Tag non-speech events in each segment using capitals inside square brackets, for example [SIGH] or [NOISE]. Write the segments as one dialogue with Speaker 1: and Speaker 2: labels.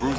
Speaker 1: News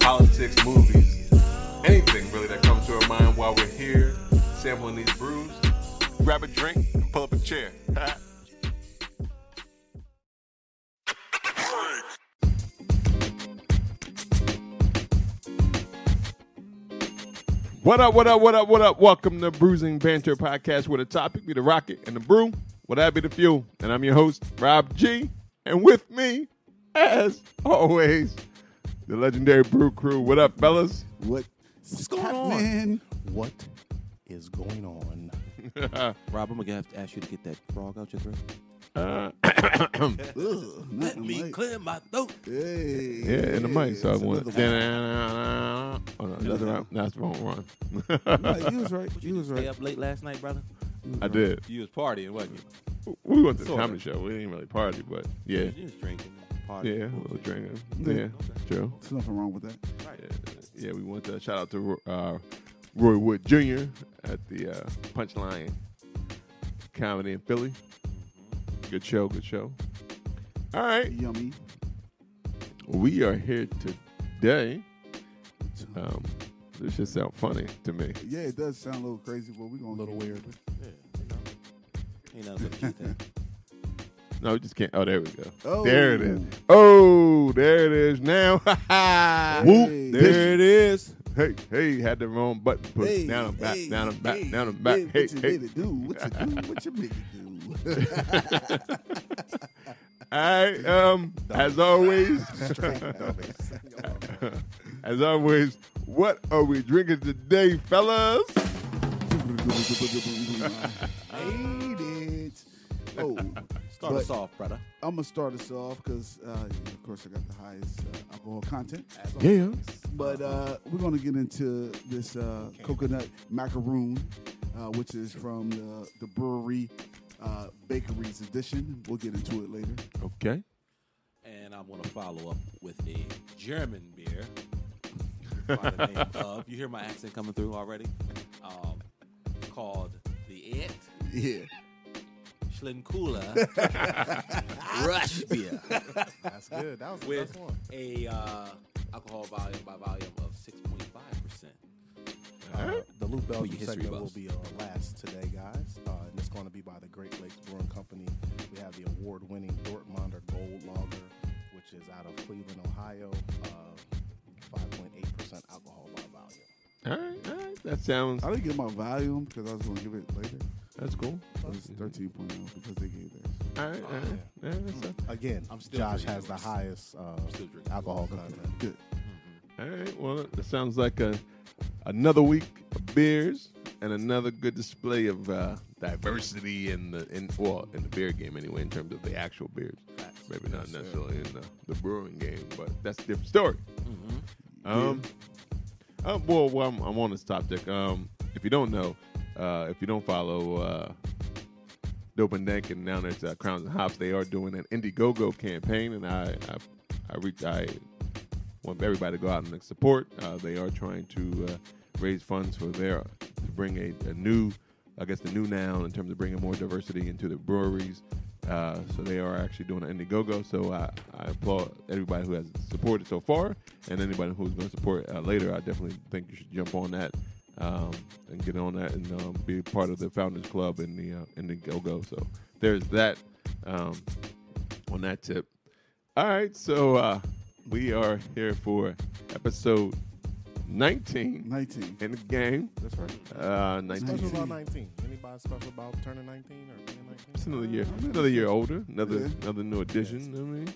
Speaker 1: politics, movies, anything really that comes to our mind while we're here sampling these brews. Grab a drink and pull up a chair. [LAUGHS] What up, what up, what up, what up? Welcome to Bruising Banter Podcast where the topic be the rocket and the brew. Would that be the fuel? And I'm your host, Rob G. And with me, as always, the legendary brew crew. What up, fellas?
Speaker 2: What is
Speaker 1: going
Speaker 2: happening? What is going on?
Speaker 3: Rob, I'm gonna have to ask you to get that frog out your throat.
Speaker 2: Ugh, not like-
Speaker 3: clear my throat.
Speaker 2: Hey, [LAUGHS]
Speaker 1: Yeah, in the mic. So I
Speaker 2: it's
Speaker 1: want.
Speaker 2: another one.
Speaker 1: Oh, no, another round. That's the wrong
Speaker 2: Nah, [LAUGHS]
Speaker 1: one.
Speaker 2: you was right. You was
Speaker 3: Stay
Speaker 2: right.
Speaker 3: up late last night, brother.
Speaker 1: I did.
Speaker 3: You was partying, wasn't you?
Speaker 1: We went to the
Speaker 3: Sorta.
Speaker 1: comedy show. We didn't really party, but yeah,
Speaker 3: You was drinking,
Speaker 1: yeah,
Speaker 3: partying.
Speaker 1: a little drinking. Yeah, true.
Speaker 2: There's nothing wrong with that.
Speaker 1: Yeah, yeah, we went to shout out to uh, Roy Wood Jr. at the uh, Punchline Comedy in Philly. Good show, good show. All right,
Speaker 2: Yummy.
Speaker 1: we are here today. Um, this should sound funny to me.
Speaker 2: Yeah, it does sound a little crazy, but we're gonna a little weird.
Speaker 3: You know, what you think.
Speaker 1: No, we just can't. Oh, there we go.
Speaker 2: Oh.
Speaker 1: There it is. Oh, there it is now. [LAUGHS]
Speaker 2: Whoop.
Speaker 1: There it is. Hey, hey, had the wrong button pushed.
Speaker 2: Hey,
Speaker 1: down and back,
Speaker 2: hey,
Speaker 1: down and back,
Speaker 2: hey,
Speaker 1: down and back. Hey,
Speaker 2: what you
Speaker 1: hey.
Speaker 2: made it do? What you do? What you made it do?
Speaker 1: [LAUGHS] All right. Um, as
Speaker 2: [LAUGHS]
Speaker 1: always, [LAUGHS] as always, what are we drinking today, fellas?
Speaker 2: Made it. Oh,
Speaker 3: Start
Speaker 2: but
Speaker 3: us off, brother.
Speaker 2: I'm gonna start us off because, uh, of course, I got the highest uh, alcohol content.
Speaker 1: Yeah.
Speaker 2: But uh, we're going to get into this uh, coconut macaroon, uh, which is from the, the brewery uh, bakeries edition. We'll get into it later.
Speaker 1: Okay.
Speaker 3: And I'm gonna follow up with a German beer. by the
Speaker 1: [LAUGHS]
Speaker 3: name of, you hear my accent coming through already? Um, called the Ant
Speaker 2: Yeah.
Speaker 1: [LAUGHS]
Speaker 3: Schlenkula Rush beer.
Speaker 4: That's good. That was the
Speaker 3: with
Speaker 4: best one.
Speaker 3: a uh, alcohol volume by volume of 6.5 percent.
Speaker 4: The Lou Belgium
Speaker 3: history
Speaker 4: segment
Speaker 3: buffs.
Speaker 4: will be uh, last today, guys, uh, and it's going to be by the Great Lakes Brewing Company. We have the award-winning Dortmunder Gold Lager, which is out of Cleveland, Ohio. Uh, 5.8% alcohol by volume.
Speaker 1: All right. All right. That sounds.
Speaker 2: I didn't get my volume because I was going to give it later.
Speaker 1: That's cool.
Speaker 2: It was 13.0 because they gave that.
Speaker 1: All right. All right. All right, that's-
Speaker 4: Again,
Speaker 3: I'm still
Speaker 4: Josh
Speaker 3: drinking
Speaker 4: has the
Speaker 3: yours.
Speaker 4: highest
Speaker 3: still
Speaker 4: uh,
Speaker 3: drinking
Speaker 4: alcohol content.
Speaker 2: Good.
Speaker 1: All right. Well, it sounds like a another week of beers and another good display of uh, diversity in the in well in the beer game anyway in terms of the actual beers. Maybe not necessarily in the, the brewing game, but that's a different story. Um, um, well, well I'm, I'm on this topic. Um, if you don't know, uh, if you don't follow uh, Dope and Dank and now there's uh, Crowns and Hops, they are doing an Indiegogo campaign, and I I, I, reach, I want everybody to go out and support. Uh, they are trying to uh, raise funds for their to bring a, a new, I guess, the new noun in terms of bringing more diversity into the breweries. Uh, so they are actually doing an Indiegogo. So I, I applaud everybody who has supported so far, and anybody who's going to support uh, later. I definitely think you should jump on that um, and get on that and um, be part of the Founders Club and the uh, Indiegogo. So there's that um, on that tip. All right, so uh, we are here for episode 19
Speaker 2: 19.
Speaker 1: in the game.
Speaker 4: That's right.
Speaker 1: Uh,
Speaker 4: Special
Speaker 1: 19.
Speaker 4: about 19. Anybody special about turning 19 or being 19?
Speaker 1: It's another year, another year older, another
Speaker 2: Yeah.
Speaker 1: another new addition. I mean,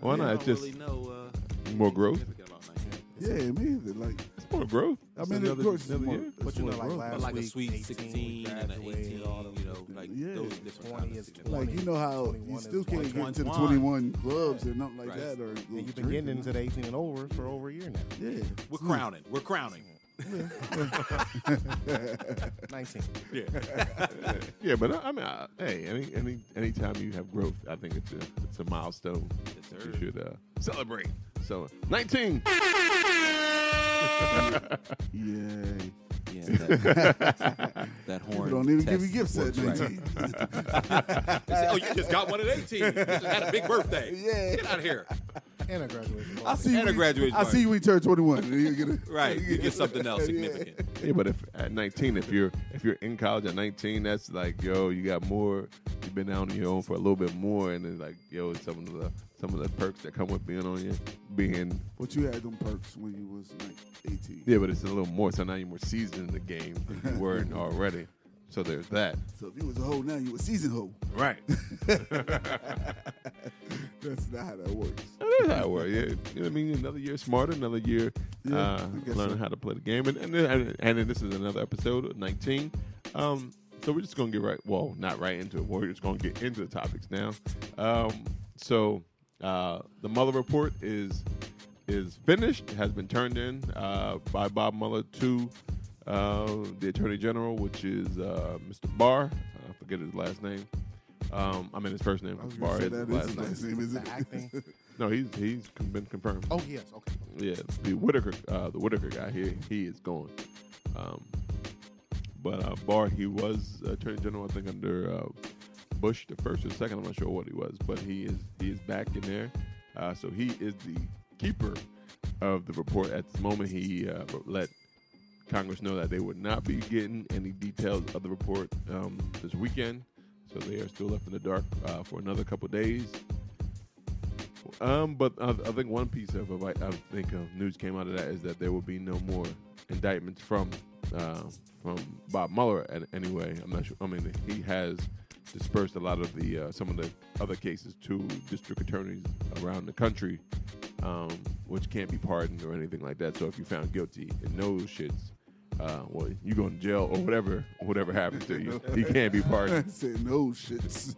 Speaker 1: why
Speaker 3: I
Speaker 1: not?
Speaker 3: don't
Speaker 1: It's just
Speaker 3: really know. Uh,
Speaker 1: more growth.
Speaker 3: significant about nineteen.
Speaker 2: Yeah, man. Like,
Speaker 1: it's more growth.
Speaker 2: I
Speaker 1: It's
Speaker 2: mean, of
Speaker 1: another-
Speaker 2: course, it's
Speaker 1: another
Speaker 2: more,
Speaker 1: year.
Speaker 2: it's
Speaker 4: But you
Speaker 2: more
Speaker 4: know, like
Speaker 2: growth.
Speaker 4: last
Speaker 3: But like a
Speaker 4: week,
Speaker 3: sweet
Speaker 4: 18,
Speaker 3: 16 and an
Speaker 4: graduated,
Speaker 3: 18,
Speaker 4: all them
Speaker 3: you know, know, like
Speaker 2: Yeah.
Speaker 3: those different
Speaker 5: 20
Speaker 3: kinds
Speaker 5: is
Speaker 3: of
Speaker 5: 20.
Speaker 3: significance.
Speaker 2: Like you know how
Speaker 5: 21
Speaker 2: you
Speaker 5: is
Speaker 2: still can't get to the
Speaker 3: 21.
Speaker 2: twenty-one clubs and nothing like
Speaker 3: Right.
Speaker 2: that, or
Speaker 5: And you've been getting into the 18 and over for over a year now.
Speaker 2: yeah.
Speaker 3: We're crowning. We're crowning.
Speaker 5: 19.
Speaker 3: Yeah.
Speaker 6: Yeah, but uh, I, I mean, I, hey, any any anytime you have growth, I think it's a it's a milestone
Speaker 3: Yes,
Speaker 6: that
Speaker 3: sir.
Speaker 6: you should uh, celebrate. So nineteen. [LAUGHS]
Speaker 2: Yay.
Speaker 3: Yeah. That,
Speaker 1: [LAUGHS]
Speaker 3: that horn.
Speaker 2: People don't even give you
Speaker 3: test
Speaker 2: gifts at
Speaker 3: works right.
Speaker 2: 19. [LAUGHS]
Speaker 3: They say, oh, you just got one at 18. You just had a big birthday.
Speaker 2: Yeah.
Speaker 3: Get out of here.
Speaker 5: And a graduation.
Speaker 2: I
Speaker 5: party.
Speaker 2: see
Speaker 3: And
Speaker 2: you
Speaker 3: a graduation
Speaker 2: I
Speaker 3: party.
Speaker 2: see you when you turn 21. and you get a-
Speaker 3: [LAUGHS] Right. You get something else
Speaker 2: Yeah.
Speaker 3: significant.
Speaker 6: Yeah, but if at nineteen, if you're if you're in college at nineteen, that's like yo, you got more. You've been out on your own for a little bit more, and it's like yo, some of the some of the perks that come with being on your being.
Speaker 2: But you had them perks when you was like 18.
Speaker 6: Yeah, but it's a little more. So now you're more seasoned in the game than you were already. So there's that.
Speaker 2: So if you was a hoe now, you a season hoe. [LAUGHS]
Speaker 6: Right.
Speaker 2: That's not how that works.
Speaker 6: That is how it works. Eh, Yeah, you know what I mean, another year smarter, another year
Speaker 2: Yeah,
Speaker 6: uh,
Speaker 2: I guess
Speaker 6: learning
Speaker 2: so.
Speaker 6: how to play the game, and and, then- and then this is another episode, nineteen. Um, so we're just gonna get right. Well, not right into it. We're just gonna get into the topics now. Um, so uh, the Mueller report is is finished. Has been turned in uh, by Bob Mueller to uh, the Attorney General, which is uh, Mr. Barr. I forget his last name. Um, I mean his first name.
Speaker 2: I was gonna
Speaker 6: Barr
Speaker 2: say
Speaker 6: is
Speaker 2: that
Speaker 6: his
Speaker 2: is
Speaker 6: last
Speaker 2: his
Speaker 6: name.
Speaker 2: last name, is it?
Speaker 5: The acting.
Speaker 6: No, he's he's been confirmed.
Speaker 5: Oh, yes. Okay.
Speaker 6: Yeah, the Whitaker, uh, the Whitaker guy here, he is gone. Um, but uh, Barr, he was Attorney General, I think, under uh, Bush the first or second. I'm not sure what he was, but he is he is back in there. Uh, so he is the keeper of the report at this moment. He uh, let Congress know that they would not be getting any details of the report um, this weekend. So they are still left in the dark uh, for another couple days. Um, but I, I think one piece of advi- I think of news came out of that is that there will be no more indictments from uh, from Bob Mueller. And anyway, I'm not sure. I mean, he has dispersed a lot of the uh, some of the other cases to district attorneys around the country, um, which can't be pardoned or anything like that. So if you found guilty in those shits, uh, well, you go to jail or whatever whatever happens to you, he can't be pardoned
Speaker 2: [LAUGHS] Said no shits.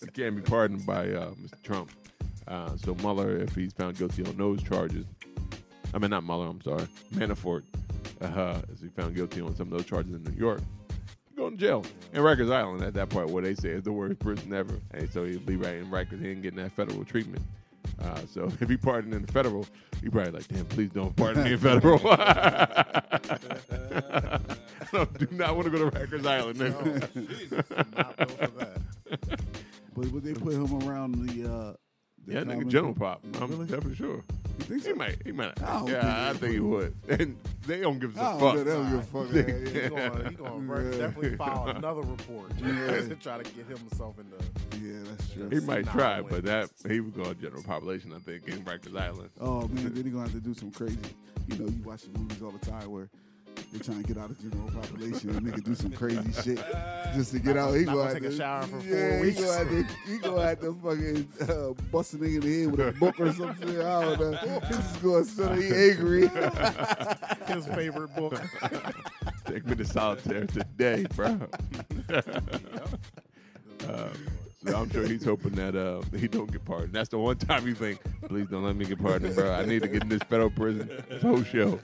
Speaker 6: you can't be pardoned by uh, Mr. Trump. Uh, so Mueller, if he's found guilty on those charges, I mean not Mueller, I'm sorry, Manafort, uh, if he found guilty on some of those charges in New York, you go to jail in Rikers Island at that part where they say it's the worst prison ever, and so he'll be right in Rikers. He ain't getting that federal treatment. Uh, so [LAUGHS] if he pardoned in the federal, he probably like, damn, please don't pardon me in federal. [LAUGHS] no, do not want to go to Rikers Island. nigga.
Speaker 5: Not built for that.
Speaker 2: [LAUGHS] but would they put him around the. Uh, the
Speaker 6: Yeah, that
Speaker 2: common
Speaker 6: nigga General
Speaker 2: people?
Speaker 6: Pop. I'm definitely sure.
Speaker 2: You think
Speaker 6: He
Speaker 2: so?
Speaker 6: might. He might.
Speaker 2: I don't
Speaker 6: yeah, I
Speaker 2: think
Speaker 6: think he would. [LAUGHS] And they don't give
Speaker 2: I
Speaker 6: us a
Speaker 2: don't
Speaker 6: fuck.
Speaker 2: know, they Oh, don't give a fuck. [LAUGHS]
Speaker 5: Yeah, yeah, He's going to
Speaker 2: Yeah.
Speaker 5: definitely file another report
Speaker 2: Yeah.
Speaker 5: [LAUGHS] to try to get himself in the.
Speaker 2: Yeah, that's true.
Speaker 6: He might
Speaker 5: Nah,
Speaker 6: try,
Speaker 5: wait.
Speaker 6: but that he would go to general population. I think in Rikers Island.
Speaker 2: Oh man, then they're gonna have to do some crazy. You know, you watch the movies all the time where they're trying to get out of the general population and they can do some crazy shit just to get out. He
Speaker 5: not
Speaker 2: go
Speaker 5: gonna
Speaker 2: out
Speaker 5: take a
Speaker 2: there,
Speaker 5: shower for four
Speaker 2: yeah,
Speaker 5: weeks.
Speaker 2: He go out there, he go out there fucking uh, bust a nigga in the head with a book or something. I don't know. He's just [LAUGHS] going so he angry.
Speaker 5: His favorite book.
Speaker 6: [LAUGHS] Take me to solitaire today,
Speaker 2: [LAUGHS]
Speaker 6: bro. [LAUGHS] Uh, so I'm sure he's hoping that uh, he don't get pardoned. That's the one time you think, please don't let me get pardoned, bro. I need to get in this federal prison for show.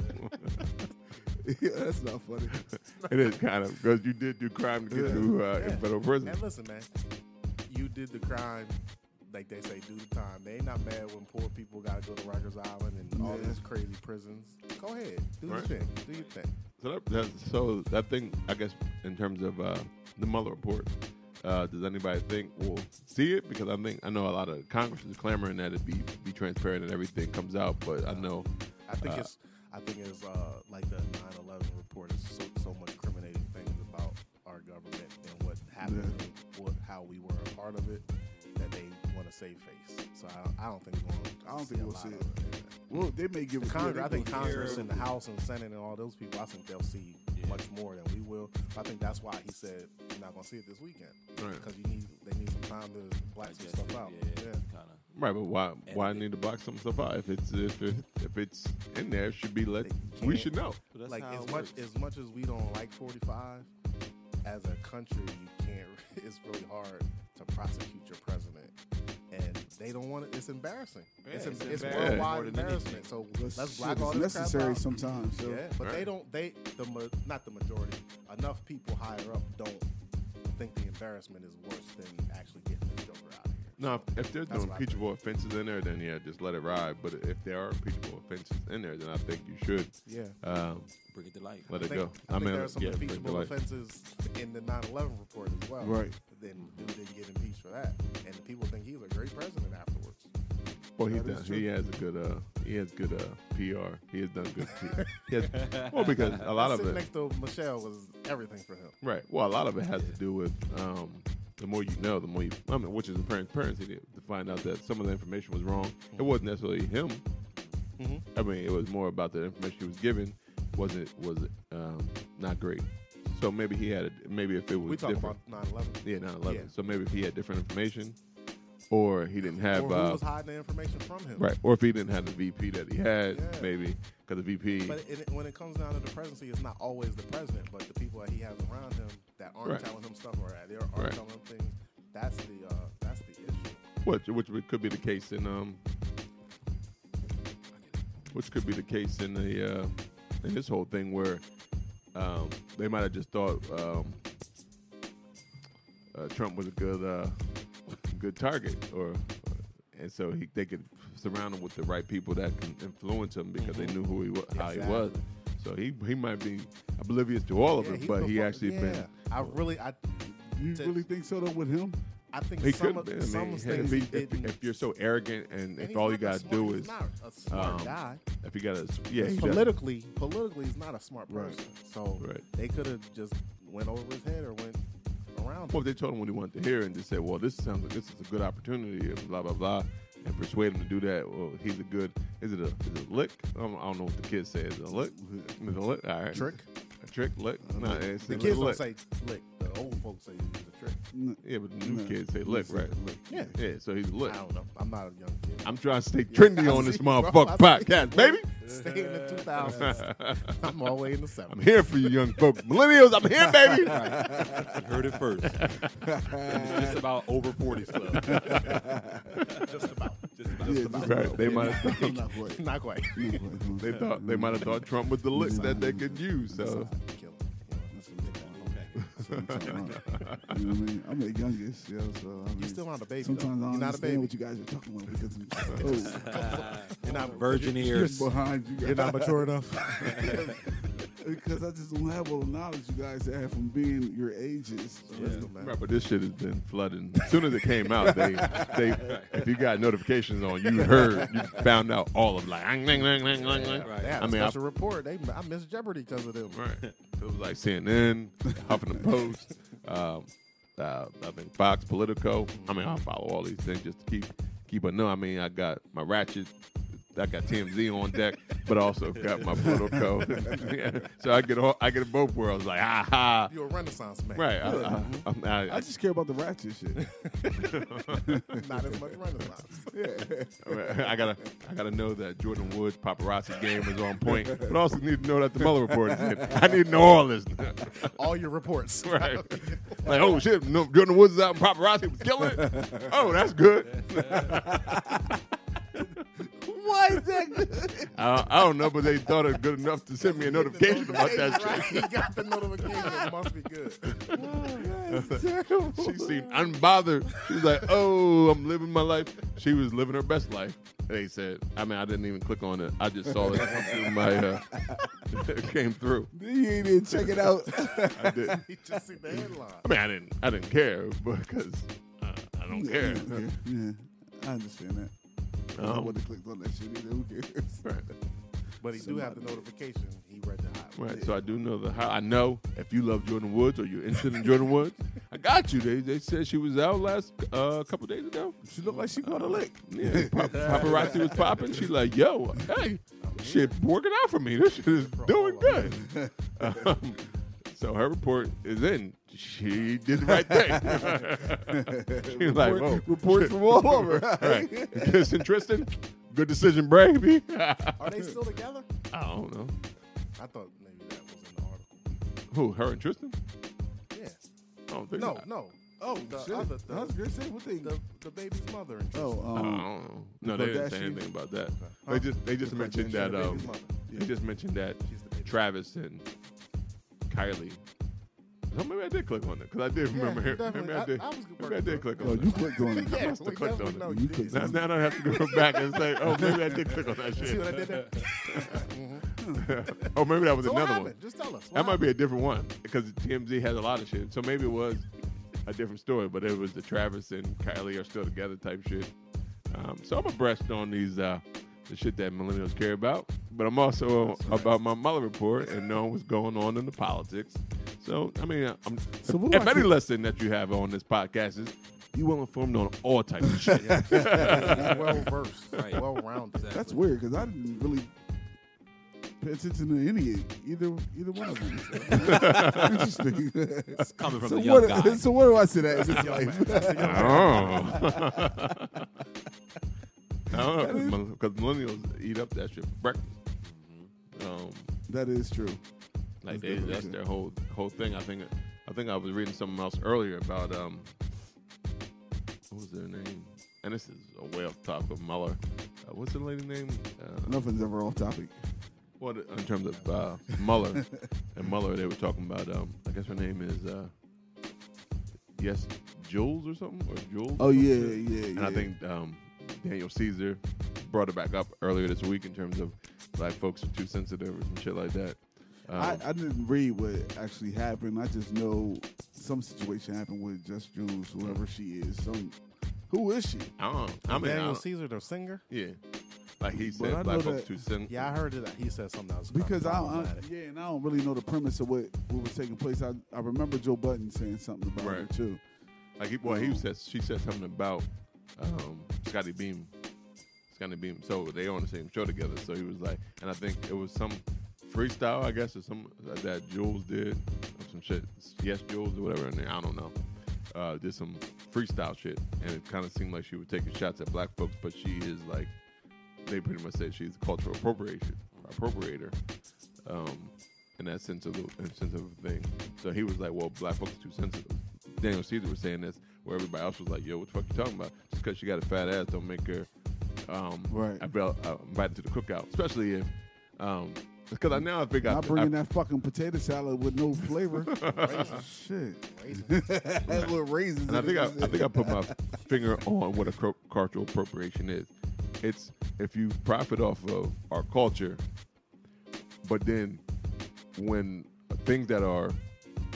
Speaker 2: yeah, that's not funny.
Speaker 6: [LAUGHS] it is kind of because you did do crime to get you uh, in federal prison.
Speaker 5: And listen, man, you did the crime. Like they say, do the time. They ain't not mad when poor people got to go to Rikers Island and all
Speaker 2: Yeah.
Speaker 5: these crazy prisons. Go ahead, do
Speaker 6: Right.
Speaker 5: your thing, do your thing.
Speaker 6: So that, that so that thing, I guess, in terms of uh, the Mueller report, uh, does anybody think we'll see it? Because I think I know a lot of Congress is clamoring that it be be transparent and everything comes out, but I know
Speaker 5: I think
Speaker 6: Uh,
Speaker 5: it's, I think it's uh, like the 9/11 report is so, so much incriminating things about our government and what happened, and what how we were a part of it, that they want to save face. So I, don't- I don't think we're gonna
Speaker 2: I don't
Speaker 5: see
Speaker 2: think
Speaker 5: a
Speaker 2: we'll
Speaker 5: lot
Speaker 2: see
Speaker 5: of
Speaker 2: it. Well, they may give
Speaker 5: The
Speaker 2: it.
Speaker 5: Congress, I think
Speaker 2: yeah, they
Speaker 5: Congress
Speaker 2: gonna
Speaker 5: and
Speaker 2: give
Speaker 5: the
Speaker 2: it-
Speaker 5: House and Senate and all those people, I think they'll see much more than we will. I think that's why he said you're not gonna see it this weekend
Speaker 6: right,
Speaker 5: because you need they need some time to black some
Speaker 3: Digest it,
Speaker 5: stuff out.
Speaker 3: Yeah.
Speaker 5: Yeah.
Speaker 3: Kind of.
Speaker 6: right. But why why
Speaker 3: And it-
Speaker 6: need to block some stuff out if it's if it, if it's in there? It should be let we should know.
Speaker 3: But that's
Speaker 5: Like
Speaker 3: how
Speaker 5: as
Speaker 3: it
Speaker 5: much
Speaker 3: works.
Speaker 5: as much as we don't like 45, as a country, you can't. [LAUGHS] It's really hard to prosecute your president, and they don't want it. It's embarrassing. it's,
Speaker 4: it's
Speaker 5: em- it's
Speaker 4: embarrassing more
Speaker 5: worldwide
Speaker 4: than
Speaker 5: embarrassment. So
Speaker 2: But
Speaker 5: let's
Speaker 2: shit,
Speaker 5: black all
Speaker 2: it's
Speaker 5: this crap
Speaker 2: necessary
Speaker 5: out.
Speaker 2: sometimes. So.
Speaker 5: Yeah, but they
Speaker 6: Right.
Speaker 5: don't. They the ma- not the majority. Enough people higher up don't think the embarrassment is worse than actually getting this joker out of here.
Speaker 6: No, if- if there's no
Speaker 5: That's what I think.
Speaker 6: impeachable offenses in there, then yeah, just let it ride. But if there are impeachable offenses in there, then I think you should
Speaker 5: Yeah.
Speaker 6: um,
Speaker 3: Bring it to light.
Speaker 6: let
Speaker 5: I
Speaker 6: it
Speaker 5: think,
Speaker 6: go.
Speaker 5: I think there are some
Speaker 6: yeah, bring it to
Speaker 5: impeachable
Speaker 6: light.
Speaker 5: offenses in the 9/11 report as well.
Speaker 2: Right.
Speaker 5: Then dude didn't get impeached for that, and the people think he's a great president afterwards.
Speaker 6: Well, he
Speaker 2: That is
Speaker 6: does.
Speaker 2: true.
Speaker 6: He has a good. Uh, he has good uh, PR. He has done good. PR. He has- well, because a lot of
Speaker 5: Sitting
Speaker 6: it,
Speaker 5: next to Michelle was everything for him.
Speaker 6: right? Well, a lot of it has to do with um, the more you know, the more you. I mean, which is the transparency to, to find out that some of the information was wrong.
Speaker 5: Mm-hmm.
Speaker 6: It wasn't necessarily him. I mean, it was more about the information he was given. Was it was it, um, not great? So maybe he had. A, maybe if it was
Speaker 5: We talk
Speaker 6: different,
Speaker 5: about 9/11.
Speaker 6: yeah, 9-11.
Speaker 5: Yeah.
Speaker 6: So maybe if he had different information, or he didn't have.
Speaker 5: or who
Speaker 6: uh,
Speaker 5: was hiding the information from him?
Speaker 6: Right. Or if he didn't have the VP that he had,
Speaker 5: Yeah.
Speaker 6: maybe because the VP.
Speaker 5: But it, when it comes down to the presidency, it's not always the president, but the people that he has around him that aren't
Speaker 6: Right.
Speaker 5: telling him stuff or that they aren't
Speaker 6: Right.
Speaker 5: telling him things. That's the uh, that's the issue.
Speaker 6: which which would- could be the case in um, which could be the case in the uh, in this whole thing where um, they might have just thought um, uh, Trump was a good uh, [LAUGHS] good target, or and so he, they could surround him with the right people that can influence him because they knew who he was, how he was.
Speaker 5: Mm-hmm. Exactly.
Speaker 6: So he he might be oblivious to all of
Speaker 5: Yeah,
Speaker 6: it,
Speaker 5: he's
Speaker 6: but he
Speaker 5: before-
Speaker 6: actually
Speaker 5: yeah.
Speaker 6: been
Speaker 5: I really I
Speaker 2: You
Speaker 5: to-
Speaker 2: really think so though with him?
Speaker 5: I think
Speaker 6: He
Speaker 5: some
Speaker 6: could
Speaker 5: of,
Speaker 6: be. I
Speaker 5: some
Speaker 6: mean,
Speaker 5: of the
Speaker 6: if,
Speaker 5: things
Speaker 6: he-
Speaker 5: he
Speaker 6: if,
Speaker 5: didn't.
Speaker 6: if you're so arrogant and,
Speaker 5: and
Speaker 6: if
Speaker 5: he's
Speaker 6: all you
Speaker 5: not that
Speaker 6: guys
Speaker 5: smart,
Speaker 6: do
Speaker 5: he's
Speaker 6: is,
Speaker 5: not a smart
Speaker 6: um,
Speaker 5: guy.
Speaker 6: if you got a, yeah, he does.
Speaker 5: politically, politically, he's not a smart
Speaker 2: Right.
Speaker 5: person. So
Speaker 6: Right.
Speaker 5: they could have just went over his head or went around.
Speaker 6: Well,
Speaker 5: him.
Speaker 6: if they told him what he wanted to hear and just said, well, this sounds like this is a good opportunity, and blah, blah, blah, and persuade him to do that. Well, he's a good, is it a, is it a lick? I don't, I don't know what the kids say. Is it a lick? Is it a lick? All right.
Speaker 5: Trick.
Speaker 6: A trick, lick? No, it's
Speaker 5: The kids
Speaker 6: it's a
Speaker 5: don't
Speaker 6: lick.
Speaker 5: say lick. The old folks say he's a trick.
Speaker 2: N-
Speaker 6: yeah, but the new
Speaker 2: No.
Speaker 6: kids say lick,
Speaker 2: He's a
Speaker 6: right?
Speaker 2: lick.
Speaker 6: Yeah. Yeah, so he's a lick.
Speaker 5: I don't know. I'm not a young kid.
Speaker 6: I'm trying to stay
Speaker 5: Yeah,
Speaker 6: trendy
Speaker 5: [LAUGHS] I
Speaker 6: on this
Speaker 5: see, bro.
Speaker 6: motherfucking
Speaker 5: I see.
Speaker 6: podcast, baby.
Speaker 5: Stay in the 2000s. I'm always in the 70s.
Speaker 6: I'm here for you, young folks. Millennials, I'm here, baby.
Speaker 5: [LAUGHS]
Speaker 3: You heard it first. it's just about over 40 stuff.
Speaker 5: just about.
Speaker 3: Just about.
Speaker 2: Yeah,
Speaker 5: about
Speaker 2: just
Speaker 6: right.
Speaker 2: not
Speaker 6: They
Speaker 2: quite.
Speaker 6: might have-
Speaker 2: Not quite.
Speaker 5: [LAUGHS] Not quite.
Speaker 2: Not quite.
Speaker 6: They thought they might have thought Trump was the lick that they could use. So
Speaker 5: Kill him.
Speaker 2: That's what I'm talking about. [LAUGHS]
Speaker 3: Okay.
Speaker 2: That's what I'm talking about. [LAUGHS] You know what I mean? I'm the youngest, yo. So I mean,
Speaker 5: You're still not a baby. though.
Speaker 2: sometimes I
Speaker 5: You're
Speaker 2: don't
Speaker 5: not a
Speaker 2: understand
Speaker 5: baby.
Speaker 2: what you guys are talking about because I'm oh,
Speaker 5: [LAUGHS] You're not
Speaker 3: Virgin ears.
Speaker 2: behind you.
Speaker 5: You're not mature enough.
Speaker 2: because I just don't have all the knowledge you guys have from being your ages. So
Speaker 5: Let's go, man.
Speaker 6: Right, but this shit has been flooding. As soon as it came out, they, they [LAUGHS] if you got notifications on, you heard, you found out all of like, "Ang, ang, ang, ang, ang, ang."
Speaker 3: Right.
Speaker 5: They had
Speaker 6: I
Speaker 5: a
Speaker 6: mean, I-
Speaker 5: special report. They, I missed Jeopardy because of them.
Speaker 6: right. It was like CNN, Huffington Post, um, uh, I think Fox, Politico. I mean, I follow all these things just to keep keep a know. I mean, I got my ratchet. I got TMZ on deck, but also got my Politico. [LAUGHS] so I get all, I get both worlds. Like, ah ha.
Speaker 5: You're a renaissance man.
Speaker 6: Right. I, I, I'm- I,
Speaker 2: [LAUGHS] I just care about the ratchet shit.
Speaker 5: Not as much renaissance.
Speaker 6: [LAUGHS] I gotta, I gotta know that Jordan Woods paparazzi game is on
Speaker 2: [LAUGHS]
Speaker 6: point, but also need to know that the Mueller report is in. I need to know all this,
Speaker 5: All your reports.
Speaker 6: [LAUGHS] right? Like, oh shit, no, Jordan Woods is out and paparazzi was killing it. Oh, that's good.
Speaker 2: Why is that good?
Speaker 6: I, I don't know, but they thought it good enough to send me
Speaker 2: [LAUGHS]
Speaker 6: a notification about
Speaker 5: [LAUGHS]
Speaker 6: that
Speaker 5: Right. He got the notification. It must be good.
Speaker 2: That's terrible.
Speaker 6: shit. She seemed unbothered. She was like, oh, I'm living my life. She was living her best life. They said, I mean, I didn't even click on it. I just saw it [LAUGHS] come through my, uh, it came through.
Speaker 2: You ain't even check it out.
Speaker 6: I did.
Speaker 5: He just see the headline.
Speaker 6: I mean, I didn't, I didn't care because uh, I don't care.
Speaker 2: [LAUGHS] yeah, I understand that. I
Speaker 6: Um,
Speaker 2: don't want to click on that shit either. Who cares?
Speaker 6: Right.
Speaker 5: But he do have the notification. He read the highlight.
Speaker 6: Right. So I do know the how. I know if you love Jordan Woods or you're interested in Jordan Woods, I got you. They they said she was out last uh, couple days ago.
Speaker 2: She looked like she caught a lick.
Speaker 6: Yeah, [LAUGHS] pap- paparazzi was popping. She like, yo, hey, shit working out for me. This shit is doing good. Um, so her report is in. She did the right thing. [LAUGHS] she was like,
Speaker 2: Report-
Speaker 6: whoa.
Speaker 2: reports from all over.
Speaker 6: [LAUGHS] right. Kirsten Tristan, good decision, baby.
Speaker 5: Are they still together?
Speaker 6: [LAUGHS] I don't know.
Speaker 5: I thought maybe that was in the article.
Speaker 6: Who, her and Tristan?
Speaker 5: Yeah.
Speaker 6: I don't think
Speaker 4: No,
Speaker 6: I-
Speaker 4: no. Oh, the
Speaker 2: Shit.
Speaker 4: other,
Speaker 2: I was
Speaker 4: the,
Speaker 2: gonna say what they.
Speaker 4: the, the baby's mother. and
Speaker 2: oh,
Speaker 6: I
Speaker 2: um,
Speaker 6: don't know. No, they didn't say
Speaker 2: Kardashian?
Speaker 6: anything about that.
Speaker 4: Huh?
Speaker 6: They just they just
Speaker 4: The
Speaker 6: mentioned
Speaker 4: Kardashian,
Speaker 6: that
Speaker 4: the
Speaker 6: um
Speaker 4: baby's mother.
Speaker 6: they just mentioned that
Speaker 4: She's the baby.
Speaker 6: Travis and Kylie. Oh, maybe I did click on it because I did remember. her.
Speaker 4: definitely.
Speaker 6: Maybe I,
Speaker 4: I-
Speaker 6: did.
Speaker 4: I was
Speaker 6: maybe I
Speaker 4: working
Speaker 6: did
Speaker 4: for it.
Speaker 6: click
Speaker 2: yo,
Speaker 6: on
Speaker 2: you
Speaker 6: it.
Speaker 2: clicked on
Speaker 4: [LAUGHS]
Speaker 2: it.
Speaker 6: I must
Speaker 4: we
Speaker 6: have clicked
Speaker 4: definitely
Speaker 6: on
Speaker 4: know
Speaker 6: it.
Speaker 2: you
Speaker 4: you
Speaker 2: clicked
Speaker 4: did.
Speaker 6: Now, now I don't have to go back and say, oh, maybe I did click on that
Speaker 4: [LAUGHS] See what I did
Speaker 6: shit.
Speaker 4: there?
Speaker 6: [LAUGHS] oh, maybe that was
Speaker 4: So what
Speaker 6: another
Speaker 4: happened?
Speaker 6: one.
Speaker 4: Just tell us.
Speaker 6: That might be a different one because TMZ has a lot of shit. So maybe it was a different story, but it was the Travis and Kylie are still together type shit. Um, so I'm abreast on these uh, the shit that millennials care about, but I'm also about my Mueller report and knowing what's going on in the politics. So I mean, I'm,
Speaker 2: So
Speaker 3: [LAUGHS]
Speaker 2: what
Speaker 6: if
Speaker 2: about
Speaker 6: any
Speaker 2: the-
Speaker 6: lesson that you have on this podcast is you well informed on all types of shit.
Speaker 4: well versed,
Speaker 3: Right.
Speaker 4: well rounded.
Speaker 3: Exactly.
Speaker 2: That's weird because I didn't really pay attention to any either either one of them.
Speaker 3: [LAUGHS]
Speaker 2: So. Interesting.
Speaker 3: It's coming from
Speaker 2: so
Speaker 3: the young
Speaker 2: what?
Speaker 3: guy.
Speaker 2: So what do I say that? in this life?
Speaker 6: Oh. I don't know because [LAUGHS] millennials eat up that shit for breakfast. Um,
Speaker 2: [LAUGHS] that is true.
Speaker 6: like
Speaker 2: That's
Speaker 6: they,
Speaker 2: definitely
Speaker 6: that's
Speaker 2: true.
Speaker 6: their whole whole thing. I think I think I was reading something else earlier about um, what was their name? And this is a way off topic of Mueller. Uh, what's the lady name? Uh,
Speaker 2: Nothing's ever off topic.
Speaker 6: what in terms of uh, Mueller and Mueller, they were talking about. Um, I guess her name is uh, yes, Jules or something or Jules.
Speaker 2: Oh
Speaker 6: or some
Speaker 2: yeah,
Speaker 6: shit.
Speaker 2: yeah, yeah.
Speaker 6: And I think um, Daniel Caesar brought it back up earlier this week in terms of black folks are too sensitive and shit like that. Um,
Speaker 2: I, I didn't read what actually happened. I just know some situation happened with Just Jules, whoever she is. Some who is she?
Speaker 6: I don't. I mean, I
Speaker 4: Daniel
Speaker 6: don't-
Speaker 4: Caesar, the singer.
Speaker 6: yeah. Like he
Speaker 2: But
Speaker 6: said,
Speaker 2: I
Speaker 6: black
Speaker 2: know
Speaker 6: folks
Speaker 2: that-
Speaker 6: too sensitive.
Speaker 4: Yeah, I heard that he said something that was kinda
Speaker 2: Because I, I
Speaker 4: problematic.
Speaker 2: yeah, and I don't really know the premise of what, what was taking place. I, I remember Joe Button saying something about
Speaker 6: Right.
Speaker 2: it too.
Speaker 6: Like he, well, he said she said something about um, Scotty Beam. Scotty Beam. So they on the same show together. So he was like, and I think it was some freestyle, I guess, or some uh, that Jules did, or some shit. Yes, Jules or whatever. And I don't know. Uh, did some freestyle shit, and it kind of seemed like she was taking shots at black folks, but she is like, they pretty much said she's a cultural appropriation appropriator. Um, in that sense of in sense of thing. So he was like, "Well, black folks are too sensitive." Daniel Caesar was saying this, where everybody else was like, "Yo, what the fuck you talking about? Just because she got a fat ass, don't make her um,
Speaker 2: Right.
Speaker 6: I felt, uh, invited to the cookout, especially if um, because I now I think I,
Speaker 2: Not bringing that fucking potato salad with no
Speaker 6: [LAUGHS]
Speaker 2: flavor. Shit, that [LAUGHS] little raisins.
Speaker 6: And I
Speaker 2: in
Speaker 6: think I,
Speaker 2: it.
Speaker 6: I think I put my finger on what a cro- cultural appropriation is. It's if you profit off of our culture, but then when things that are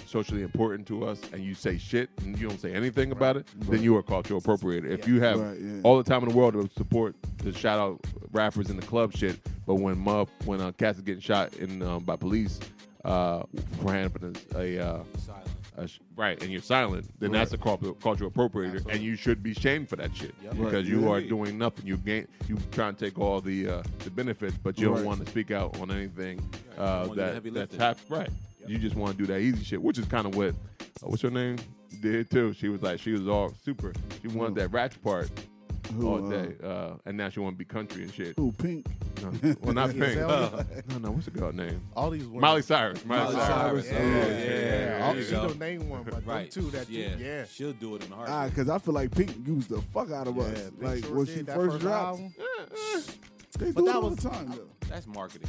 Speaker 6: socially important to us and you say shit and you don't say anything about it, then you are a cultural appropriator. If you have
Speaker 2: Right, yeah.
Speaker 6: all the time in the world to support the shout out rappers in the club shit, but when mub when uh, cats are getting shot in um, by police uh, for having a uh,
Speaker 3: Silent.
Speaker 6: uh, sh- right, and you're silent, then that's a cultural, cultural appropriator, and you should be shamed for that shit because
Speaker 2: Right.
Speaker 6: you
Speaker 2: Yeah.
Speaker 6: are doing nothing. You gain, you trying to take all the uh, the benefits, but you
Speaker 2: Right.
Speaker 6: don't want to speak out on anything
Speaker 3: Right. You wanna
Speaker 6: uh,
Speaker 3: do the
Speaker 6: that
Speaker 3: heavy
Speaker 6: that's
Speaker 3: lifting.
Speaker 6: hap- right. You just want to do that easy shit, which is kind of what uh, what's her name did too. She was like, she was all super. She wanted that ratchet part
Speaker 2: Who,
Speaker 6: all
Speaker 2: uh,
Speaker 6: day, uh, and now she want to be country and shit.
Speaker 2: Ooh, pink.
Speaker 6: No,
Speaker 3: [LAUGHS]
Speaker 6: well, not Pink. Uh,
Speaker 4: Azalea?
Speaker 6: no, no, what's the girl name?
Speaker 4: All these women.
Speaker 6: Miley Cyrus. Miley,
Speaker 3: Miley Cyrus.
Speaker 6: Cyrus.
Speaker 4: Yeah,
Speaker 3: Oh,
Speaker 4: yeah.
Speaker 3: yeah.
Speaker 4: All
Speaker 3: There you
Speaker 4: she
Speaker 3: go.
Speaker 4: don't name one, but
Speaker 3: Right.
Speaker 4: right. two that you,
Speaker 3: yeah.
Speaker 4: yeah.
Speaker 3: She'll do it in a
Speaker 2: Ah,
Speaker 3: heartbeat.
Speaker 2: because I feel like Pink used the fuck out of
Speaker 4: Yeah,
Speaker 2: us.
Speaker 4: Big
Speaker 2: Like
Speaker 4: Short
Speaker 2: when
Speaker 4: did
Speaker 2: she
Speaker 4: that
Speaker 2: first dropped,
Speaker 4: album,
Speaker 2: they
Speaker 4: But
Speaker 2: do
Speaker 4: that
Speaker 2: it all
Speaker 4: was-
Speaker 2: the time. though.
Speaker 3: That's marketing.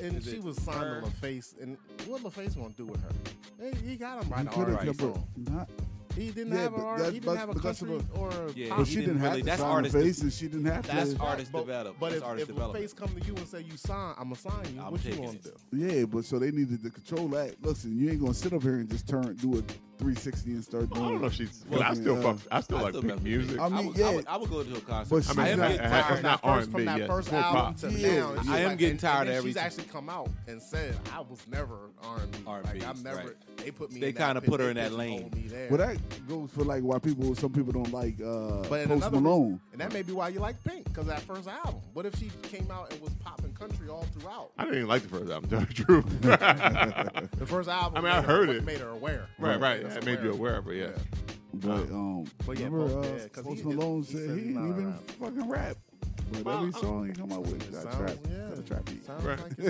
Speaker 4: and
Speaker 3: Is
Speaker 4: she
Speaker 3: it
Speaker 4: was signed
Speaker 3: her?
Speaker 4: to LaFace, and what LaFace gonna do with her? Hey, He got him
Speaker 2: You
Speaker 4: right
Speaker 2: could
Speaker 4: on
Speaker 2: have
Speaker 3: right
Speaker 2: kept
Speaker 4: right.
Speaker 2: it. Not,
Speaker 4: He didn't
Speaker 2: Yeah,
Speaker 4: have a
Speaker 2: but
Speaker 4: R-
Speaker 2: that's-
Speaker 4: he didn't
Speaker 2: but-
Speaker 4: have a
Speaker 2: but that's
Speaker 4: country
Speaker 2: about-
Speaker 4: or a
Speaker 3: Yeah,
Speaker 4: pop.
Speaker 2: but
Speaker 3: he
Speaker 2: she didn't,
Speaker 3: didn't
Speaker 2: have
Speaker 3: really-
Speaker 2: to
Speaker 3: that's
Speaker 2: sign
Speaker 3: artist-
Speaker 2: the face, and she didn't have
Speaker 3: that's
Speaker 2: to.
Speaker 3: art- Artist develop.
Speaker 4: But
Speaker 3: It's
Speaker 4: if,
Speaker 3: artist
Speaker 4: if
Speaker 3: development.
Speaker 4: LaFace come to you and say you sign, I'm gonna sign you.
Speaker 3: I'm
Speaker 4: what you
Speaker 3: taking
Speaker 4: gonna
Speaker 3: it.
Speaker 4: do?
Speaker 2: yeah, but so they needed to control that. Listen, you ain't gonna sit up here and just turn, do a 360 and start
Speaker 6: I
Speaker 2: doing.
Speaker 6: don't know if she's. 'cause I still
Speaker 2: uh,
Speaker 6: fuck. I still
Speaker 3: I
Speaker 6: like
Speaker 3: still
Speaker 6: Pink
Speaker 3: mess with
Speaker 6: music.
Speaker 3: Pink.
Speaker 2: I
Speaker 3: I,
Speaker 2: mean,
Speaker 3: would,
Speaker 2: yeah.
Speaker 3: I, would, I would go to a concert.
Speaker 2: But
Speaker 6: I
Speaker 2: she's
Speaker 6: mean,
Speaker 2: not-
Speaker 6: it's
Speaker 2: It's
Speaker 6: not, it's not
Speaker 4: From that
Speaker 6: R
Speaker 4: first-
Speaker 6: and B
Speaker 4: from that
Speaker 6: yet.
Speaker 4: first
Speaker 6: More
Speaker 4: album
Speaker 6: pop.
Speaker 4: to
Speaker 2: Yeah.
Speaker 4: now. and
Speaker 3: I
Speaker 4: she's
Speaker 3: am
Speaker 4: like-
Speaker 3: getting
Speaker 4: and- and
Speaker 3: tired of
Speaker 4: then She's
Speaker 3: everything.
Speaker 4: actually come out and said, "I was never R&B.
Speaker 3: R&B,
Speaker 4: Like I'm never.
Speaker 3: right.
Speaker 4: They put me.
Speaker 3: They
Speaker 4: in that
Speaker 3: kinda
Speaker 4: pit,
Speaker 3: put her
Speaker 4: they
Speaker 3: in that
Speaker 4: pigeonholed
Speaker 3: lane.
Speaker 4: me there.
Speaker 2: Well, that goes for like why people, some people don't like uh,
Speaker 4: But in
Speaker 2: Post
Speaker 4: another
Speaker 2: Malone.
Speaker 4: reason- and that may be why you like Pink, because that first album. What if she came out and was popping country all throughout?
Speaker 6: I didn't even like the first album. To tell the truth. right,
Speaker 4: The first album.
Speaker 6: I mean, I
Speaker 4: made her-
Speaker 6: heard
Speaker 4: what
Speaker 6: it.
Speaker 4: made her aware.
Speaker 6: right.
Speaker 4: That's
Speaker 6: It made you aware of it. Yeah.
Speaker 2: But um,
Speaker 4: But yeah,
Speaker 2: remember
Speaker 4: Post-
Speaker 2: uh,
Speaker 4: yeah, 'cause
Speaker 2: Post
Speaker 4: he-
Speaker 2: Malone
Speaker 4: he
Speaker 2: said
Speaker 4: said
Speaker 2: he
Speaker 4: he's
Speaker 2: didn't
Speaker 4: not a
Speaker 2: even
Speaker 4: rapper.
Speaker 2: fucking rap. But
Speaker 6: Well,
Speaker 2: every
Speaker 6: uh,
Speaker 2: song he come out with
Speaker 4: It
Speaker 2: got
Speaker 4: sounds-
Speaker 2: trap,
Speaker 4: yeah,
Speaker 2: got a trap beat.
Speaker 4: Sounds
Speaker 6: [LAUGHS] Right.
Speaker 4: like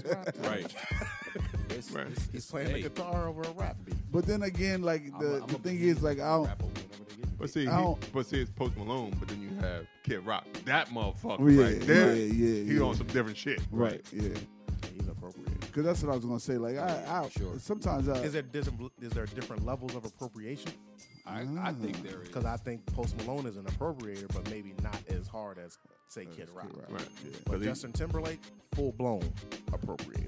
Speaker 4: it's rap.
Speaker 3: Right.
Speaker 4: He's playing the
Speaker 3: hey,
Speaker 4: guitar over a rap beat.
Speaker 2: But then again, like
Speaker 3: I'm
Speaker 2: the,
Speaker 3: a- I'm
Speaker 2: the
Speaker 3: a
Speaker 2: thing
Speaker 3: big
Speaker 2: is, like I don't.
Speaker 3: rapper, whatever they get.
Speaker 6: But see,
Speaker 2: I
Speaker 6: he,
Speaker 2: don't-
Speaker 6: but see, it's Post Malone, but then you have Kid Rock. That motherfucker
Speaker 2: Oh, yeah,
Speaker 6: right there.
Speaker 2: yeah, yeah,
Speaker 6: He
Speaker 2: yeah.
Speaker 6: on some different shit.
Speaker 2: Right. Yeah.
Speaker 5: He's appropriate.
Speaker 2: Because that's what I was gonna say. Like I, I
Speaker 3: Sure.
Speaker 2: sometimes I.
Speaker 5: Is there different? Is there different levels of appropriation?
Speaker 3: I, I think there is.
Speaker 5: Because I think Post Malone is an appropriator, but maybe not as hard as say Kid Rock.
Speaker 6: Right.
Speaker 2: Yeah.
Speaker 5: But
Speaker 6: But he-
Speaker 5: Justin Timberlake, full blown appropriator.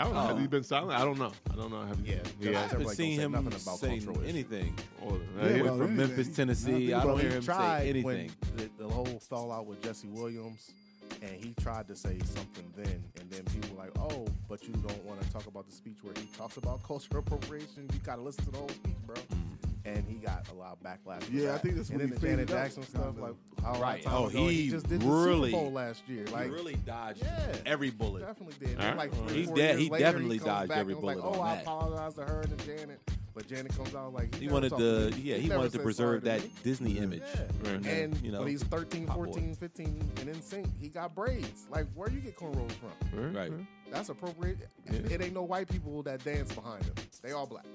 Speaker 6: I don't know. Has
Speaker 3: Oh.
Speaker 6: he been silent? I don't know. I don't know. Have you?
Speaker 5: Yeah,
Speaker 6: He
Speaker 3: I
Speaker 5: Justin
Speaker 6: has-
Speaker 3: haven't
Speaker 5: Timberlake
Speaker 3: seen
Speaker 5: don't say
Speaker 3: him
Speaker 5: nothing about
Speaker 3: say
Speaker 5: cultural issues.
Speaker 3: anything.
Speaker 6: Oh,
Speaker 2: Yeah,
Speaker 6: he-
Speaker 2: well,
Speaker 3: from
Speaker 2: anything.
Speaker 3: Memphis, Tennessee.
Speaker 2: Nothing
Speaker 3: I don't
Speaker 2: about
Speaker 3: hear
Speaker 5: he
Speaker 3: him
Speaker 5: tried
Speaker 3: say
Speaker 5: when
Speaker 3: anything.
Speaker 5: the, the whole fallout with Jesse Williams, and he tried to say something then, and then people were like, oh, but you don't want to talk about the speech where he talks about [LAUGHS] cultural appropriation. You gotta listen to the whole speech, bro. And he got a lot of backlash. for
Speaker 2: Yeah, I
Speaker 5: that.
Speaker 2: think that's
Speaker 5: and
Speaker 2: when
Speaker 5: then
Speaker 2: he
Speaker 5: the Janet
Speaker 2: faded out,
Speaker 5: Jackson stuff,
Speaker 2: kinda.
Speaker 5: like how
Speaker 3: Right.
Speaker 5: Time
Speaker 3: Oh,
Speaker 5: ago, and
Speaker 3: he
Speaker 5: just did
Speaker 3: really-
Speaker 5: the Super Bowl last year. Like
Speaker 3: he really dodged
Speaker 5: Yeah.
Speaker 3: every bullet.
Speaker 5: Definitely did.
Speaker 6: All right.
Speaker 5: Then, like three,
Speaker 3: He
Speaker 5: four
Speaker 3: de-
Speaker 5: years
Speaker 3: he
Speaker 5: later,
Speaker 3: definitely
Speaker 5: comes
Speaker 3: dodged
Speaker 5: back
Speaker 3: every
Speaker 5: and was
Speaker 3: bullet
Speaker 5: like, Oh,
Speaker 3: on
Speaker 5: I
Speaker 3: that."
Speaker 5: apologize to her and to Janet, but Janet comes out like
Speaker 3: He
Speaker 5: never
Speaker 3: wanted
Speaker 5: talked
Speaker 3: to,
Speaker 5: me.
Speaker 3: yeah, he
Speaker 5: never
Speaker 3: wanted to
Speaker 5: said
Speaker 3: preserve
Speaker 5: sorry
Speaker 3: that
Speaker 5: to me.
Speaker 3: Disney image.
Speaker 5: Yeah.
Speaker 6: Right.
Speaker 5: And
Speaker 3: You know,
Speaker 5: when he's 13,
Speaker 3: Hot Boy.
Speaker 5: 14, 15, and in sync, he got braids. Like, where you get cornrows from?
Speaker 3: Right.
Speaker 6: Mm-hmm.
Speaker 5: That's appropriate.
Speaker 6: Yeah.
Speaker 5: It ain't no white people that dance behind him. They all black.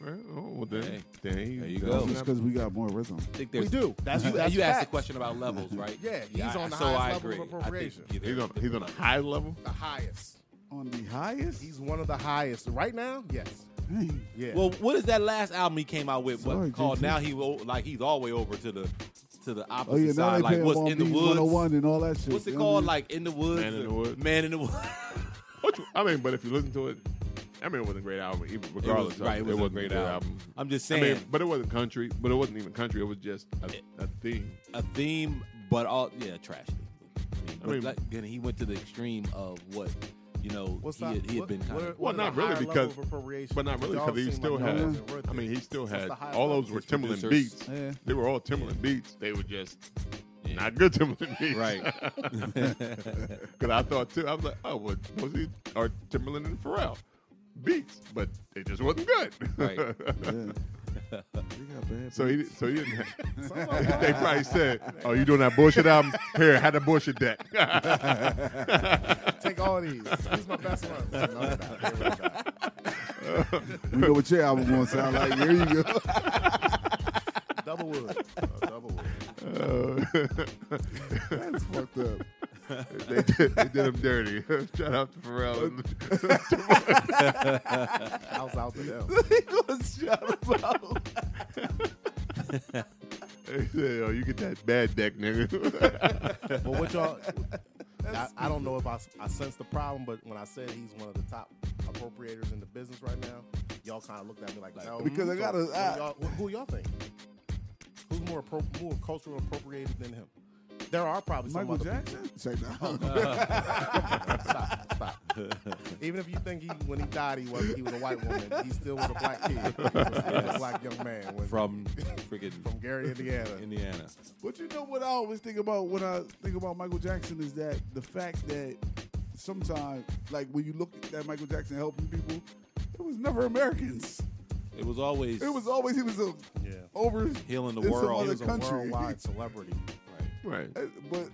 Speaker 6: Right. Oh, well, then,
Speaker 3: Hey.
Speaker 6: then he-
Speaker 3: There you
Speaker 6: then
Speaker 3: go.
Speaker 6: he-
Speaker 2: just because we got more rhythm.
Speaker 3: I think
Speaker 5: We
Speaker 3: there's
Speaker 5: do. That's-
Speaker 3: you,
Speaker 5: that's
Speaker 3: you asked the
Speaker 5: facts.
Speaker 3: question about levels, right?
Speaker 5: Yeah, he's on the
Speaker 3: so
Speaker 5: highest
Speaker 3: I
Speaker 5: level of
Speaker 3: agree.
Speaker 5: appropriation.
Speaker 3: I think
Speaker 6: He's on,
Speaker 3: either-
Speaker 6: he's on a high level.
Speaker 5: The highest.
Speaker 2: On the highest.
Speaker 5: He's one of the highest. Right now, yes.
Speaker 2: Dang.
Speaker 5: Yeah.
Speaker 3: Well, what is that last album he came out with? What
Speaker 2: Sorry,
Speaker 3: called
Speaker 2: GT.
Speaker 3: now? He o- like he's all the way over to the to the opposite
Speaker 2: Oh yeah, now
Speaker 3: side.
Speaker 2: they
Speaker 3: Like
Speaker 2: playing
Speaker 3: what's
Speaker 2: Long
Speaker 3: in the
Speaker 2: Beach
Speaker 3: woods?
Speaker 2: 101 and all that shit.
Speaker 3: What's
Speaker 2: you
Speaker 3: it
Speaker 2: know what
Speaker 3: called?
Speaker 2: I
Speaker 3: Like in the woods,
Speaker 6: Man in the Woods.
Speaker 3: Man in the woods.
Speaker 6: Which, I mean, but if you listen to it, I mean, it wasn't a great album, even
Speaker 3: It was-
Speaker 6: regardless. of-
Speaker 3: right, it was
Speaker 6: wasn't
Speaker 3: a great album. I'm just
Speaker 6: I
Speaker 3: saying
Speaker 6: mean, but it wasn't country. But it wasn't even country. It was just a, a theme.
Speaker 3: a theme, but all yeah, trash. Theme. I mean,
Speaker 6: I
Speaker 3: but
Speaker 6: mean-
Speaker 3: like, again, he went to the extreme of what you know
Speaker 5: What's
Speaker 3: he
Speaker 5: the-
Speaker 3: had, he had
Speaker 5: what-
Speaker 3: been kind
Speaker 5: what-
Speaker 3: of.
Speaker 5: what
Speaker 6: Well,
Speaker 5: is
Speaker 6: not
Speaker 5: the
Speaker 6: really,
Speaker 5: higher level
Speaker 6: because-
Speaker 5: of appropriation?
Speaker 6: But not really,
Speaker 5: Y'all
Speaker 6: because he
Speaker 5: seem
Speaker 6: still
Speaker 5: like y'all wasn't
Speaker 6: had.
Speaker 5: worth
Speaker 6: I
Speaker 5: it.
Speaker 6: mean, he still had
Speaker 5: the highest
Speaker 6: all
Speaker 5: level?
Speaker 6: those were
Speaker 3: His
Speaker 6: Timberland
Speaker 3: producers.
Speaker 6: beats.
Speaker 2: Yeah.
Speaker 6: They were all Timberland beats. They were just [LAUGHS] not good Timberland
Speaker 3: [LAUGHS]
Speaker 6: beats. [LAUGHS] Because I thought too. I was like, oh, well, was he or Timberland and Pharrell beats? But it just wasn't good.
Speaker 3: Right.
Speaker 2: mean? Yeah. They got bad
Speaker 6: [LAUGHS] so he
Speaker 2: beats.
Speaker 6: so he didn't. Have,
Speaker 5: Some of them
Speaker 6: [LAUGHS] they probably said, "Oh, you doing that bullshit album? Here, have the bullshit deck." [LAUGHS]
Speaker 5: Take all these. These my best
Speaker 6: [LAUGHS]
Speaker 5: ones. No, they're not. They're really not.
Speaker 2: we know what your album gonna [LAUGHS] sound like. Here you go.
Speaker 5: Double wood. Uh, double wood.
Speaker 2: [LAUGHS] That's fucked up.
Speaker 6: they, did, they did him dirty. [LAUGHS] Shout out to Pharrell. And
Speaker 5: I was out to them.
Speaker 6: they said, "Oh, you get that bad deck, nigga." [LAUGHS]
Speaker 5: But what [LAUGHS] y'all? I, I don't know if I, I sense the problem, but when I said he's one of the top appropriators in the business right now, y'all kind of looked at me like, no.
Speaker 2: Because I gotta-
Speaker 5: who,
Speaker 2: I-
Speaker 5: y'all, who y'all think? Who's more appro- more cultural appropriated than him? There are probably some
Speaker 2: Michael
Speaker 5: other people.
Speaker 2: Jackson. Say no.
Speaker 5: stop, stop. Even if you think he, when he died, he was he was a white woman. He still was a black [LAUGHS] kid, he was still a black young man when, [LAUGHS] from,
Speaker 3: from freaking
Speaker 5: Gary, Indiana.
Speaker 3: Indiana.
Speaker 2: But you know what I always think about when I think about Michael Jackson is that the fact that sometimes, like when you look at Michael Jackson helping people, it was never Americans.
Speaker 3: It was always
Speaker 2: It was always he was a
Speaker 5: Yeah,
Speaker 2: over
Speaker 3: healing the
Speaker 2: in some
Speaker 3: world.
Speaker 2: other
Speaker 5: he was
Speaker 2: country.
Speaker 5: a worldwide celebrity.
Speaker 3: Right.
Speaker 6: right.
Speaker 2: [LAUGHS] But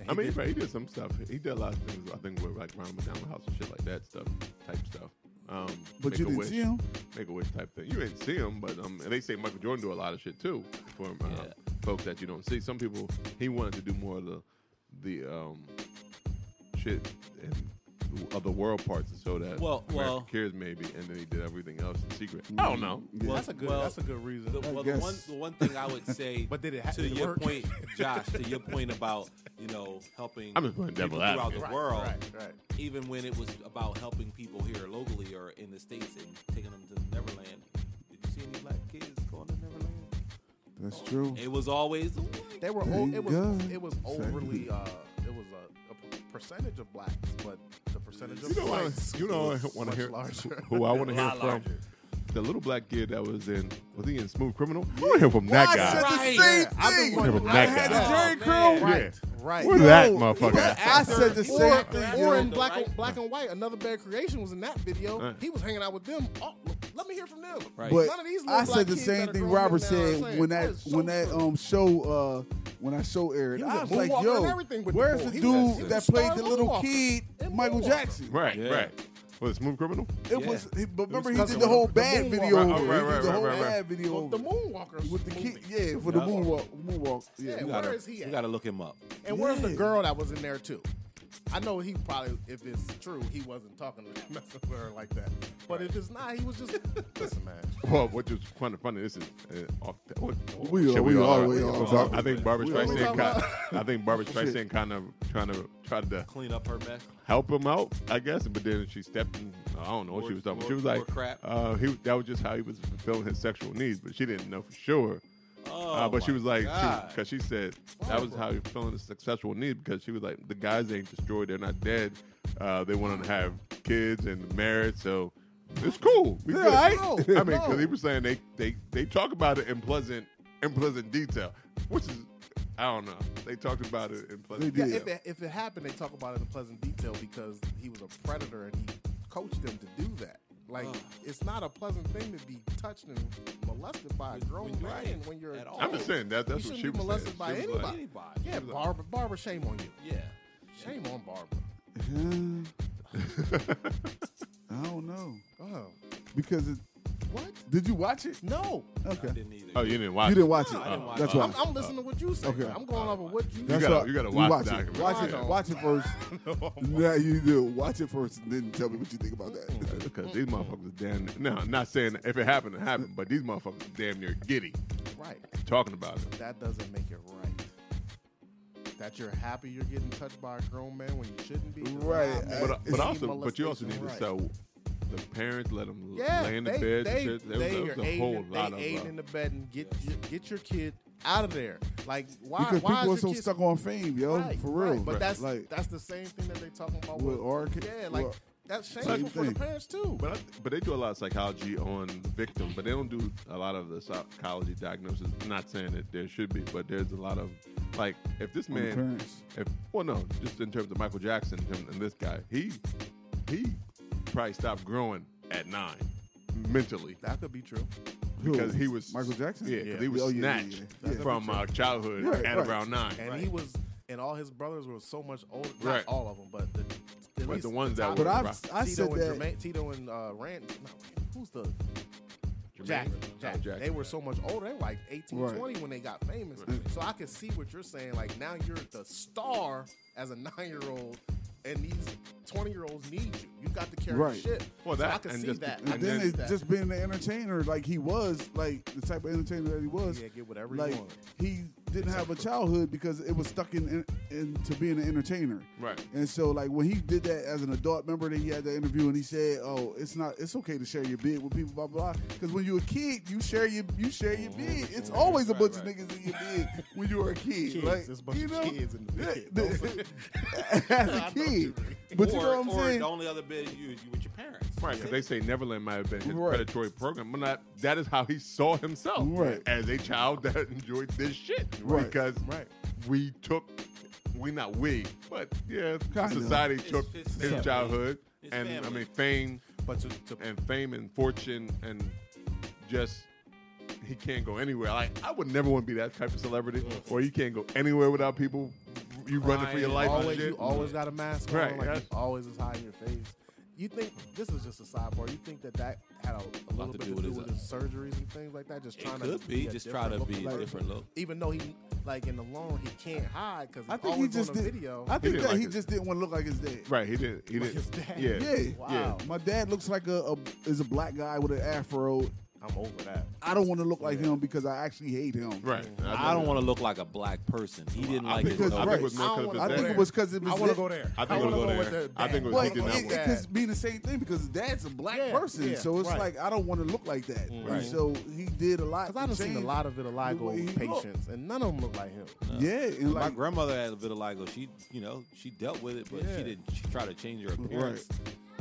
Speaker 5: And
Speaker 6: I
Speaker 5: he
Speaker 6: mean,
Speaker 5: did-
Speaker 6: but he did some stuff. He did a lot of things. I think with like Ronald McDonald House and shit like that stuff, type stuff. Um,
Speaker 2: but
Speaker 6: Make
Speaker 2: you
Speaker 6: a
Speaker 2: didn't
Speaker 6: Wish-
Speaker 2: see him.
Speaker 6: Make a wish type thing. You didn't see him, but um, and they say Michael Jordan do a lot of shit too for um,
Speaker 3: Yeah.
Speaker 6: folks that you don't see. Some people he wanted to do more of the the um shit and of the world parts and so that
Speaker 3: Well-
Speaker 6: America
Speaker 3: well-
Speaker 6: cares maybe, and then he did everything else in secret. I don't know.
Speaker 2: Yeah.
Speaker 3: Well,
Speaker 5: that's a good.
Speaker 3: Well,
Speaker 5: that's a good reason.
Speaker 3: The, well, the
Speaker 2: guess.
Speaker 3: one the one thing I would say,
Speaker 5: [LAUGHS] But did it ha-
Speaker 3: to
Speaker 5: did it
Speaker 3: your
Speaker 5: work?
Speaker 3: point, Josh, to your
Speaker 5: [LAUGHS]
Speaker 3: point about you know helping
Speaker 6: I'm just playing
Speaker 3: people
Speaker 6: devil
Speaker 3: throughout
Speaker 6: advocate.
Speaker 3: the
Speaker 5: Right,
Speaker 3: world,
Speaker 5: right, right.
Speaker 3: even when it was about helping people here locally or in the states and taking them to Neverland. Did you see any black kids going to Neverland?
Speaker 2: That's true.
Speaker 3: It was always the
Speaker 5: They
Speaker 3: white.
Speaker 5: were
Speaker 2: There
Speaker 5: o-
Speaker 2: you
Speaker 5: it was
Speaker 2: go.
Speaker 5: it was overly uh it was a, a p- percentage of blacks, but the percentage of
Speaker 6: You know, I,
Speaker 5: whites
Speaker 6: you know, I
Speaker 5: was
Speaker 6: want to
Speaker 5: much
Speaker 6: hear
Speaker 5: larger.
Speaker 6: [LAUGHS] who
Speaker 3: [LAUGHS]
Speaker 6: I want to hear
Speaker 3: lot
Speaker 6: from.
Speaker 3: larger.
Speaker 6: The little black kid that was in was he in Smooth Criminal? I want to hear from that
Speaker 2: I
Speaker 6: guy.
Speaker 2: said the
Speaker 3: Right.
Speaker 2: same
Speaker 5: Yeah, I've been
Speaker 2: thing.
Speaker 5: wanting
Speaker 6: to
Speaker 2: I
Speaker 6: like
Speaker 2: had
Speaker 6: that.
Speaker 2: the Jerry
Speaker 3: Oh,
Speaker 2: Crow.
Speaker 3: man.
Speaker 5: Right, right.
Speaker 6: Where's that
Speaker 2: Yo,
Speaker 6: motherfucker?
Speaker 2: I said the
Speaker 3: Or-
Speaker 2: same thing.
Speaker 3: Right.
Speaker 5: Or
Speaker 2: yo.
Speaker 5: in
Speaker 3: The
Speaker 5: black
Speaker 3: right-
Speaker 5: black and white, another bad creation was in that video.
Speaker 6: Uh.
Speaker 5: He was hanging out with them. Oh, let me hear from them.
Speaker 3: Right.
Speaker 2: But
Speaker 5: None of these little
Speaker 2: I
Speaker 5: black
Speaker 2: said the
Speaker 5: kids
Speaker 2: same
Speaker 5: that are
Speaker 2: thing
Speaker 5: grown
Speaker 2: Robert
Speaker 5: now are
Speaker 2: said
Speaker 5: saying,
Speaker 2: when that
Speaker 5: "That is so
Speaker 2: when that
Speaker 5: true."
Speaker 2: um show uh when that show aired.
Speaker 5: He was
Speaker 2: I
Speaker 5: a
Speaker 2: was like,
Speaker 5: moonwalker and
Speaker 2: yo,
Speaker 5: everything with the
Speaker 2: where's
Speaker 5: ball.
Speaker 2: the
Speaker 5: He was a-
Speaker 2: dude
Speaker 5: he was
Speaker 2: that
Speaker 5: a
Speaker 2: played
Speaker 5: star
Speaker 2: the little
Speaker 5: moonwalker
Speaker 2: kid,
Speaker 5: and
Speaker 2: Michael
Speaker 5: moonwalker."
Speaker 2: Jackson?
Speaker 6: Right,
Speaker 3: Yeah.
Speaker 6: right. Was it Smooth Criminal?
Speaker 2: It
Speaker 3: Yeah.
Speaker 2: was, he- but remember he
Speaker 5: cousin
Speaker 2: did the whole
Speaker 5: with the
Speaker 2: bad
Speaker 5: moonwalk.
Speaker 2: video.
Speaker 6: Oh,
Speaker 2: over
Speaker 6: Right,
Speaker 2: it.
Speaker 6: right,
Speaker 2: He
Speaker 6: right,
Speaker 2: did the
Speaker 6: right,
Speaker 2: whole
Speaker 6: right, right.
Speaker 2: bad video.
Speaker 5: Well, the
Speaker 2: over it.
Speaker 5: Moonwalker
Speaker 2: with the kid,
Speaker 5: movie.
Speaker 2: yeah, for the
Speaker 3: Yeah.
Speaker 2: moonwalk, moonwalk, yeah.
Speaker 5: Yeah,
Speaker 3: You
Speaker 5: where
Speaker 3: gotta-
Speaker 5: is he at?
Speaker 3: You gotta look him up.
Speaker 5: And where's the
Speaker 2: Yeah.
Speaker 5: girl that was in there too? I know he probably, if it's true, he wasn't talking to [LAUGHS] messing with her like that. But if it's not, he was
Speaker 6: [LAUGHS]
Speaker 5: just listen, man.
Speaker 6: Well, what was kind of funny? This is uh, off. the- What,
Speaker 2: We are- we are- we are.
Speaker 6: So Uh, I think Barbara
Speaker 2: We are.
Speaker 6: Streisand.
Speaker 2: We are.
Speaker 6: Kind, I think Barbara
Speaker 2: [LAUGHS] Shit.
Speaker 6: Streisand kind of trying to tried to
Speaker 3: Clean up her mess.
Speaker 6: help him out, I guess. But then she stepped in. I don't know what she was talking. about. She was
Speaker 3: More-
Speaker 6: like,
Speaker 3: more crap.
Speaker 6: Uh, he, that was just how he was fulfilling his sexual needs, but she didn't know for sure.
Speaker 3: Oh,
Speaker 6: Uh, but she
Speaker 3: my
Speaker 6: was like,
Speaker 3: God.
Speaker 6: because she, said that was how he was feeling his sexual needs because she was like, the guys ain't destroyed, they're not dead. Uh, they want to have kids and married, so it's cool. We
Speaker 2: Yeah,
Speaker 6: good.
Speaker 2: right?
Speaker 6: [LAUGHS] I
Speaker 2: No,
Speaker 6: mean, because
Speaker 2: no.
Speaker 6: he was saying they, they they talk about it in pleasant in pleasant detail, which is I don't know. They talked about it in pleasant
Speaker 2: They
Speaker 5: Yeah,
Speaker 6: detail.
Speaker 2: did.
Speaker 5: if it, if it happened, they talk about it in pleasant detail because he was a predator and he coached them to do that. Like,
Speaker 3: Ugh.
Speaker 5: it's not a pleasant thing to be touched and molested by a
Speaker 3: When-
Speaker 5: grown
Speaker 3: when you're
Speaker 5: man
Speaker 3: in-
Speaker 5: when you're
Speaker 3: at
Speaker 5: a
Speaker 3: all.
Speaker 6: I'm just saying that that's
Speaker 5: You
Speaker 6: what
Speaker 5: shouldn't
Speaker 6: she
Speaker 5: be
Speaker 6: was
Speaker 5: molested
Speaker 6: saying.
Speaker 5: by
Speaker 6: She was
Speaker 5: anybody.
Speaker 6: like-
Speaker 3: Anybody.
Speaker 5: Yeah, Barbara, Barbara, shame on you.
Speaker 3: Yeah.
Speaker 5: Shame on Barbara.
Speaker 2: Uh,
Speaker 5: [LAUGHS]
Speaker 2: I don't know
Speaker 5: Oh,
Speaker 2: because it,
Speaker 5: what?
Speaker 2: did you watch it?
Speaker 5: No,
Speaker 3: I
Speaker 2: Okay,
Speaker 3: didn't either.
Speaker 6: oh, you didn't watch.
Speaker 2: you didn't
Speaker 6: [LAUGHS] it.
Speaker 2: watch
Speaker 3: No,
Speaker 2: it.
Speaker 3: I didn't watch
Speaker 2: That's
Speaker 3: it.
Speaker 2: why.
Speaker 5: I'm, I'm listening to what you say.
Speaker 2: Okay.
Speaker 5: I'm going over what you.
Speaker 6: You
Speaker 2: That's
Speaker 6: gotta-
Speaker 2: why-
Speaker 6: you gotta watch the
Speaker 2: it.
Speaker 6: documentary.
Speaker 2: Watch it.
Speaker 5: Yeah.
Speaker 2: Watch it
Speaker 5: [LAUGHS]
Speaker 2: first. Nah, you do. Watch it first, and then tell me what you think about that.
Speaker 6: Because these motherfuckers damn. No, I'm not saying if it happened, it happened. But these motherfuckers damn near giddy
Speaker 5: Right.
Speaker 6: talking about it.
Speaker 5: That doesn't make it right. That you're happy you're getting touched by a grown man when you shouldn't be. is
Speaker 2: Right.
Speaker 5: not making
Speaker 6: But, but
Speaker 5: any
Speaker 6: also, but you also need
Speaker 5: molestation
Speaker 6: to
Speaker 5: right.
Speaker 6: sell. The parents let them
Speaker 5: Yeah,
Speaker 6: lay in the
Speaker 5: they,
Speaker 6: bed.
Speaker 5: they,
Speaker 6: and shit. There
Speaker 5: they
Speaker 6: was, there
Speaker 5: are
Speaker 6: was a
Speaker 5: aiding,
Speaker 6: whole
Speaker 5: they
Speaker 6: lot of.
Speaker 5: aiding
Speaker 6: uh,
Speaker 5: in the bed and get
Speaker 3: Yes.
Speaker 5: your, get your kid out of there. Like why?
Speaker 2: because
Speaker 5: why
Speaker 2: people are
Speaker 5: is your
Speaker 2: so
Speaker 5: kid
Speaker 2: stuck on fame, yo,
Speaker 5: Right,
Speaker 2: for real.
Speaker 5: right. But that's
Speaker 2: like
Speaker 5: that's the same thing that they talking about
Speaker 2: with
Speaker 5: with,
Speaker 2: our kid-
Speaker 5: yeah, like
Speaker 2: with-
Speaker 5: that's
Speaker 2: same
Speaker 5: shameful for the
Speaker 2: thing.
Speaker 5: parents too.
Speaker 6: But I, but they do a lot of psychology on the victim, but they don't do a lot of the psychology diagnosis. Not saying that there should be, but there's a lot of like if this
Speaker 2: on the
Speaker 6: man,
Speaker 2: parents.
Speaker 6: if well no, just in terms of Michael Jackson him, and this guy, he he probably stopped growing at nine mentally
Speaker 5: that could be true.
Speaker 2: Who?
Speaker 6: because he was
Speaker 2: Michael Jackson.
Speaker 6: Yeah, because he was
Speaker 2: Oh, yeah, yeah,
Speaker 6: snatched
Speaker 2: yeah, yeah.
Speaker 6: from uh, childhood
Speaker 2: Right,
Speaker 6: at
Speaker 2: right.
Speaker 6: around nine.
Speaker 5: And he was, and all his brothers were so much older. Not
Speaker 6: Right.
Speaker 5: all of them, but the, at
Speaker 6: But
Speaker 5: least
Speaker 6: the ones that
Speaker 5: top
Speaker 6: were
Speaker 2: But I've,
Speaker 6: Rock.
Speaker 2: I
Speaker 5: Tito
Speaker 2: said
Speaker 5: and
Speaker 2: that.
Speaker 5: Jermaine, Tito and uh, Rand. Not Rand. Who's the Jack,
Speaker 6: Jermaine?
Speaker 5: Jack.
Speaker 6: Oh, Jack.
Speaker 5: They were so much older. They were like 18,
Speaker 2: Right.
Speaker 5: 20 when they got famous. So I can see what you're saying. Like now you're the star as a nine year old, and these 20 year olds need you. You got to carry
Speaker 2: Right.
Speaker 5: shit.
Speaker 6: Well,
Speaker 5: so I
Speaker 6: that
Speaker 5: can
Speaker 6: and
Speaker 5: see
Speaker 6: just-
Speaker 5: that.
Speaker 6: and
Speaker 5: I
Speaker 2: And then
Speaker 5: can see
Speaker 2: it's
Speaker 5: that.
Speaker 2: just being the entertainer, like he was, like the type of entertainer that he was.
Speaker 5: Yeah, get whatever you
Speaker 2: like,
Speaker 5: want.
Speaker 2: He didn't have a childhood because it was stuck in, in into being an entertainer.
Speaker 6: Right.
Speaker 2: And so, like when he did that as an adult, remember that he had that interview and he said, "Oh, it's not, it's okay to share your bed with people, blah blah." Because when you're a kid, you share your you share your bed. It's always a
Speaker 3: Right,
Speaker 2: bunch
Speaker 3: right.
Speaker 2: of niggas in your bed when you were a kid.
Speaker 5: Kids,
Speaker 2: like
Speaker 5: there's a bunch
Speaker 2: you
Speaker 5: of
Speaker 2: know,
Speaker 5: kids in the bed.
Speaker 2: [LAUGHS] As a
Speaker 5: [LAUGHS] I know what you
Speaker 2: kid,
Speaker 5: mean.
Speaker 2: but
Speaker 3: or,
Speaker 2: you know what I'm
Speaker 3: or
Speaker 2: saying?
Speaker 3: the only other bit you, you with your parents.
Speaker 6: Right, because they say Neverland might have been his
Speaker 2: Right.
Speaker 6: predatory program, but not, that is how he saw himself
Speaker 2: Right.
Speaker 6: as a child that enjoyed this shit.
Speaker 2: Right.
Speaker 6: Because
Speaker 5: Right.
Speaker 6: we took, we not we, but yeah,
Speaker 2: Kinda.
Speaker 6: society
Speaker 3: It's-
Speaker 6: took
Speaker 3: it's
Speaker 6: his
Speaker 3: family.
Speaker 6: childhood
Speaker 3: It's
Speaker 6: and I
Speaker 3: family.
Speaker 6: mean fame
Speaker 5: But to, to
Speaker 6: and fame and fortune and just he can't go anywhere. Like I would never want to be that type of celebrity, or you can't go anywhere without people. You running for your
Speaker 3: Crying,
Speaker 6: life. and
Speaker 5: always,
Speaker 6: shit.
Speaker 5: you always got a mask on.
Speaker 6: Right,
Speaker 5: Like
Speaker 6: that's-
Speaker 5: you always is high in your face. You think this is just a sidebar? You think that that had a, a little
Speaker 3: to
Speaker 5: bit
Speaker 3: do
Speaker 5: to
Speaker 3: with
Speaker 5: do
Speaker 3: his,
Speaker 5: with his surgeries and things like that? Just
Speaker 3: It
Speaker 5: trying to
Speaker 3: could be.
Speaker 5: a
Speaker 3: Just try to
Speaker 5: different
Speaker 3: be a
Speaker 5: looking
Speaker 3: different
Speaker 5: person.
Speaker 3: look.
Speaker 5: Even though he like in the long run, he can't hide because
Speaker 2: I think he just
Speaker 5: on a
Speaker 2: did.
Speaker 5: video.
Speaker 2: I think
Speaker 6: didn't
Speaker 2: that
Speaker 6: like
Speaker 2: he
Speaker 6: it.
Speaker 2: just didn't want to look like his dad.
Speaker 6: Right, he didn't. He didn't.
Speaker 5: his dad.
Speaker 6: Yeah,
Speaker 2: Yeah.
Speaker 5: Wow.
Speaker 2: My dad looks like a, a is a black guy with an afro.
Speaker 5: I'm over that.
Speaker 2: I don't want to look like him because I actually hate him.
Speaker 6: right.
Speaker 3: I don't want to look like a black person. He didn't
Speaker 6: I
Speaker 3: like
Speaker 6: think
Speaker 3: his
Speaker 6: it was, I
Speaker 3: nose.
Speaker 6: think it
Speaker 2: nose.
Speaker 6: was more
Speaker 5: I don't
Speaker 6: 'cause of
Speaker 5: wanna-
Speaker 6: his
Speaker 2: I think
Speaker 6: dad.
Speaker 2: it was because it was.
Speaker 5: I want to
Speaker 2: that-
Speaker 5: go there.
Speaker 6: I think it was
Speaker 5: wanna
Speaker 6: over
Speaker 5: go with
Speaker 6: there.
Speaker 5: the
Speaker 6: I think it was
Speaker 5: dad.
Speaker 6: he
Speaker 2: Well,
Speaker 6: did not
Speaker 2: it,
Speaker 6: want.
Speaker 2: it
Speaker 5: that.
Speaker 2: could be the same thing because his dad's a black
Speaker 5: Yeah,
Speaker 2: person,
Speaker 5: yeah,
Speaker 2: so it's
Speaker 5: right. Mm.
Speaker 2: like I don't want to look like that.
Speaker 3: Right.
Speaker 2: And so he did a lot.
Speaker 5: Cause I done
Speaker 2: to
Speaker 5: seen a
Speaker 2: change
Speaker 5: lot of vitiligo
Speaker 2: way he
Speaker 5: with
Speaker 2: looked.
Speaker 5: patients, and none of them look like him.
Speaker 2: Yeah, and
Speaker 3: my
Speaker 2: like
Speaker 3: grandmother had vitiligo. oh, She, you know, she dealt with it, but
Speaker 5: Yeah.
Speaker 3: she didn't she try to change her appearance.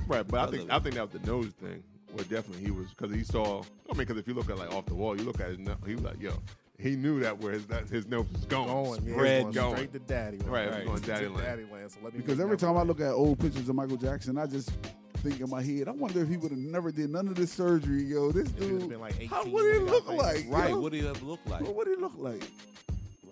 Speaker 6: Right, but I
Speaker 3: because
Speaker 6: think
Speaker 3: of
Speaker 6: I
Speaker 3: it.
Speaker 6: think that was the nose thing. Well, definitely he was because he saw. I mean, because if you look at like off the wall, you look at his nose. He was like, yo, he knew that where his that, his nose was going,
Speaker 5: Going, yeah,
Speaker 6: spread
Speaker 5: going
Speaker 6: going.
Speaker 5: straight to daddy.
Speaker 6: Right,
Speaker 3: right.
Speaker 6: going daddy
Speaker 5: to
Speaker 6: land.
Speaker 5: daddy land. So let me
Speaker 2: because
Speaker 5: make
Speaker 2: every
Speaker 5: that
Speaker 2: time I
Speaker 5: work.
Speaker 2: look at old pictures of Michael Jackson, I just think in my head, I wonder if he would have never did none of this surgery, yo. This
Speaker 5: It would've
Speaker 2: dude,
Speaker 5: been like
Speaker 2: how
Speaker 5: 18
Speaker 2: would he
Speaker 5: when he
Speaker 2: look
Speaker 5: got famous.
Speaker 2: like?
Speaker 3: Right?
Speaker 2: yo?
Speaker 3: What do you have look like?
Speaker 2: What would he look like?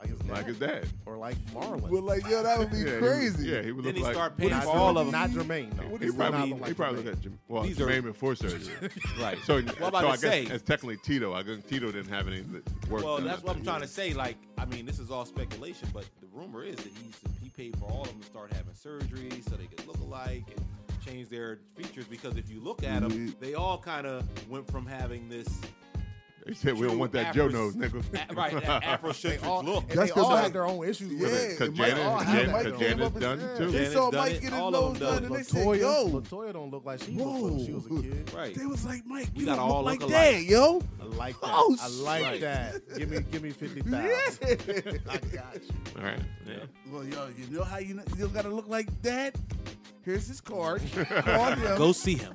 Speaker 5: like his dad,
Speaker 6: like his dad.
Speaker 5: or like Marlon.
Speaker 2: But like, yo, that would be
Speaker 6: Yeah, he would-
Speaker 2: crazy.
Speaker 6: yeah, he would
Speaker 3: Then
Speaker 6: look
Speaker 3: he
Speaker 6: like.
Speaker 3: start paying
Speaker 5: not,
Speaker 3: for all of them.
Speaker 5: not Jermaine though.
Speaker 6: he
Speaker 5: He's not
Speaker 6: probably,
Speaker 5: look
Speaker 6: he probably
Speaker 5: Jermaine.
Speaker 6: looked at Jam- well,
Speaker 3: These are-
Speaker 6: Jermaine before
Speaker 3: [LAUGHS]
Speaker 6: surgery.
Speaker 3: right.
Speaker 6: So,
Speaker 3: What about
Speaker 6: so
Speaker 3: to
Speaker 6: I guess
Speaker 3: say?
Speaker 6: it's technically Tito. I guess Tito didn't have any that work.
Speaker 3: Well,
Speaker 6: done
Speaker 3: that's
Speaker 6: at
Speaker 3: what I'm
Speaker 6: that
Speaker 3: trying to
Speaker 6: time.
Speaker 3: say. Like, I mean, this is all speculation, but the rumor is that he's he paid for all of them to start having surgery so they could look alike and change their features. Because if you look at them,
Speaker 2: Mhm.
Speaker 3: they all kind of went from having this
Speaker 6: He said we don't
Speaker 3: true
Speaker 6: want that Joe
Speaker 3: Afro-
Speaker 6: nose, nigga.
Speaker 3: a-
Speaker 6: [LAUGHS]
Speaker 3: right that
Speaker 5: They
Speaker 3: Afrocentric
Speaker 5: all,
Speaker 3: look.
Speaker 5: and
Speaker 2: That's
Speaker 5: they all
Speaker 2: 'cause,
Speaker 5: had
Speaker 2: like-
Speaker 5: their own issues with
Speaker 2: Yeah,
Speaker 5: it.
Speaker 2: it might
Speaker 6: Janet-
Speaker 2: all have
Speaker 6: Janet-
Speaker 2: Mike came
Speaker 6: Janet's
Speaker 2: up and
Speaker 6: done
Speaker 2: said-
Speaker 6: too.
Speaker 2: They
Speaker 3: Janet's
Speaker 2: saw
Speaker 3: done
Speaker 2: Mike
Speaker 3: it.
Speaker 2: get his
Speaker 3: All of
Speaker 2: nose
Speaker 3: them done
Speaker 2: done,
Speaker 3: it.
Speaker 2: and they said,
Speaker 5: Latoya,
Speaker 2: "Yo."
Speaker 5: Latoya don't look like she looked when she was a
Speaker 2: Whoa.
Speaker 5: kid.
Speaker 3: Right.
Speaker 2: They was like, "Mike,
Speaker 3: We
Speaker 2: you
Speaker 3: got
Speaker 2: look
Speaker 3: all
Speaker 2: like
Speaker 3: look
Speaker 2: that,
Speaker 3: alike.
Speaker 2: yo."
Speaker 5: I like that.
Speaker 2: Oh,
Speaker 5: I like
Speaker 3: shit.
Speaker 5: that. Give me, give
Speaker 2: [LAUGHS]
Speaker 5: me fifty thousand.
Speaker 2: Yeah.
Speaker 5: I got you.
Speaker 6: All right.
Speaker 2: [LAUGHS] Well, yo, you know how you know, you gotta look like that. Here's his [LAUGHS] card. Call him.
Speaker 3: Go see him.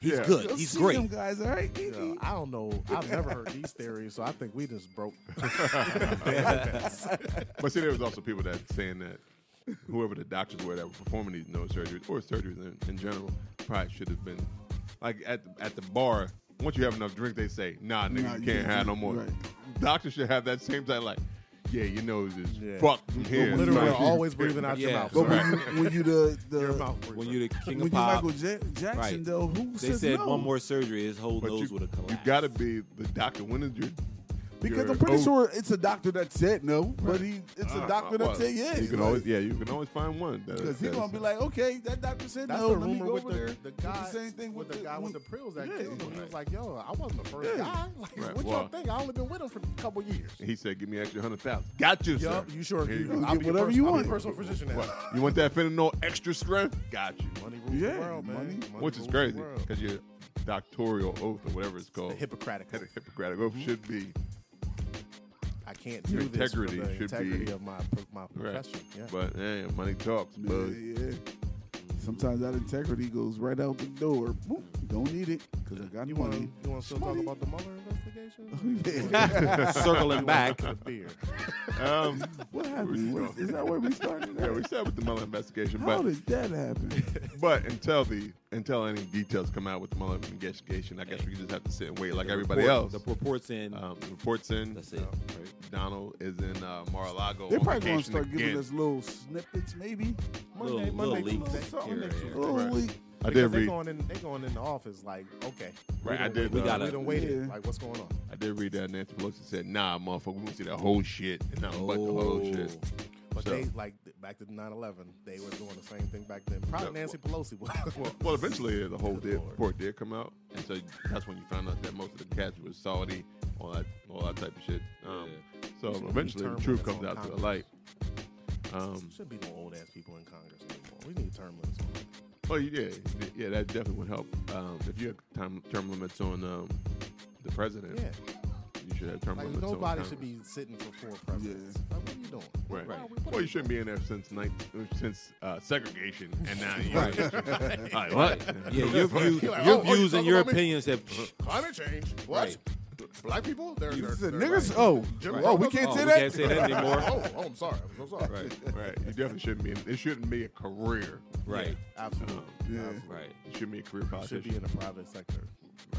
Speaker 3: He's
Speaker 6: Yeah.
Speaker 3: good.
Speaker 2: Go
Speaker 3: He's
Speaker 2: see
Speaker 3: great.
Speaker 2: him, guys. All right.
Speaker 5: You know, I don't know. I've never heard these theories, so I think we just
Speaker 2: [LAUGHS]
Speaker 5: broke.
Speaker 6: But see, there was also people that saying that whoever the doctors were that were performing these nose surgeries or surgeries in, in general probably should have been like at the, at the bar. Once you have enough drink, they say, "Nah, nigga,
Speaker 2: Nah,
Speaker 6: you
Speaker 2: you
Speaker 6: can't
Speaker 2: can't
Speaker 6: have
Speaker 2: do-
Speaker 6: no more."
Speaker 2: right.
Speaker 6: Doctors should have that same type like, "Yeah, your nose is
Speaker 5: Yeah.
Speaker 6: fucked from here."
Speaker 5: Literally,
Speaker 6: Right.
Speaker 5: always breathing out
Speaker 3: Yeah.
Speaker 5: your mouth.
Speaker 2: But
Speaker 5: Sorry.
Speaker 2: when you, when you [LAUGHS] the
Speaker 5: your
Speaker 2: the
Speaker 5: mouth breather.
Speaker 3: When you're the king
Speaker 2: when you
Speaker 3: of pop,
Speaker 2: Michael ja- Jackson
Speaker 3: Right.
Speaker 2: though, who
Speaker 3: they
Speaker 2: says
Speaker 3: said
Speaker 2: no?
Speaker 3: one more surgery, his whole
Speaker 6: [LAUGHS] But
Speaker 3: nose would
Speaker 6: you,
Speaker 3: have collapsed.
Speaker 6: you gotta be the doctor. When is your
Speaker 2: Because
Speaker 6: your
Speaker 2: I'm pretty
Speaker 6: oath-
Speaker 2: sure it's a doctor that said no, but he it's
Speaker 6: Ah,
Speaker 2: a doctor that
Speaker 6: well,
Speaker 2: said yes.
Speaker 6: You can always, yeah, you can always find one. that-
Speaker 2: because he's
Speaker 6: that-
Speaker 2: gonna be like, okay, that doctor said
Speaker 5: That's
Speaker 2: no.
Speaker 5: the
Speaker 2: let me
Speaker 5: rumor
Speaker 2: go
Speaker 5: with
Speaker 2: over there.
Speaker 5: the, the
Speaker 2: It's
Speaker 5: guy.
Speaker 2: the same thing
Speaker 5: with
Speaker 2: with,
Speaker 5: the guy with the prills that
Speaker 2: Yeah.
Speaker 5: killed him. He was like, "Yo, I wasn't the first
Speaker 2: Yeah.
Speaker 5: guy. [LAUGHS] Like,
Speaker 6: Right,
Speaker 5: what
Speaker 6: well-
Speaker 5: y'all think? I only been with him for a couple years."
Speaker 6: He said, "Give me an extra hundred thousand. Got you, sir.
Speaker 5: Yup, you sure?
Speaker 6: Here you
Speaker 5: do.
Speaker 6: go.
Speaker 5: I'll be your
Speaker 2: whatever
Speaker 5: pers-
Speaker 2: you
Speaker 5: I'll be
Speaker 2: want.
Speaker 5: your personal physician. now.
Speaker 6: What? You want that fentanyl extra strength? Got you.
Speaker 5: Money rules
Speaker 2: Yeah,
Speaker 5: the world, man.
Speaker 2: money.
Speaker 6: Which is
Speaker 5: rules the
Speaker 6: crazy
Speaker 5: world.
Speaker 6: because your doctoral oath or whatever it's
Speaker 5: The
Speaker 6: called,
Speaker 5: Hippocratic.
Speaker 6: Hi-
Speaker 5: Oath.
Speaker 6: Hippocratic oath should be
Speaker 5: I can't do this
Speaker 6: integrity
Speaker 5: for the
Speaker 6: should
Speaker 5: integrity
Speaker 6: be-
Speaker 5: of my my
Speaker 6: right.
Speaker 5: profession. Yeah.
Speaker 6: But hey, money talks, bud.
Speaker 2: Yeah, yeah. Sometimes that integrity goes right out the door. Boop, don't need it because I got
Speaker 5: You want to
Speaker 2: money.
Speaker 5: you want to still talk
Speaker 2: Money.
Speaker 5: about the Mueller
Speaker 6: [LAUGHS]
Speaker 5: investigation?
Speaker 2: [LAUGHS]
Speaker 3: [LAUGHS] [LAUGHS]
Speaker 5: [LAUGHS]
Speaker 3: Circling back.
Speaker 5: The beer.
Speaker 6: Um,
Speaker 2: What
Speaker 6: we
Speaker 2: happened? What-
Speaker 6: going?
Speaker 2: Is that where we started?
Speaker 6: [LAUGHS] yeah,
Speaker 2: at?
Speaker 6: we started with the Mueller investigation,
Speaker 2: How
Speaker 6: but
Speaker 2: did that happen?
Speaker 6: but until the until any details come out with the Mueller investigation, I guess we just have to sit and wait like
Speaker 3: The
Speaker 6: everybody
Speaker 3: report-
Speaker 6: else.
Speaker 3: The reports in.
Speaker 6: um, the reports in.
Speaker 3: that's it. Right?
Speaker 6: Donald is in uh, Mar-a-Lago.
Speaker 2: They're
Speaker 6: on
Speaker 2: probably gonna
Speaker 6: vacation
Speaker 2: start
Speaker 6: again.
Speaker 2: giving us little snippets, maybe.
Speaker 3: Little-
Speaker 5: Monday,
Speaker 3: little
Speaker 5: Monday,
Speaker 3: leaks
Speaker 5: Tuesday,
Speaker 3: here
Speaker 5: Monday,
Speaker 3: and
Speaker 5: Tuesday.
Speaker 6: there.
Speaker 2: Oh,
Speaker 6: Right.
Speaker 2: we,
Speaker 6: I
Speaker 5: Because
Speaker 6: did
Speaker 5: they
Speaker 6: read.
Speaker 5: going in. They going in the office like, okay,
Speaker 6: Right, I
Speaker 5: done-
Speaker 6: did,
Speaker 5: We
Speaker 6: uh,
Speaker 5: got
Speaker 3: we
Speaker 5: We
Speaker 3: done
Speaker 5: done waited.
Speaker 2: yeah.
Speaker 5: Like, what's going on?
Speaker 6: I did read that Nancy Pelosi said, "Nah, motherfucker, we want to see that whole shit and not
Speaker 3: Oh.
Speaker 6: but the whole shit."
Speaker 5: But
Speaker 6: So-
Speaker 5: they like th- back to 9/11. They were doing the same thing back then. Probably
Speaker 6: Yeah,
Speaker 5: Nancy Pelosi was.
Speaker 6: Well,
Speaker 5: [LAUGHS]
Speaker 6: well, eventually the whole
Speaker 5: Good
Speaker 6: did,
Speaker 5: Lord.
Speaker 6: report did come out, and so that's when you found out that most of the cats was Saudi, all that, all that type of shit. Um, So
Speaker 5: Should be
Speaker 6: eventually the
Speaker 5: term
Speaker 6: truth
Speaker 5: limits
Speaker 6: comes out
Speaker 5: on
Speaker 6: to the light.
Speaker 5: Congress.
Speaker 6: Um,
Speaker 5: Should be no old ass people in Congress anymore. We need term limits. on that.
Speaker 6: oh yeah, yeah, that definitely would help. Um, if you have time, term limits on um, the president,
Speaker 5: Yeah,
Speaker 6: you should have term
Speaker 5: like
Speaker 6: limits. on
Speaker 5: nobody should
Speaker 6: Congress.
Speaker 5: be sitting for four presidents. Like, what are you doing?
Speaker 6: Right.
Speaker 5: Why are we
Speaker 6: Well,
Speaker 5: putting
Speaker 6: you shouldn't be in there since night, since uh, segregation, and now you're
Speaker 3: Right.
Speaker 6: [LAUGHS] Like,
Speaker 3: Right.
Speaker 6: what?
Speaker 3: Yeah, [LAUGHS] your, view,
Speaker 5: You're like,
Speaker 3: your
Speaker 5: oh, oh, you
Speaker 3: views and
Speaker 5: talking
Speaker 3: your
Speaker 5: about me?
Speaker 3: opinions have. Oh,
Speaker 5: Climate change. What?
Speaker 3: Right.
Speaker 5: Black people? They're,
Speaker 2: You
Speaker 5: they're,
Speaker 2: said
Speaker 5: they're
Speaker 2: niggas.
Speaker 5: right.
Speaker 2: Oh,
Speaker 5: Jim
Speaker 2: oh,
Speaker 5: Crow
Speaker 2: we
Speaker 5: doesn't-
Speaker 2: can't
Speaker 3: oh,
Speaker 2: say
Speaker 3: we
Speaker 2: that.
Speaker 3: can't say that [LAUGHS] anymore.
Speaker 5: oh, oh, I'm sorry. I'm so sorry.
Speaker 3: Right.
Speaker 6: Right. You definitely shouldn't be. In, it shouldn't be a career.
Speaker 3: Right.
Speaker 5: Absolutely.
Speaker 2: Yeah.
Speaker 5: Absolutely.
Speaker 3: Right.
Speaker 6: It shouldn't be a career
Speaker 5: You should
Speaker 6: politician.
Speaker 5: be in the private sector.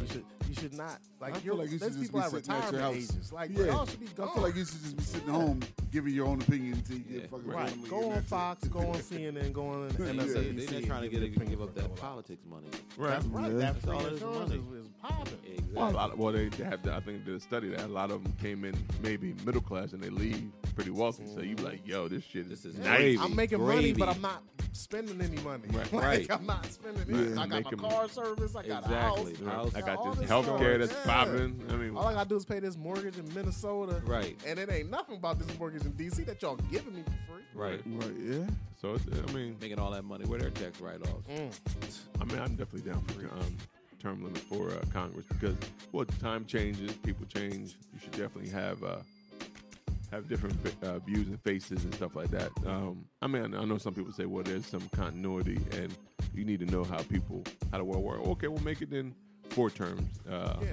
Speaker 5: You should. You should not.
Speaker 2: I
Speaker 5: Like,
Speaker 2: feel
Speaker 5: you're,
Speaker 2: like you should
Speaker 5: there's
Speaker 2: just
Speaker 5: people
Speaker 2: be
Speaker 5: at
Speaker 2: sitting at your
Speaker 5: retirement
Speaker 2: house.
Speaker 5: ages. Like,
Speaker 2: Yeah.
Speaker 5: y'all should be gone.
Speaker 2: I feel like you should just be sitting home giving your own opinion until you get fucking
Speaker 5: Right.
Speaker 2: family
Speaker 5: Go
Speaker 2: and
Speaker 5: on
Speaker 2: that's it.
Speaker 5: Fox. Go on CNN. Go on
Speaker 3: And that's it.
Speaker 5: MSNBC.
Speaker 3: They're not trying to get
Speaker 5: and your
Speaker 3: it,
Speaker 5: opinion
Speaker 3: give
Speaker 5: for
Speaker 3: up
Speaker 5: a
Speaker 3: that
Speaker 5: while.
Speaker 3: politics money.
Speaker 6: Right.
Speaker 5: That's right.
Speaker 2: Yeah.
Speaker 5: That
Speaker 2: That's
Speaker 5: free
Speaker 3: all it is,
Speaker 5: insurance
Speaker 3: money.
Speaker 5: is, is popping.
Speaker 3: Exactly.
Speaker 6: Well, a lot of, well, they they have. To, I think they did a study that a lot of them came in maybe middle class and they leave pretty wealthy. So you be like, yo, this shit is,
Speaker 3: This is
Speaker 6: nice.
Speaker 3: gravy.
Speaker 5: I'm making money,
Speaker 3: Gravy.
Speaker 5: but I'm not spending any money. [LAUGHS]
Speaker 6: Right.
Speaker 5: like,
Speaker 3: Right.
Speaker 5: I'm not spending
Speaker 2: Right.
Speaker 5: any. I got
Speaker 6: Making-
Speaker 5: my car service. I got a house.
Speaker 3: Exactly. House.
Speaker 6: I
Speaker 5: all
Speaker 6: got this
Speaker 5: this
Speaker 6: health care
Speaker 5: stuff,
Speaker 6: that's
Speaker 5: yeah.
Speaker 6: popping. I mean,
Speaker 5: All I gotta do is pay this mortgage in Minnesota.
Speaker 3: Right.
Speaker 5: And it ain't nothing about this mortgage in DC that y'all giving me for free.
Speaker 3: Right.
Speaker 2: [LAUGHS] Right. Yeah.
Speaker 6: so it's, I mean,
Speaker 3: Making all that money. Where their tax write offs?
Speaker 5: Mm-hmm.
Speaker 6: I mean, I'm definitely down for um, term limit for uh, Congress because well, time changes, people change. You should definitely have uh, have different uh, views and faces and stuff like that. Um, I mean, I know some people say, well, there's some continuity, and you need to know how people how the world works. Okay, we'll make it then four terms. Uh,
Speaker 5: Yeah.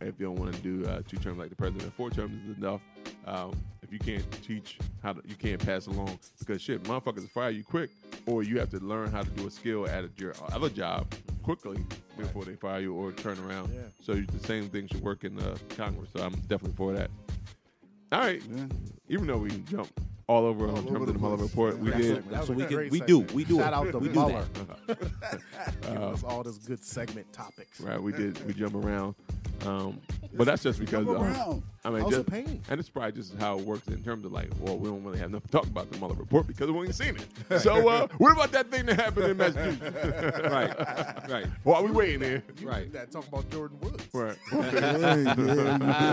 Speaker 6: If you don't want to do uh, two terms like the president, four terms is enough. Um, if you can't teach how to, you can't pass along because shit, motherfuckers fire you quick, or you have to learn how to do a skill at your other job quickly before they fire you or turn around.
Speaker 5: Yeah.
Speaker 6: So you, the same thing should work in uh, Congress. So I'm definitely for that. All right.
Speaker 2: Yeah.
Speaker 6: Even though we jump all over
Speaker 2: All
Speaker 6: on Jump
Speaker 2: over
Speaker 6: to the
Speaker 2: the
Speaker 6: Mueller
Speaker 2: place.
Speaker 6: report, we
Speaker 2: Yeah.
Speaker 6: did.
Speaker 4: was
Speaker 3: That's what
Speaker 4: a
Speaker 3: we can-
Speaker 4: great
Speaker 3: we do,
Speaker 4: segment.
Speaker 3: we do it.
Speaker 4: Shout out to
Speaker 3: We do
Speaker 4: Mueller.
Speaker 5: [LAUGHS]
Speaker 4: Giving
Speaker 6: Uh,
Speaker 4: us all this good segment topics.
Speaker 6: Right, we did. We jump around, um, but that's just because.
Speaker 2: Jump
Speaker 6: um,
Speaker 2: around.
Speaker 6: I mean,
Speaker 4: How's
Speaker 6: just,
Speaker 4: the pain?
Speaker 6: and it's probably just how it works in terms of like, well, we don't really have nothing to talk about the Mueller report because we ain't seen it. So, uh, what about that thing that happened in Massachusetts?
Speaker 3: right, right,
Speaker 6: Why we waiting here?
Speaker 4: You
Speaker 3: Right.
Speaker 4: did that talking about Jordan Woods.
Speaker 6: Right,
Speaker 2: yeah, yeah, you,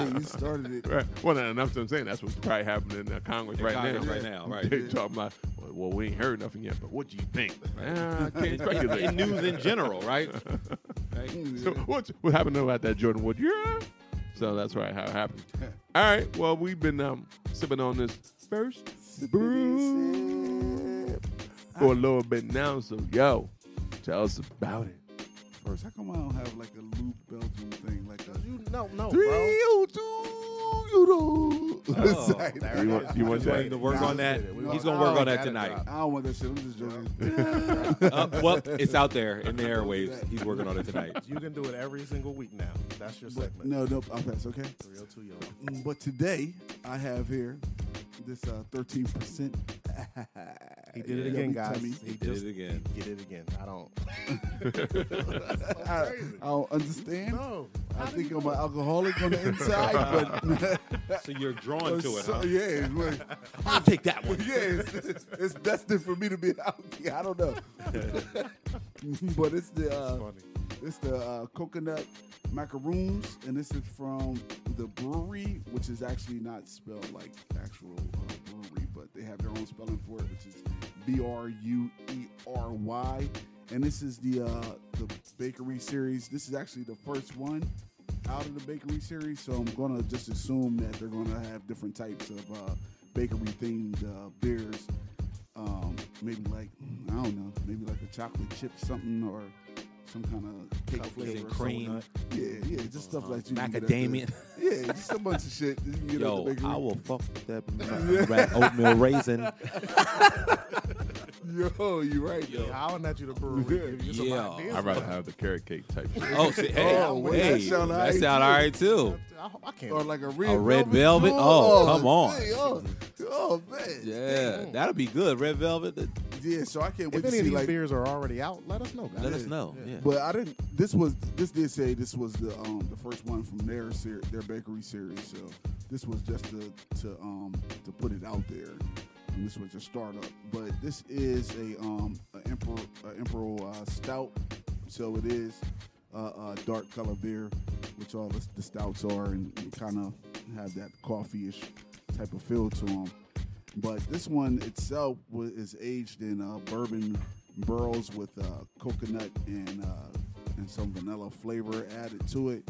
Speaker 2: did. You started it.
Speaker 6: right. Well, and that's what I'm saying. That's what's probably happening in uh, Congress
Speaker 3: In
Speaker 6: right
Speaker 3: Congress
Speaker 6: now.
Speaker 3: right now, right.
Speaker 6: They talking about, well, well, we ain't heard nothing yet, but what do you think? Ah, I
Speaker 3: [LAUGHS]
Speaker 6: can't speculate.
Speaker 3: in news in general, right? right?
Speaker 6: [LAUGHS] So what's what happened about that Jordan Wood? Yeah. So that's right how it happened. All right. Well, we've been um, sipping on this first brew for a little bit now. So yo, tell us about it.
Speaker 2: First, how come I don't have like a Lou Belgium thing? Like a
Speaker 4: You no no
Speaker 2: three
Speaker 4: bro.
Speaker 2: oh two, you know.
Speaker 3: Oh,
Speaker 2: It's like-
Speaker 4: there
Speaker 6: You
Speaker 4: it
Speaker 6: want, you want
Speaker 3: Wanting to
Speaker 6: that?
Speaker 3: work
Speaker 2: Nah,
Speaker 3: on that.
Speaker 4: we
Speaker 3: He's
Speaker 4: don't-
Speaker 3: gonna
Speaker 4: I
Speaker 3: work
Speaker 4: don't
Speaker 3: on that
Speaker 4: gotta
Speaker 3: tonight.
Speaker 4: drop.
Speaker 2: I don't want that shit. I'm just joking.
Speaker 3: Uh,
Speaker 5: [LAUGHS]
Speaker 3: well, it's out there in the airwaves. He's working on it tonight.
Speaker 4: You can do it every single week now. That's your
Speaker 2: But
Speaker 4: segment.
Speaker 2: no, no, I'll pass. Okay.
Speaker 4: 302 yo.
Speaker 2: Mm, But today I have here this uh, 13%.
Speaker 4: He did it again,
Speaker 2: Yummy
Speaker 4: guys.
Speaker 2: tummy.
Speaker 4: He
Speaker 3: did
Speaker 4: just
Speaker 3: it again.
Speaker 4: He did it again. I
Speaker 3: [LAUGHS]
Speaker 4: don't.
Speaker 2: I, I don't understand.
Speaker 4: No.
Speaker 2: I think I'm an alcoholic on the inside, but
Speaker 3: So you're drawn to it,
Speaker 2: so-
Speaker 3: huh?
Speaker 2: yeah, it's like, [LAUGHS]
Speaker 3: I'll take that one.
Speaker 2: yeah, it's, it's, it's destined for me to be [LAUGHS] out. Yeah, I don't know, [LAUGHS] but it's the uh, it's the uh, coconut macaroons, and this is from the brewery, which is actually not spelled like actual uh, brewery, but they have their own spelling for it, which is B R U E R Y. And this is the uh, the bakery series. This is actually the first one out of the bakery series, so I'm gonna just assume that they're gonna have different types of uh, bakery themed uh, beers. Um, maybe like mm, I don't know, maybe like a chocolate chip something or some kind of cake
Speaker 4: Chocolate
Speaker 3: and
Speaker 2: flavor, or
Speaker 3: cream. Uh-huh.
Speaker 2: something. Yeah, yeah, just stuff like you can get at the-
Speaker 3: Macadamia.
Speaker 2: [LAUGHS] yeah, just a bunch of shit. that You can get at
Speaker 3: Yo,
Speaker 2: the bakery.
Speaker 3: I will fuck with
Speaker 5: [LAUGHS]
Speaker 3: that rat oatmeal raisin.
Speaker 2: Yo, you right.
Speaker 3: Yo.
Speaker 2: though.
Speaker 4: Howling at you the brewery. Give you some
Speaker 3: Yeah.
Speaker 4: ideas.
Speaker 6: I'd rather have the carrot cake type shit.
Speaker 3: Oh, see, [LAUGHS] hey,
Speaker 2: Oh, wait,
Speaker 3: hey,
Speaker 2: that sound
Speaker 3: that
Speaker 2: alright,
Speaker 3: sound
Speaker 2: too.
Speaker 3: all right too.
Speaker 4: I, I can't.
Speaker 2: Or like a red,
Speaker 3: A red velvet?
Speaker 2: too.
Speaker 3: Oh, come on.
Speaker 2: hey, oh, oh, man.
Speaker 3: Yeah, that'll be good. Red velvet. that-
Speaker 2: Yeah, so I can't wait
Speaker 4: if
Speaker 2: to
Speaker 4: any
Speaker 2: see
Speaker 4: of these
Speaker 2: like
Speaker 4: beers are already out, let us know, guys.
Speaker 5: [LAUGHS]
Speaker 3: Let us know. Yeah.
Speaker 2: But I didn't. This was this did say this was the um the first one from their ser- their bakery series. So this was just to to um to put it out there. And this was a startup, but this is a um a emperor a emperor uh, stout. So it is uh, a dark color beer, which all the, the stouts are, and, and kind of have that coffee-ish type of feel to them. But this one itself wa- is aged in uh, bourbon barrels with uh, coconut and uh, and some vanilla flavor added to it.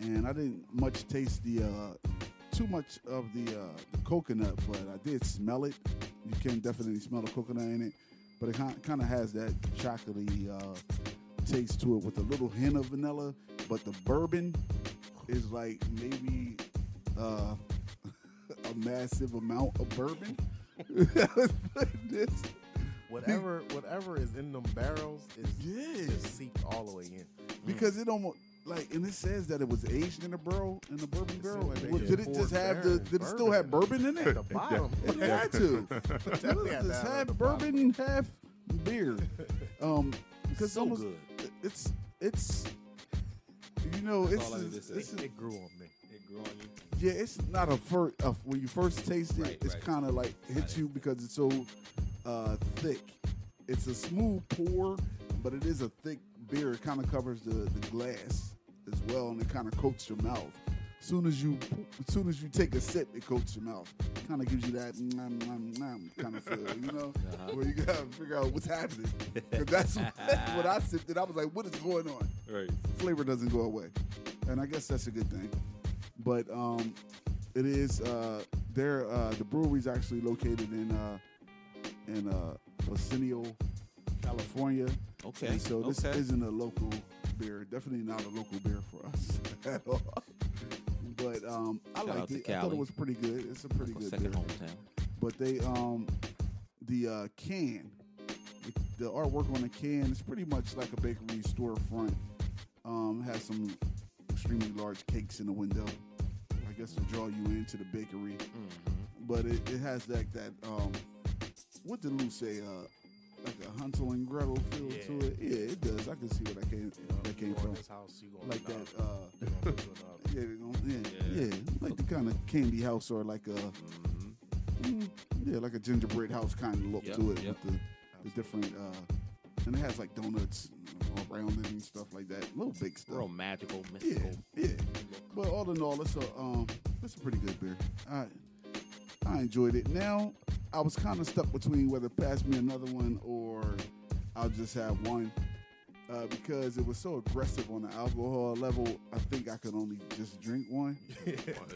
Speaker 2: And I didn't much taste the uh, too much of the, uh, the coconut, but I did smell it. You can definitely smell the coconut in it, but it kind of has that chocolatey uh, taste to it with a little hint of vanilla. But the bourbon is like maybe. Uh, a massive amount of bourbon. [LAUGHS] Let's put this.
Speaker 4: Whatever, whatever is in them barrels is is
Speaker 2: Yes,
Speaker 4: seeped all the way
Speaker 3: [LAUGHS]
Speaker 4: in.
Speaker 2: because it almost like and it says that it was aged in a barrel in a bourbon
Speaker 4: It
Speaker 2: barrel.
Speaker 4: said they
Speaker 2: Well,
Speaker 4: just
Speaker 2: did it
Speaker 4: poured
Speaker 2: just
Speaker 4: barrel
Speaker 2: have the?
Speaker 4: and
Speaker 2: Did it still have bourbon in
Speaker 4: At
Speaker 2: it?
Speaker 4: the bottom,
Speaker 2: [LAUGHS] It had to.
Speaker 4: Definitely had to
Speaker 2: Just
Speaker 4: have it at
Speaker 2: half
Speaker 4: the
Speaker 2: bourbon, half beer. Um, because
Speaker 3: So
Speaker 2: almost
Speaker 3: good.
Speaker 2: it's it's you know it's
Speaker 3: all I need to say.
Speaker 2: it's
Speaker 4: it grew on me.
Speaker 3: It grew on you.
Speaker 2: Yeah, it's not a first. Uh, when you first taste it,
Speaker 3: Right,
Speaker 2: it's
Speaker 3: right.
Speaker 2: kind of like hits you because it's so uh, thick. It's a smooth pour, but it is a thick beer. It kind of covers the, the glass as well, and it kind of coats your mouth. Soon as you, as soon as you take a sip, it coats your mouth. Kind of gives you that nom, nom, nom kind of feel, you
Speaker 3: [LAUGHS]
Speaker 2: know,
Speaker 3: Uh-huh.
Speaker 2: where you gotta figure out what's happening. 'Cause that's [LAUGHS] what, when I sipped it. I was like, "What is going on?"
Speaker 3: Right.
Speaker 2: flavor doesn't go away, and I guess that's a good thing. But um, it is uh, there. Uh, the brewery's actually located in uh, in uh, Arsenio, California.
Speaker 3: Okay,
Speaker 2: And so this
Speaker 3: okay.
Speaker 2: isn't a local beer. Definitely not a local beer for us [LAUGHS] at all. But um, I
Speaker 3: Shout out
Speaker 2: liked
Speaker 3: to
Speaker 2: it. I thought
Speaker 3: Cali.
Speaker 2: it was pretty good. It's a pretty
Speaker 3: My
Speaker 2: good
Speaker 3: second
Speaker 2: beer
Speaker 3: hometown.
Speaker 2: but they um the uh, can the, the artwork on the can is pretty much like a bakery storefront um has some extremely large cakes in the window i guess, to draw you into the bakery. But it, it has that that um, what did Lou say? Uh, like a Hansel and Gretel feel to it. Yeah, it does. I can see where that came that came from.
Speaker 5: His house, you gonna
Speaker 2: Like
Speaker 5: knock.
Speaker 2: that. Uh,
Speaker 5: You gonna visit, uh,
Speaker 2: yeah, they gonna- yeah, yeah, Like the kind of candy house or like a mm, yeah, like a gingerbread house kind of look
Speaker 3: Yep,
Speaker 2: to it
Speaker 3: yep.
Speaker 2: with the, the different uh, and it has like donuts around it and stuff like that. Little big stuff.
Speaker 3: Real magical,
Speaker 2: Yeah,
Speaker 5: Oh.
Speaker 3: mystical.
Speaker 2: yeah. But all in all, it's a um, it's a pretty good beer. I I enjoyed it. Now I was kind of stuck between whether pass me another one or I'll just have one uh, because it was so aggressive on the alcohol level. I think I could only just drink one,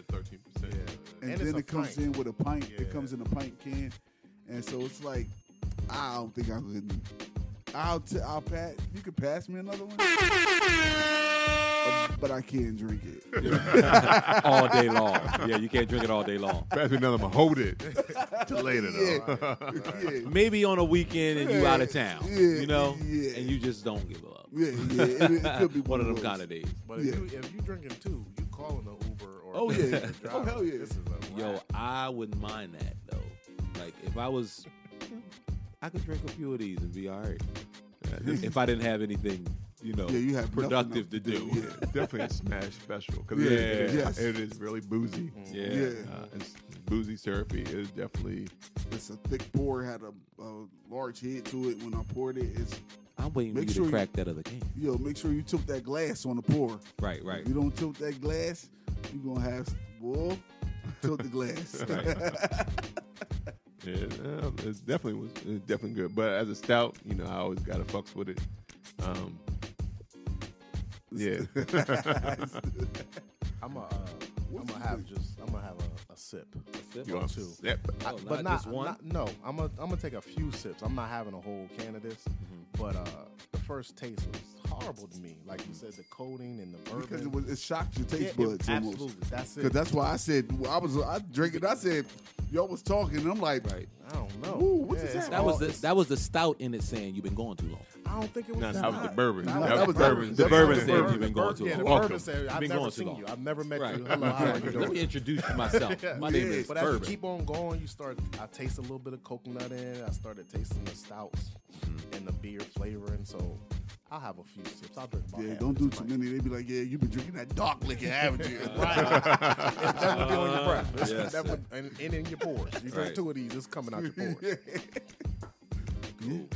Speaker 6: Thirteen percent.
Speaker 2: and,
Speaker 5: And it's
Speaker 2: then
Speaker 5: a
Speaker 2: it comes in
Speaker 5: pint.
Speaker 2: with a pint. It
Speaker 5: Yeah.
Speaker 2: comes in a pint can, and so it's like I don't think I could. I'll t- I'll pass. You could pass me another
Speaker 5: [LAUGHS]
Speaker 2: one, but I can't drink it.
Speaker 3: all day long. Yeah, you can't drink it all day long.
Speaker 6: Pass me another one. Hold it till later though.
Speaker 2: yeah.
Speaker 3: [LAUGHS] Maybe on a weekend and you out of town,
Speaker 2: Yeah,
Speaker 3: you know,
Speaker 2: yeah.
Speaker 3: and you just don't give up.
Speaker 2: Yeah, yeah, it, it
Speaker 3: [LAUGHS]
Speaker 2: could be
Speaker 3: one of them
Speaker 2: those.
Speaker 3: kind of days.
Speaker 5: But if
Speaker 2: Yeah.
Speaker 5: you if you drinking two, you calling an Uber or [LAUGHS]
Speaker 3: Oh,
Speaker 5: taking
Speaker 3: yeah.
Speaker 5: a driver.
Speaker 2: Oh, hell yeah.
Speaker 5: This is a
Speaker 3: Yo,
Speaker 5: wrap.
Speaker 3: I wouldn't mind that though. Like if I was, I could drink a few of these and be all
Speaker 2: [LAUGHS]
Speaker 3: right. if I didn't have anything, you know,
Speaker 2: Yeah, you have nothing
Speaker 3: productive
Speaker 2: else
Speaker 3: to
Speaker 2: to
Speaker 3: do.
Speaker 2: do,
Speaker 6: Yeah, definitely a smash special because
Speaker 2: Yeah,
Speaker 6: it, is,
Speaker 2: yes.
Speaker 6: it is really boozy.
Speaker 3: [LAUGHS] Yeah.
Speaker 2: Yeah.
Speaker 6: Uh, it's boozy therapy is definitely
Speaker 2: It's a thick pour, had a, a large head to it. When I poured it, it's
Speaker 3: I'm waiting
Speaker 2: Make
Speaker 3: for you
Speaker 2: sure
Speaker 3: to
Speaker 2: you-
Speaker 3: crack that other can.
Speaker 2: yo. Make sure you tilt that glass on the pour.
Speaker 3: Right,
Speaker 2: If
Speaker 3: right.
Speaker 2: you don't tilt that glass, you are gonna have well, tilt the
Speaker 3: [LAUGHS]
Speaker 2: glass. [LAUGHS]
Speaker 6: yeah, uh, it's definitely was it's definitely good. But as a stout, you know, I always gotta fucks with it. Um, yeah,
Speaker 3: [LAUGHS]
Speaker 6: [LAUGHS]
Speaker 5: I'm a uh, I'm gonna have just I'm gonna have a, a sip,
Speaker 6: you
Speaker 5: or
Speaker 6: want
Speaker 5: two.
Speaker 6: yeah,
Speaker 3: Oh,
Speaker 5: I- but not,
Speaker 3: just one.
Speaker 5: not- no, I'm gonna I'm gonna take a few sips. I'm not having a whole can of this, but uh, the first taste was horrible to me. Like you said, the coating and the bourbon.
Speaker 2: because it was it shocked your
Speaker 5: Yeah,
Speaker 2: taste
Speaker 5: it-
Speaker 2: buds
Speaker 5: absolutely.
Speaker 2: almost.
Speaker 5: That's
Speaker 2: Because
Speaker 5: it.
Speaker 2: that's why I said well, I was I drank it. I said y'all was talking. And I'm like,
Speaker 3: right.
Speaker 5: I don't know.
Speaker 2: Ooh, what's
Speaker 5: Yeah,
Speaker 2: this
Speaker 5: it's
Speaker 2: happening?
Speaker 3: That was
Speaker 5: all-
Speaker 3: the
Speaker 5: it's-
Speaker 3: that was the stout in it saying you've been going too long.
Speaker 5: I don't think it was.
Speaker 6: No,
Speaker 5: just
Speaker 6: that was the
Speaker 5: hot.
Speaker 6: bourbon.
Speaker 5: That was
Speaker 2: That
Speaker 5: the
Speaker 2: was
Speaker 5: bourbon.
Speaker 2: bourbon.
Speaker 6: The
Speaker 5: That
Speaker 6: bourbon
Speaker 5: was
Speaker 6: said
Speaker 5: the
Speaker 6: you've
Speaker 5: bourbon.
Speaker 3: been going too
Speaker 5: Yeah,
Speaker 3: long.
Speaker 5: the bourbon
Speaker 3: Welcome.
Speaker 5: said
Speaker 3: You've
Speaker 5: I've
Speaker 3: been
Speaker 5: never
Speaker 3: going too
Speaker 5: seen
Speaker 3: long.
Speaker 5: you. I've never met
Speaker 3: Right.
Speaker 5: you. Hello, how are
Speaker 3: [LAUGHS]
Speaker 5: you
Speaker 3: Let me
Speaker 5: doing?
Speaker 3: introduce you myself. My name is
Speaker 5: But as you
Speaker 3: Bourbon.
Speaker 5: keep on going, you start. I taste a little bit of coconut in. it. I started tasting the stouts and the beer flavoring. So I'll have a few sips. I'll drink. About
Speaker 2: yeah,
Speaker 5: half
Speaker 2: don't
Speaker 5: of
Speaker 2: do
Speaker 5: this
Speaker 2: too
Speaker 5: pint.
Speaker 2: many. They be like, yeah, you've been drinking that dark liquor, haven't
Speaker 3: [LAUGHS]
Speaker 2: you?
Speaker 5: That would be on your breath. That's-
Speaker 3: yes,
Speaker 5: that
Speaker 3: sir.
Speaker 5: would, and, and in your pores. You drink
Speaker 3: Right.
Speaker 5: two of these, it's coming out
Speaker 2: [LAUGHS]
Speaker 5: your pores.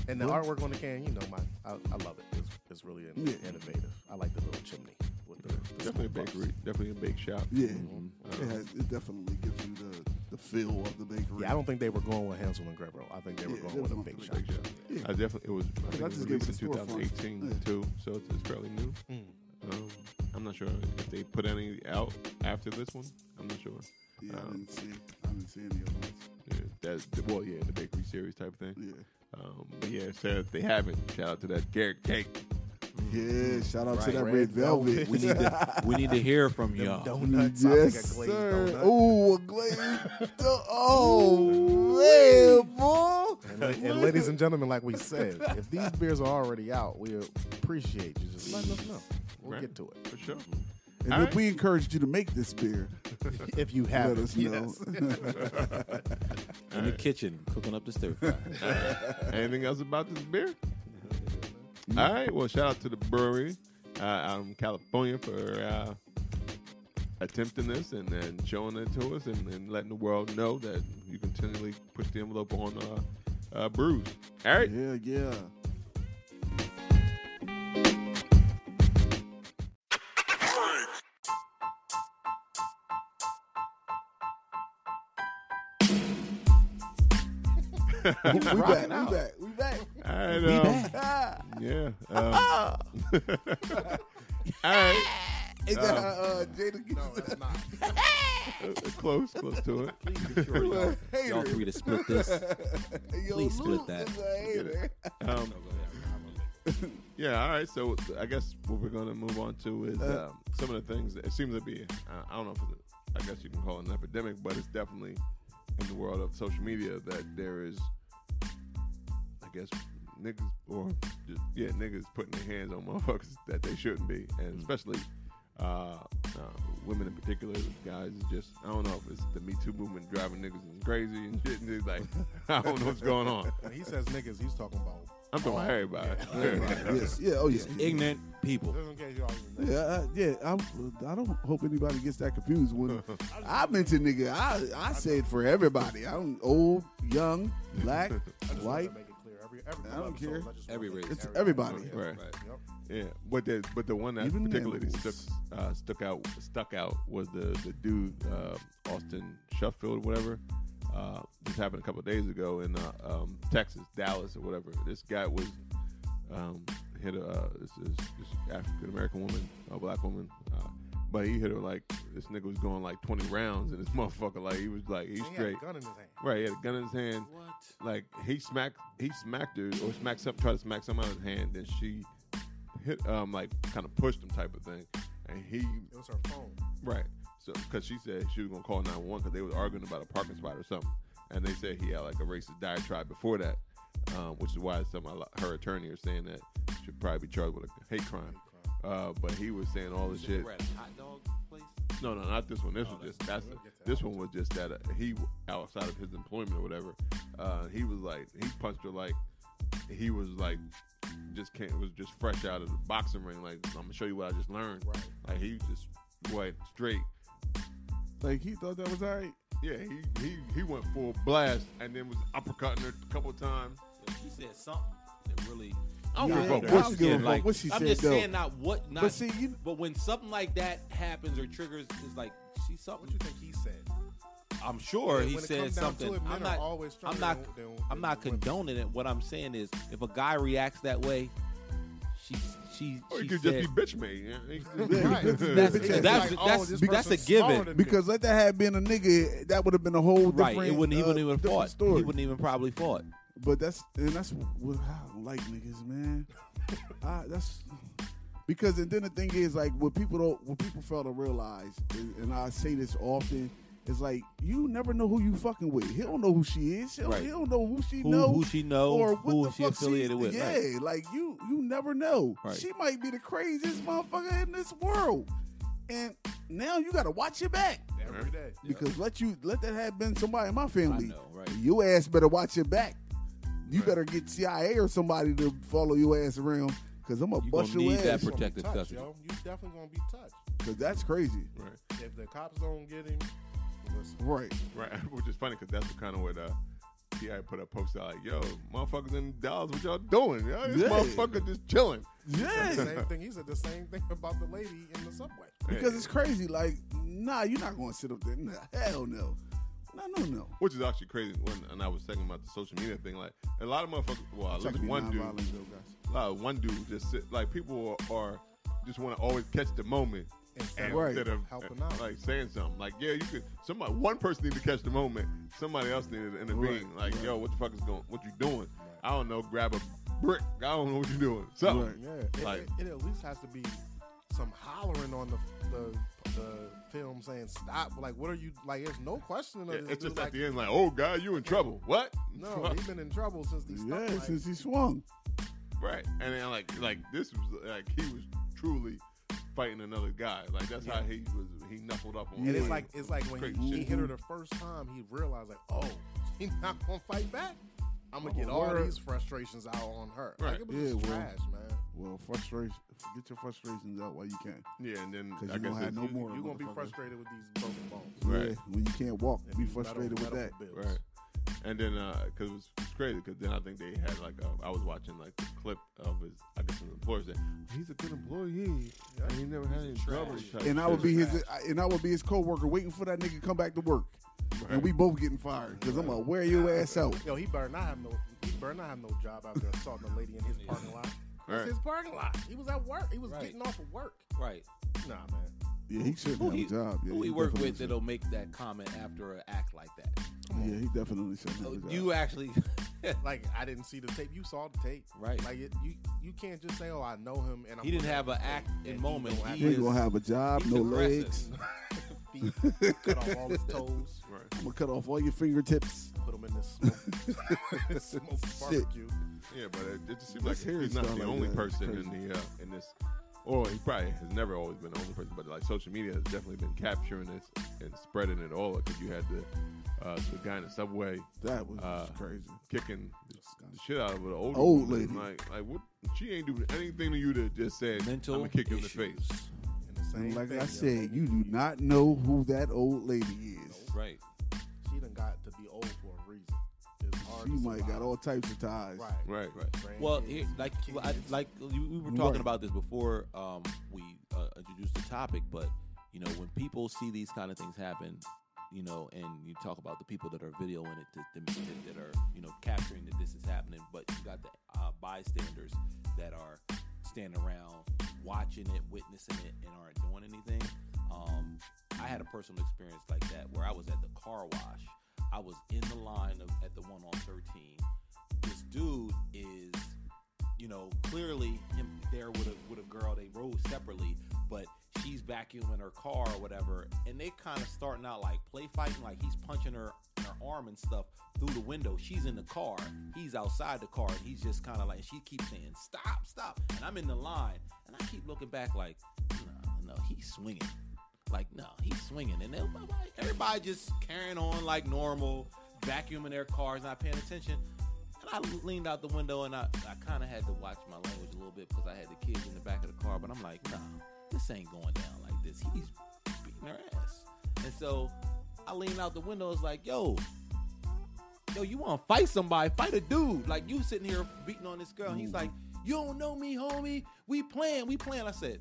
Speaker 5: And the artwork on the can, you know, my I, I love it. It's, it's really in-
Speaker 2: Yeah.
Speaker 5: innovative. I like the little chimney with the, the
Speaker 6: definitely a
Speaker 5: smoke puffs.
Speaker 6: bakery, definitely a bake shop.
Speaker 2: Yeah, it, has, it definitely gives you the, the feel of the bakery.
Speaker 5: Yeah, I don't think they were going with Hansel and Gretel. I think they were
Speaker 2: Yeah,
Speaker 5: going with a
Speaker 2: definitely
Speaker 5: big
Speaker 2: the
Speaker 5: shot.
Speaker 6: Bake shop. I definitely it was. I think
Speaker 2: I
Speaker 6: it was
Speaker 2: just gave it
Speaker 6: released
Speaker 2: a
Speaker 6: in
Speaker 2: storefront.
Speaker 6: 2018
Speaker 2: Yeah.
Speaker 6: too, so it's, it's fairly new. Um, I'm not sure if they put any out after this one. I'm not sure.
Speaker 2: Yeah, I
Speaker 6: Um,
Speaker 2: didn't see, I didn't see any of those.
Speaker 6: yeah, that's well, yeah, the bakery series type thing.
Speaker 2: Yeah,
Speaker 6: Um, but yeah, so if they haven't, shout out to that carrot cake.
Speaker 2: yeah. Shout out to
Speaker 5: Mm. Right.
Speaker 2: that
Speaker 5: Red
Speaker 2: red, velvet.
Speaker 5: Velvet.
Speaker 3: We need
Speaker 5: [LAUGHS]
Speaker 3: to we need to hear from y'all.
Speaker 5: Donuts. I think
Speaker 2: yes,
Speaker 5: a glazed
Speaker 2: sir. [LAUGHS]
Speaker 5: donut.
Speaker 2: Ooh, a
Speaker 5: [LAUGHS]
Speaker 2: glazed. do- oh man, boy.
Speaker 5: And, la- and ladies and gentlemen, like we said, if [LAUGHS] these beers are already out, we appreciate you just letting us know. We'll
Speaker 6: Right.
Speaker 5: get to it
Speaker 6: For sure.
Speaker 2: And
Speaker 6: All
Speaker 2: we-
Speaker 6: right.
Speaker 2: we encouraged you to make this beer.
Speaker 5: if you have
Speaker 2: Let
Speaker 5: it.
Speaker 2: us know.
Speaker 5: Yes.
Speaker 3: In the kitchen, cooking up the stir fry.
Speaker 6: Anything else about this beer? All right. Well, shout out to the brewery uh, out in California for uh, attempting this and then showing it to us and, and letting the world know that you continually push the envelope on uh, uh, brews. All right.
Speaker 2: [LAUGHS] yeah,
Speaker 5: [LAUGHS]
Speaker 2: yeah. we back. We back. We back.
Speaker 6: All right. Um,
Speaker 2: [LAUGHS]
Speaker 6: yeah. Um, [LAUGHS] all right. Um,
Speaker 2: Is that how, uh, Jada gets no,
Speaker 5: That's not-
Speaker 6: [LAUGHS] Uh, Close, close to it.
Speaker 2: a
Speaker 3: y'all
Speaker 2: hater?
Speaker 3: free to split this.
Speaker 2: Yo,
Speaker 3: please split
Speaker 2: Luke
Speaker 3: that.
Speaker 2: is a hater.
Speaker 6: Um, [LAUGHS] yeah, all right. So I guess what we're going to move on to is
Speaker 2: Uh,
Speaker 6: um, some of the things. That, it seems to be, uh, I I don't know if it, I guess you can call it an epidemic, but it's definitely in the world of social media that there is, I guess, niggas or [LAUGHS] just, yeah, niggas putting their hands on motherfuckers that they shouldn't be, and especially uh, uh, women in particular, guys, is just I don't know if it's the Me Too movement driving niggas is crazy and shit. And it's like [LAUGHS] I don't know what's going on.
Speaker 5: When he says niggas, he's talking about.
Speaker 6: I'm talking about everybody. [LAUGHS]
Speaker 2: yes. Oh, Yeah. Oh yeah.
Speaker 3: Ignorant people.
Speaker 5: Just in case y'all didn't know.
Speaker 2: Yeah, uh, yeah. I'm, I don't hope anybody gets that confused
Speaker 5: [LAUGHS]
Speaker 2: when I mention nigga. I I say it for everybody. I don't old, young,
Speaker 5: [LAUGHS]
Speaker 2: black,
Speaker 5: I just wanted
Speaker 2: white.
Speaker 5: to make it clear. Every, every
Speaker 2: I don't
Speaker 5: episode,
Speaker 2: care.
Speaker 5: I just
Speaker 3: Every
Speaker 5: wanted to-
Speaker 3: race.
Speaker 2: It's everybody.
Speaker 6: Right.
Speaker 5: Yep.
Speaker 6: Yeah, but the but the one that
Speaker 2: Even
Speaker 6: particularly stuck,
Speaker 2: animals.
Speaker 6: uh, stuck out stuck out was the the dude uh, Austin Sheffield, whatever. Uh, this happened a couple of days ago in uh, um, Texas, Dallas, or whatever. This guy was um, hit a uh, this, this, this African American woman, a black woman, uh, but he hit her like this nigga was going like twenty rounds, and this [LAUGHS] motherfucker like he was like he's
Speaker 5: He had a
Speaker 6: straight.
Speaker 5: gun in his hand.
Speaker 6: Right, he had a gun in his hand.
Speaker 3: What?
Speaker 6: Like he smacked, he smacked her or smacked some, tried to smack some out of his hand. Then she hit, um, like kind of pushed him type of thing. And he,
Speaker 5: It was her phone.
Speaker 6: right, so because she said she was gonna call nine one because they was arguing about a parking spot or something. And they said he had like a racist diatribe before that, um, which is why some of her attorney are saying that should probably be charged with a hate crime. Uh, but he was saying all this shit.
Speaker 3: We're at a hot dog place.
Speaker 6: No, no, not this one. This
Speaker 3: Oh,
Speaker 6: was
Speaker 3: that's-
Speaker 6: just that's
Speaker 5: we'll get to
Speaker 6: this
Speaker 5: that
Speaker 6: one was just that uh, he outside of his employment or whatever. Uh, he was like he punched her like he was like just can't was just fresh out of the boxing ring. Like I'm gonna show you what I just learned.
Speaker 5: Right.
Speaker 6: Like he just went straight.
Speaker 2: Like he thought that was alright.
Speaker 6: Yeah, he he he went full blast and then was uppercutting her a couple times.
Speaker 3: If she said something that really.
Speaker 6: I don't
Speaker 2: Yeah,
Speaker 6: give a fuck
Speaker 2: I
Speaker 6: what
Speaker 2: don't
Speaker 6: she
Speaker 2: give a
Speaker 6: did.
Speaker 2: fuck
Speaker 6: Like
Speaker 2: what she
Speaker 3: I'm
Speaker 2: said,
Speaker 3: just
Speaker 2: though.
Speaker 3: saying, not what. Not,
Speaker 2: but see, you
Speaker 3: but when something like that happens or triggers, is like she's
Speaker 5: What
Speaker 3: something.
Speaker 5: you think he said?
Speaker 3: I'm sure
Speaker 5: And
Speaker 3: he
Speaker 5: when it
Speaker 3: said
Speaker 5: comes down to
Speaker 3: something.
Speaker 5: it, men
Speaker 3: I'm
Speaker 5: are
Speaker 3: not.
Speaker 5: always
Speaker 3: I'm
Speaker 5: stronger
Speaker 3: not.
Speaker 5: than- than-
Speaker 3: I'm
Speaker 5: than
Speaker 3: not
Speaker 5: women.
Speaker 3: condoning it. What I'm saying is, if a guy reacts that way, she she
Speaker 6: Or
Speaker 3: she
Speaker 6: he could
Speaker 3: said,
Speaker 6: just be bitch made. Yeah, he could
Speaker 5: [LAUGHS]
Speaker 6: just-
Speaker 5: Right.
Speaker 3: that's,
Speaker 2: Bitch
Speaker 3: that's,
Speaker 2: ass.
Speaker 3: that's,
Speaker 5: Like, oh,
Speaker 3: that's,
Speaker 5: this
Speaker 3: that's a
Speaker 5: person's smaller
Speaker 3: given.
Speaker 5: than me.
Speaker 2: because let that had been a nigga, that would have been a whole
Speaker 3: Right.
Speaker 2: different.
Speaker 3: It wouldn't. He
Speaker 2: uh,
Speaker 3: wouldn't even
Speaker 2: different
Speaker 3: fought.
Speaker 2: Story.
Speaker 3: He wouldn't even probably fought.
Speaker 2: But that's and that's what I don't like niggas,
Speaker 3: [LAUGHS]
Speaker 2: man. I, that's because and then the thing is like what people don't what people fail to realize, and, and I say this often, is like you never know who you fucking with. He don't know who she is. He don't,
Speaker 3: Right.
Speaker 2: he don't know who she
Speaker 3: Who-
Speaker 2: know,
Speaker 3: who she know,
Speaker 2: or what
Speaker 3: who
Speaker 2: the
Speaker 3: she
Speaker 2: fuck
Speaker 3: affiliated with,
Speaker 2: Yeah,
Speaker 3: right.
Speaker 2: like you you never know.
Speaker 3: Right.
Speaker 2: She might be the craziest motherfucker in this world, and now you got to watch your back.
Speaker 5: Every day.
Speaker 2: Because let you let that have been somebody in my family.
Speaker 3: I know, right.
Speaker 2: Your ass better watch your back. You
Speaker 6: Right.
Speaker 2: better get CIA or somebody to follow your ass around. Cause I'm gonna
Speaker 3: You
Speaker 2: bust
Speaker 3: gonna
Speaker 2: your
Speaker 3: need that
Speaker 2: ass.
Speaker 3: pro- Protective
Speaker 5: Gonna be touched,
Speaker 3: custody.
Speaker 5: Yo. You definitely gonna be touched.
Speaker 2: Cause that's crazy.
Speaker 6: right.
Speaker 5: If the cops don't get
Speaker 6: [LAUGHS]
Speaker 5: him, listen.
Speaker 2: Right.
Speaker 6: [LAUGHS] Right, which is funny because that's the kind of what uh, Ti put up post out like, "Yo, motherfuckers in Dallas, what y'all doing? Yo, this
Speaker 2: Yeah.
Speaker 6: motherfucker just chilling."
Speaker 3: [LAUGHS]
Speaker 5: Said the
Speaker 2: Yeah.
Speaker 5: same thing. He said the same thing [LAUGHS] about the lady in the subway.
Speaker 2: because it's crazy. Like, nah, you're not gonna sit up there. Nah, hell no. No, no, no.
Speaker 6: which is actually crazy. When and I was thinking about the social media thing, like a lot of motherfuckers. Well, at least one dude,
Speaker 2: Nonviolent, though, guys.
Speaker 6: a lot of one dude just sit, like people are, are just want to always catch the moment.
Speaker 5: Instead
Speaker 2: of
Speaker 6: of
Speaker 5: helping out.
Speaker 6: like saying something, like yeah, you could. Somebody, one person needed to catch the moment. Somebody else needed to intervene. like, yo, what the fuck is going? What you doing? I don't know. Grab a brick. I don't know what you doing. Something.
Speaker 2: Right.
Speaker 5: Yeah, it,
Speaker 6: Like-
Speaker 5: it, it at least has to be some hollering on the the, the film saying stop. Like, what are you like? There's no question of this
Speaker 6: Yeah, it's
Speaker 5: dude,
Speaker 6: just
Speaker 5: like,
Speaker 6: at the end, like, oh, guy, you in trouble. What?
Speaker 5: No, he's been in trouble since these.
Speaker 2: Yeah,
Speaker 5: like,
Speaker 2: since he swung.
Speaker 6: right. And then, like, like this was like he was truly fighting another guy. Like that's how he was. He knuckled up on.
Speaker 5: and it's
Speaker 6: him.
Speaker 5: like it's like when
Speaker 6: Crazy
Speaker 5: he, he
Speaker 6: shit.
Speaker 5: hit her the first time, he realized like, oh, [LAUGHS] he's not gonna fight back. I'm gonna get all
Speaker 2: Word.
Speaker 5: these frustrations out on her.
Speaker 6: Right.
Speaker 5: Like, it was
Speaker 2: Yeah,
Speaker 5: just
Speaker 2: well.
Speaker 5: trash, man.
Speaker 2: Well, frustration. Get your frustrations out while you can.
Speaker 6: yeah, and then
Speaker 2: Because
Speaker 6: I
Speaker 2: you
Speaker 6: guess
Speaker 2: don't have
Speaker 6: it's,
Speaker 2: no more.
Speaker 5: You're gonna be
Speaker 2: motherfucker.
Speaker 5: frustrated with these broken bones.
Speaker 6: Right.
Speaker 2: Yeah, when you can't walk,
Speaker 5: And
Speaker 2: be
Speaker 5: these metal-
Speaker 2: frustrated with
Speaker 5: metal
Speaker 2: that.
Speaker 5: bills.
Speaker 6: Right. And then, uh, cause it was, it was crazy, cause then I think they had like a, I was watching like the clip of his, I guess his employer said he's a good employee, and he never had any trouble. type
Speaker 2: and I
Speaker 6: shit.
Speaker 2: would be his and I would be his coworker waiting for that nigga to come back to work,
Speaker 6: Right.
Speaker 2: and we both getting fired because I'm gonna wear your ass out.
Speaker 5: Yo, he better not have no. He better not have no job out there assaulting a lady in his parking lot. That's
Speaker 6: Right.
Speaker 5: his parking lot. He was at work. He was
Speaker 3: Right.
Speaker 5: getting off of work.
Speaker 3: Right.
Speaker 5: Nah, man.
Speaker 2: Yeah, he shouldn't
Speaker 3: Who
Speaker 2: have
Speaker 3: he,
Speaker 2: a job. Yeah,
Speaker 3: who
Speaker 2: he
Speaker 3: he work
Speaker 2: definitely
Speaker 3: with that'll make that comment after an act like that?
Speaker 2: shouldn't. Yeah, he definitely shouldn't have a job.
Speaker 3: Oh, You actually. [LAUGHS]
Speaker 5: Like I didn't see the tape. You saw the tape,
Speaker 3: Right.
Speaker 5: Like it, you, you can't just say, "Oh, I know him." And I'm
Speaker 3: He didn't have an act
Speaker 5: And
Speaker 3: and
Speaker 5: he
Speaker 3: moment.
Speaker 5: don't
Speaker 3: He
Speaker 2: he ain't
Speaker 3: is,
Speaker 2: gonna have a job,
Speaker 3: he's
Speaker 2: no
Speaker 3: aggressive.
Speaker 2: legs.
Speaker 5: feet, cut off all his toes,
Speaker 6: Right.
Speaker 2: I'm gonna cut off all your fingertips.
Speaker 5: put him in this [LAUGHS] smoke, smoke
Speaker 2: Shit.
Speaker 5: barbecue.
Speaker 6: Yeah, but it, it just seems like
Speaker 2: His hair
Speaker 6: he's
Speaker 2: is
Speaker 6: not
Speaker 2: done
Speaker 6: the
Speaker 2: like
Speaker 6: only
Speaker 2: that. It's
Speaker 6: person in
Speaker 2: crazy.
Speaker 6: the uh, in this or he probably has never always been the only person, but like social media has definitely been capturing this and spreading it all. Because you had the uh, the guy in the subway
Speaker 2: That was
Speaker 6: Uh,
Speaker 2: just crazy.
Speaker 6: kicking the shit out of an old
Speaker 2: Old
Speaker 6: woman.
Speaker 2: lady.
Speaker 6: Like, like what? She ain't doing anything to you to just say
Speaker 3: Mental
Speaker 6: I'm gonna kick
Speaker 3: issues.
Speaker 6: you in the face.
Speaker 4: And the same
Speaker 2: And like
Speaker 4: thing,
Speaker 2: I
Speaker 4: yo.
Speaker 2: said, you do not know who that old lady is.
Speaker 3: Right.
Speaker 4: she done got to be old for a reason. It's hard
Speaker 2: She
Speaker 4: to
Speaker 2: might got
Speaker 4: survive.
Speaker 2: all types of ties.
Speaker 4: right.
Speaker 6: Right, right.
Speaker 4: Brain
Speaker 3: Well,
Speaker 4: kids,
Speaker 3: here, like well, I,
Speaker 4: kids.
Speaker 3: like you, we were talking
Speaker 2: Right.
Speaker 3: about this before um, we uh, introduced the topic, but you know when people see these kind of things happen, you know, and you talk about the people that are videoing it, that, that, that are you know capturing that this is happening, but you got the uh, bystanders that are standing around watching it, witnessing it, and aren't doing anything. Um, I had a personal experience like that where I was at the car wash. I was in the line of, at the one on 13. This dude is, you know, clearly him there with a with a girl. They rode separately, but she's vacuuming her car or whatever, and they kind of starting out like play fighting, like he's punching her in her arm and stuff through the window. She's in the car, he's outside the car, and he's just kind of like she keeps saying stop, stop, and I'm in the line, and I keep looking back like, no, no, he's swinging like no he's swinging and everybody, everybody just carrying on like normal vacuuming their cars not paying attention and i leaned out the window and i, I kind of had to watch my language a little bit because i had the kids in the back of the car but i'm like nah this ain't going down like this he's beating her ass and so i leaned out the window it's like yo yo you want to fight somebody fight a dude like you sitting here beating on this girl and he's like you don't know me homie we playing we playing i said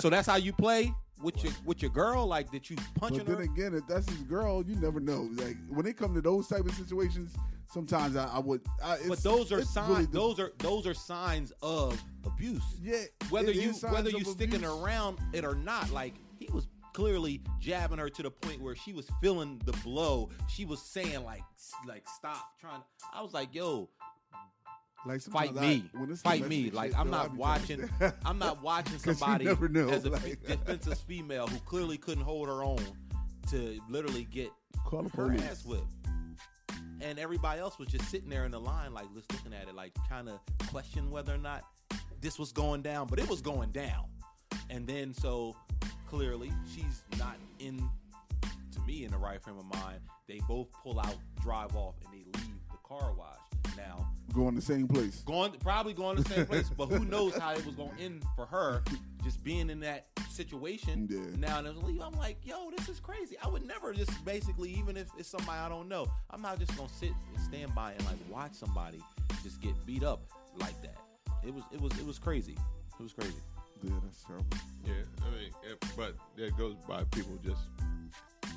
Speaker 3: so that's how you play with your with your girl? Like that you punching
Speaker 2: But then
Speaker 3: her?
Speaker 2: again, if that's his girl, you never know. Like when it come to those type of situations, sometimes I, I would. I, it's,
Speaker 3: but those are
Speaker 2: it's
Speaker 3: signs.
Speaker 2: really the-
Speaker 3: those are those are signs of abuse.
Speaker 2: yeah.
Speaker 3: Whether
Speaker 2: it
Speaker 3: you
Speaker 2: is signs
Speaker 3: whether
Speaker 2: of
Speaker 3: you sticking
Speaker 2: abuse.
Speaker 3: around it or not, like he was clearly jabbing her to the point where she was feeling the blow. She was saying like s- like stop trying. I was like yo,
Speaker 2: like
Speaker 3: fight
Speaker 2: sometimes I-
Speaker 3: me,
Speaker 2: when it's
Speaker 3: fight
Speaker 2: domestic
Speaker 3: me.
Speaker 2: shit, [LAUGHS]
Speaker 3: Like
Speaker 2: though,
Speaker 3: I'm
Speaker 2: I
Speaker 3: not
Speaker 2: be
Speaker 3: watching.
Speaker 2: trying to-
Speaker 3: I'm not watching
Speaker 2: 'Cause you
Speaker 3: somebody
Speaker 2: never know,
Speaker 3: as a fe-
Speaker 2: like-
Speaker 3: defenseless female who clearly couldn't hold her own to literally get
Speaker 2: [LAUGHS] Call the
Speaker 3: her
Speaker 2: police.
Speaker 3: ass whipped. And everybody else was just sitting there in the line, like just looking at it, like trying to question whether or not this was going down, but it was going down. And then so clearly she's not in to me in the right frame of mind. They both pull out, drive off, and they leave the car wash. Now
Speaker 2: going the same place.
Speaker 3: going probably going to the same place, but who knows how it was going to end for her just being in that situation.
Speaker 2: Yeah.
Speaker 3: Now and I was leave, I'm like, yo, this is crazy. I would never just basically, even if it's somebody I don't know, I'm not just gonna sit and stand by and like watch somebody just get beat up like that. It was it was it was crazy. It was crazy.
Speaker 2: Yeah, that's terrible.
Speaker 6: Yeah, I mean, it, but that goes by people just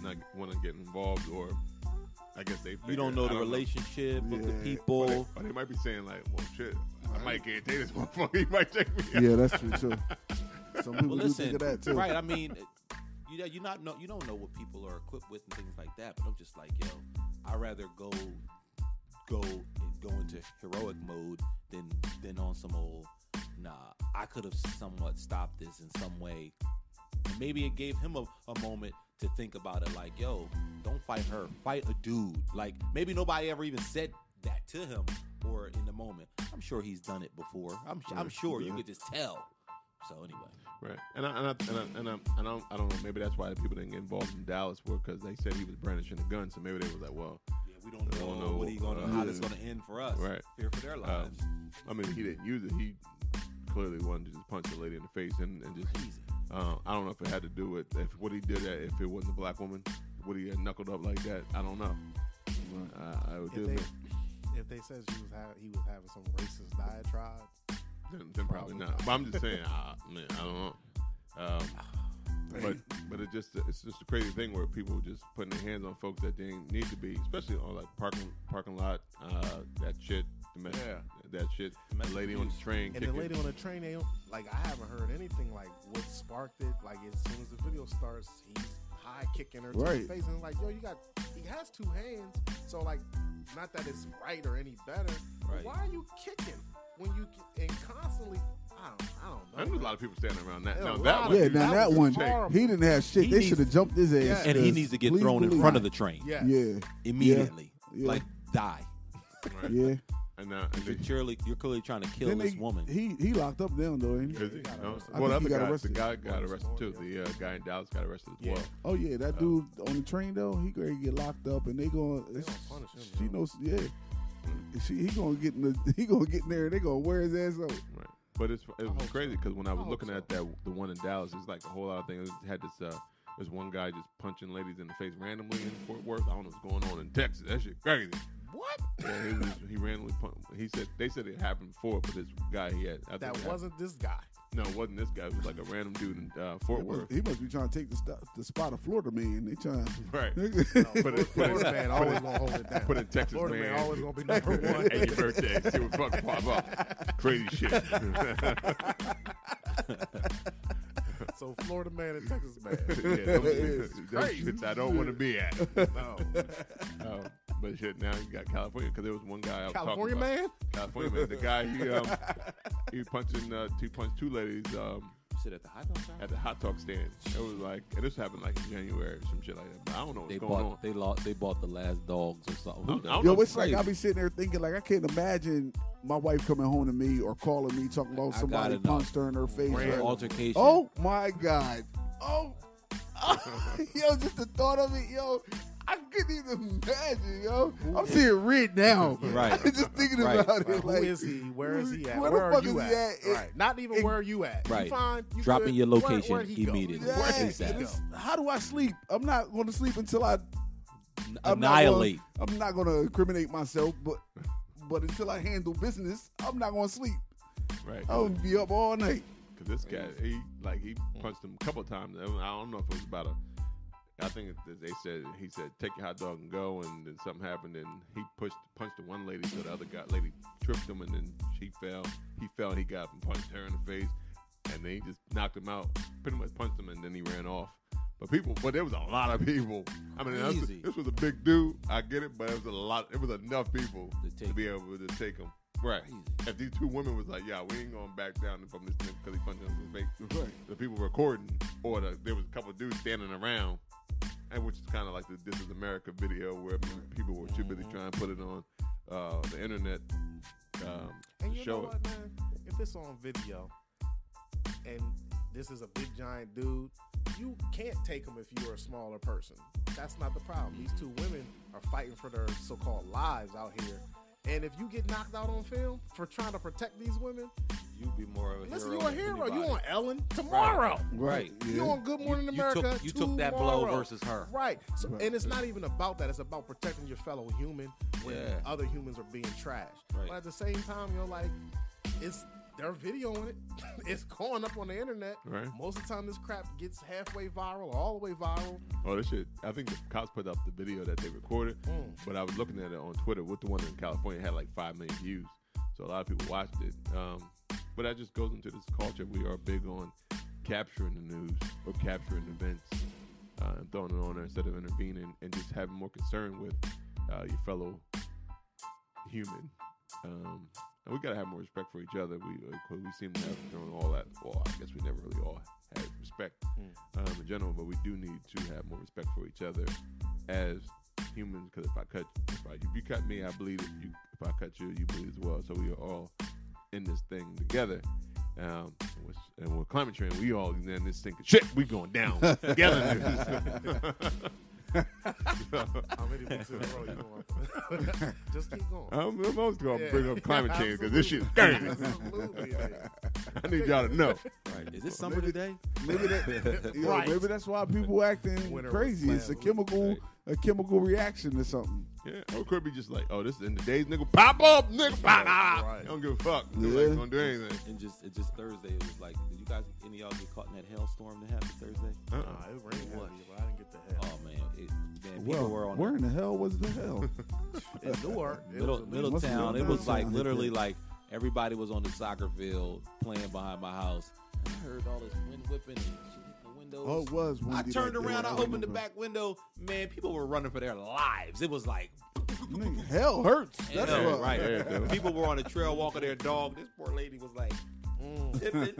Speaker 6: not want to get involved, or I guess they
Speaker 3: You
Speaker 6: figure-
Speaker 3: don't know
Speaker 6: uh, I
Speaker 3: the relationship of the
Speaker 2: Yeah.
Speaker 6: Or
Speaker 3: people.
Speaker 6: they, or they might be saying like, "Well, shit, I might get take this motherfucker. [LAUGHS] He might take me." out."
Speaker 2: Yeah, that's true too.
Speaker 3: [LAUGHS]
Speaker 2: Some people
Speaker 3: Well,
Speaker 2: do think
Speaker 3: listen,
Speaker 2: of that too.
Speaker 3: right? I mean, you you not know you don't know what people are equipped with and things like that. But I'm just like, yo, I would rather go go and go into heroic mode than than on some old. Nah, I could have somewhat stopped this in some way. And maybe it gave him a, a moment to think about it. Like, yo, don't fight her. Fight a dude. Like, maybe nobody ever even said that to him or in the moment. I'm sure he's done it before. I'm I'm sure you could just tell. So anyway.
Speaker 6: Right, and I and I and I and, I, and I, don't, I don't know. Maybe that's why the people didn't get involved in Dallas were because they said he was brandishing a gun. So maybe they was like, "Well,
Speaker 3: Yeah, we don't
Speaker 6: I
Speaker 3: know,
Speaker 6: don't know
Speaker 3: what he gonna
Speaker 6: uh,
Speaker 3: how this gonna end for us.
Speaker 6: Right.
Speaker 3: Fear for their lives.
Speaker 6: um, I mean, he didn't use it. He clearly wanted to just punch the lady in the face and, and just
Speaker 3: Crazy.
Speaker 6: Uh, I don't know if it had to do with if what he did. That if it wasn't a black woman, would he have knuckled up like that? I don't know. Uh, I would
Speaker 4: If
Speaker 6: do it.
Speaker 4: they, if they said she was ha- he was having some racist diatribe,
Speaker 6: Then, then probably not. But I'm just saying. I, man, I don't know. Um, but but it just it's just a crazy thing where people just putting their hands on folks that they didn't need to be, especially on like parking parking lot uh, that shit. Domestic,
Speaker 4: Yeah.
Speaker 6: that shit. The lady on the train.
Speaker 4: and
Speaker 6: kicking.
Speaker 4: the lady on the train, they don't- like I haven't heard anything like what sparked it. Like as soon as the video starts, he's high kicking her to
Speaker 2: Right.
Speaker 4: the face, and it's like yo, you got he has two hands, so like not that it's right or any better. but
Speaker 3: Right.
Speaker 4: Why are you kicking when you ki- and constantly? I don't, I don't know.
Speaker 6: I knew a
Speaker 4: man.
Speaker 6: lot of people standing around that.
Speaker 4: Yeah,
Speaker 6: Now
Speaker 4: a
Speaker 6: that
Speaker 4: lot
Speaker 6: one,
Speaker 4: of
Speaker 2: yeah,
Speaker 6: dude,
Speaker 4: people.
Speaker 2: now
Speaker 4: That
Speaker 2: that,
Speaker 4: was
Speaker 2: one,
Speaker 6: horrible.
Speaker 2: he didn't have shit.
Speaker 3: He
Speaker 2: they
Speaker 3: needs-
Speaker 2: should have jumped his ass.
Speaker 4: Yeah.
Speaker 3: And he needs to get
Speaker 2: Please
Speaker 3: thrown
Speaker 2: [LAUGHS]
Speaker 3: in
Speaker 2: believe
Speaker 3: front of
Speaker 2: me.
Speaker 3: the train
Speaker 4: Yes.
Speaker 2: Yeah,
Speaker 3: immediately.
Speaker 2: Yeah.
Speaker 3: Like die.
Speaker 6: Right.
Speaker 2: yeah.
Speaker 6: And And uh,
Speaker 3: You're clearly, you're clearly trying to [LAUGHS] kill
Speaker 2: Then
Speaker 3: this
Speaker 2: they-
Speaker 3: woman.
Speaker 2: He he locked up down though, ain't he?
Speaker 6: Is he? No.
Speaker 2: I
Speaker 6: Well, the
Speaker 2: think he got
Speaker 6: other guy, the
Speaker 2: arrested.
Speaker 6: guy got arrested too. The uh, guy in Dallas got arrested as well.
Speaker 2: Oh yeah, that dude on the train though, he gonna get locked up, and they going. to
Speaker 5: punish him,
Speaker 2: She knows, yeah. She he gonna get in the [LAUGHS] he gonna get in there. They gonna wear his ass out.
Speaker 6: Right. But it's it was crazy because when I was
Speaker 5: hope
Speaker 6: looking
Speaker 5: so.
Speaker 6: at that the one in Dallas, it's like a whole lot of things. It had this uh, there's one guy just punching ladies in the face randomly in Fort Worth. I don't know what's going on in Texas. That shit crazy. What? Yeah, he, was, he randomly punched. He said they said it happened before, but this guy he had I think it
Speaker 5: That
Speaker 6: happened-
Speaker 5: wasn't this
Speaker 6: [LAUGHS]
Speaker 5: guy.
Speaker 6: no, it wasn't this guy. It was like a random dude in uh, Fort
Speaker 2: He must,
Speaker 5: [LAUGHS]
Speaker 6: Worth.
Speaker 2: he must be trying to take the, st- the spot of Florida man. They trying.
Speaker 6: Right.
Speaker 2: Right.
Speaker 6: Put it, put
Speaker 5: Florida
Speaker 6: it, [LAUGHS]
Speaker 5: man always gonna hold it down.
Speaker 6: put it Texas
Speaker 5: Florida man
Speaker 6: man. [LAUGHS]
Speaker 5: always gonna be number one.
Speaker 6: and your birthday. See what fucking pop up. Crazy shit. [LAUGHS]
Speaker 5: So Florida man and Texas [LAUGHS] man. [LAUGHS]
Speaker 6: yeah, those, those shits I don't want to be at.
Speaker 5: No.
Speaker 6: Um, but shit, now you got California because there was one guy. I was talking
Speaker 5: California
Speaker 6: about-
Speaker 5: man?
Speaker 6: California man. The guy he um, he was punching uh, two punched two ladies um,
Speaker 3: You sit at the high top
Speaker 6: at the hot dog stand. It was like, and this happened like in January or some shit like that. But I don't know what's
Speaker 3: They
Speaker 6: going
Speaker 3: bought,
Speaker 6: on.
Speaker 3: they lost, they bought the last dogs or something.
Speaker 6: I
Speaker 3: Who
Speaker 6: don't-
Speaker 3: knows?
Speaker 6: I don't know.
Speaker 2: Yo, it's like
Speaker 3: Crazy.
Speaker 2: I be sitting there thinking like I can't imagine my wife coming home to me or calling me talking about
Speaker 3: I
Speaker 2: somebody
Speaker 3: got enough.
Speaker 2: punched her in her face. Like,
Speaker 3: Random altercation.
Speaker 2: Oh my god. Oh, [LAUGHS] yo, just the thought of it, yo. I couldn't even imagine, yo. I'm seeing red now. [LAUGHS]
Speaker 3: Right.
Speaker 2: I'm just thinking
Speaker 3: Right.
Speaker 2: about
Speaker 5: Like,
Speaker 2: it. Like,
Speaker 5: who is he? Where is he at?
Speaker 2: where
Speaker 5: Where,
Speaker 2: the
Speaker 5: are
Speaker 2: fuck
Speaker 5: you
Speaker 2: is
Speaker 5: at?
Speaker 2: he at? It-
Speaker 5: right. Not even
Speaker 2: it-
Speaker 5: where are you at.
Speaker 3: Right.
Speaker 5: You fine. You
Speaker 3: Dropping
Speaker 5: good.
Speaker 3: your
Speaker 5: Where-
Speaker 3: location
Speaker 5: where'd he go?
Speaker 3: immediately.
Speaker 5: Where'd he
Speaker 2: Yeah,
Speaker 5: go?
Speaker 2: it's- how do I sleep? I'm not going to sleep until I I'm not gonna-
Speaker 3: annihilate.
Speaker 2: I'm not going to incriminate myself, but but until I handle business, I'm not going to sleep.
Speaker 6: right.
Speaker 2: I'm going to be up all night.
Speaker 6: Cause this guy, he like he punched him a couple times. I don't- I don't know if it was about a. I think it, they said he said take your hot dog and go, and then something happened, and he pushed punched the one lady, so the other guy lady tripped him, and then she fell. He fell, and he got up and punched her in the face, and then he just knocked him out, pretty much punched him, and then he ran off. But people, but there was a lot of people. I mean, this was,
Speaker 3: Crazy.
Speaker 6: this was a big dude. I get it, but it was a lot. It was enough people
Speaker 3: To
Speaker 6: to,
Speaker 3: take
Speaker 6: be able to take him. Right.
Speaker 3: Crazy.
Speaker 6: If these two women was like, "Yeah, we ain't going back down from this nigga because he punched us in the face," the people recording, or the, there was a couple dudes standing around, and which is kind of like the "This Is America" video where people were too busy trying to put it on uh, the internet um,
Speaker 5: And
Speaker 6: to
Speaker 5: you know
Speaker 6: show it.
Speaker 5: what, man? If it's on video and this is a big giant dude, you can't take him if you're a smaller person. That's not the problem. These two women are fighting for their so-called lives out here. And if you get knocked out on film for trying to protect these women,
Speaker 3: You be more of a
Speaker 5: listen,
Speaker 3: hero
Speaker 5: you're a
Speaker 3: than
Speaker 5: hero.
Speaker 3: anybody.
Speaker 5: You on Ellen tomorrow.
Speaker 3: Right.
Speaker 5: You on Good Morning
Speaker 3: you took-
Speaker 5: America?
Speaker 3: you took that blow
Speaker 5: tomorrow.
Speaker 3: versus her.
Speaker 5: Right. So, and it's not even about that. It's about protecting your fellow human when
Speaker 3: Yeah.
Speaker 5: other humans are being trashed.
Speaker 3: Right.
Speaker 5: But at the same time, you're like, it's they're videoing it. [LAUGHS] it's going up on the internet.
Speaker 6: Right.
Speaker 5: Most of the time, this crap gets halfway viral, all the way viral.
Speaker 6: Oh, this shit! I think the cops put up the video that they recorded, but I was looking at it on Twitter. With the one in California had like five million views, so a lot of people watched it. Um, but that just goes into this culture we are big on capturing the news or capturing events uh, and throwing it on there instead of intervening and just having more concern with uh, your fellow human. Um, and we gotta have more respect for each other. We uh, 'cause we seem to have thrown all that. Well, I guess we never really all had respect um, in general, but we do need to have more respect for each other as humans. Because if I cut, if, I, if you cut me, I bleed. If you, if I cut you, you bleed as well. So we are all in this thing together. Um, which, and with climate change, we all in this thing. Shit, we going down
Speaker 3: [LAUGHS]
Speaker 6: [LAUGHS] together. So-
Speaker 5: How many weeks in a row you going? [LAUGHS] Just keep going.
Speaker 6: I'm, I'm always gonna
Speaker 5: Yeah.
Speaker 6: bring up climate change because this shit is
Speaker 5: Absolutely.
Speaker 6: crazy.
Speaker 5: Absolutely.
Speaker 6: [LAUGHS] I need y'all to know.
Speaker 3: Right. Is this summer today?
Speaker 2: Maybe, that, yo,
Speaker 5: Right.
Speaker 2: maybe that's why people acting
Speaker 5: Winter
Speaker 2: crazy. It's
Speaker 5: was
Speaker 2: a
Speaker 5: planned.
Speaker 2: chemical, a chemical reaction to something.
Speaker 6: Yeah, or it could be just like, oh, this is in the days, nigga, pop up, nigga, pop up.
Speaker 5: Right.
Speaker 6: I don't give a fuck. Nigga,
Speaker 2: Yeah.
Speaker 6: like, don't do anything.
Speaker 3: And just it just Thursday. It was like, did you guys any of y'all get caught in that hailstorm that happened Thursday?
Speaker 6: Uh-uh.
Speaker 5: Nah, it rained heavy, but I didn't get the hell.
Speaker 3: Oh man, it, man people
Speaker 2: Well,
Speaker 3: were on
Speaker 2: where
Speaker 3: their
Speaker 2: in the hell was the hell?
Speaker 5: In Newark, it was
Speaker 3: Uh, middle
Speaker 5: at
Speaker 3: middle
Speaker 2: must be
Speaker 3: town. It
Speaker 2: downtown.
Speaker 3: was like
Speaker 2: Downtown.
Speaker 3: literally like everybody was on the soccer field playing behind my house. And I heard all this wind whipping and shit hit the windows.
Speaker 2: Oh, it was.
Speaker 3: I
Speaker 2: windy
Speaker 3: turned
Speaker 2: that day.
Speaker 3: around, I opened
Speaker 2: remember.
Speaker 3: the back window. Man, people were running for their lives. It was like,
Speaker 2: Nigga, hell hurts. That's
Speaker 3: hell,
Speaker 2: what.
Speaker 3: right.
Speaker 6: Yeah, dude.
Speaker 3: People were on the trail walking their dog. This poor lady was like, mm, [LAUGHS] tipping.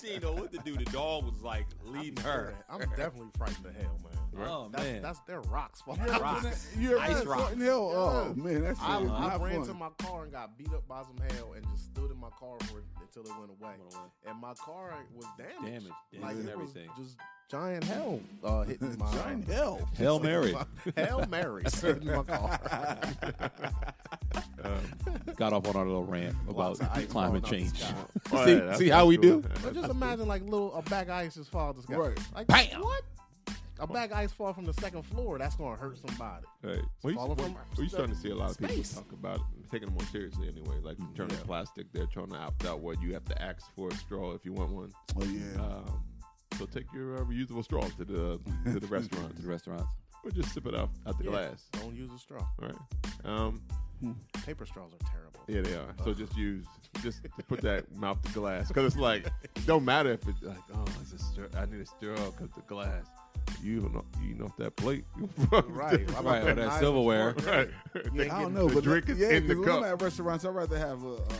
Speaker 3: she didn't know what to do. The dog was like leading her.
Speaker 5: I'm definitely frightened of hell, man.
Speaker 3: [LAUGHS]
Speaker 6: Right.
Speaker 3: Oh
Speaker 5: That's,
Speaker 3: man,
Speaker 5: that's their rocks. falling
Speaker 3: Yeah,
Speaker 5: [LAUGHS] out.
Speaker 3: Rocks.
Speaker 2: You ever
Speaker 3: Ice
Speaker 2: been
Speaker 3: rock.
Speaker 2: in hell? Oh
Speaker 5: Yeah.
Speaker 2: man, that's
Speaker 5: I,
Speaker 2: not
Speaker 5: I ran
Speaker 2: fun.
Speaker 5: to my car and got beat up by some hail and just stood in my car for it until it went away.
Speaker 3: Went away.
Speaker 5: And my car was damaged.
Speaker 3: Damaged. Damaged
Speaker 5: Like
Speaker 3: and
Speaker 5: it was
Speaker 3: everything.
Speaker 5: just giant hail
Speaker 3: [LAUGHS]
Speaker 5: uh, hitting my [LAUGHS]
Speaker 2: Giant hell.
Speaker 3: Hail Mary.
Speaker 5: Hail
Speaker 3: [LAUGHS]
Speaker 5: Marys hitting my car.
Speaker 3: Got off on our little rant about
Speaker 5: Lots of ice
Speaker 3: climate
Speaker 5: falling out
Speaker 3: change.
Speaker 5: the
Speaker 3: [LAUGHS]
Speaker 5: sky.
Speaker 6: Oh,
Speaker 3: see,
Speaker 6: yeah, that's
Speaker 3: see how we
Speaker 6: cool.
Speaker 3: do?
Speaker 5: But just imagine like little a bag of ice just fall out the sky.
Speaker 2: Right.
Speaker 5: Like
Speaker 3: Bam!
Speaker 5: what? A bag of ice fall from the second floor. That's gonna hurt somebody.
Speaker 6: Right. Well, you,
Speaker 5: Follow
Speaker 6: well,
Speaker 5: from
Speaker 6: well, you starting to see a lot of people
Speaker 5: space. Mm,
Speaker 6: talk about it, taking it more seriously anyway. Like in terms of plastic, they're trying to opt out where you have to ask for a straw if you want one.
Speaker 2: Oh yeah.
Speaker 6: Um, so take your uh, reusable straw to the to
Speaker 5: [LAUGHS]
Speaker 6: the restaurant,
Speaker 3: To the restaurants.
Speaker 6: or just sip it out out the
Speaker 5: Yeah.
Speaker 6: glass.
Speaker 5: Don't use a straw.
Speaker 6: All right. Um,
Speaker 5: Paper straws are
Speaker 3: [LAUGHS]
Speaker 5: terrible.
Speaker 6: yeah, they are. So just use just to put that [LAUGHS] mouth to glass because it's like it don't matter if it's like oh it's a straw. I need a straw because the glass. You even know, you know that plate. [LAUGHS]
Speaker 5: Right. I'm
Speaker 3: Right, or that
Speaker 5: putting knives
Speaker 3: silverware.
Speaker 6: right.
Speaker 5: You ain't
Speaker 2: I don't
Speaker 5: getting-
Speaker 2: know,
Speaker 6: the
Speaker 2: but
Speaker 6: drink is
Speaker 2: yeah,
Speaker 6: in the
Speaker 2: 'cause
Speaker 6: cup.
Speaker 2: When I'm at restaurants, I'd rather have a, uh,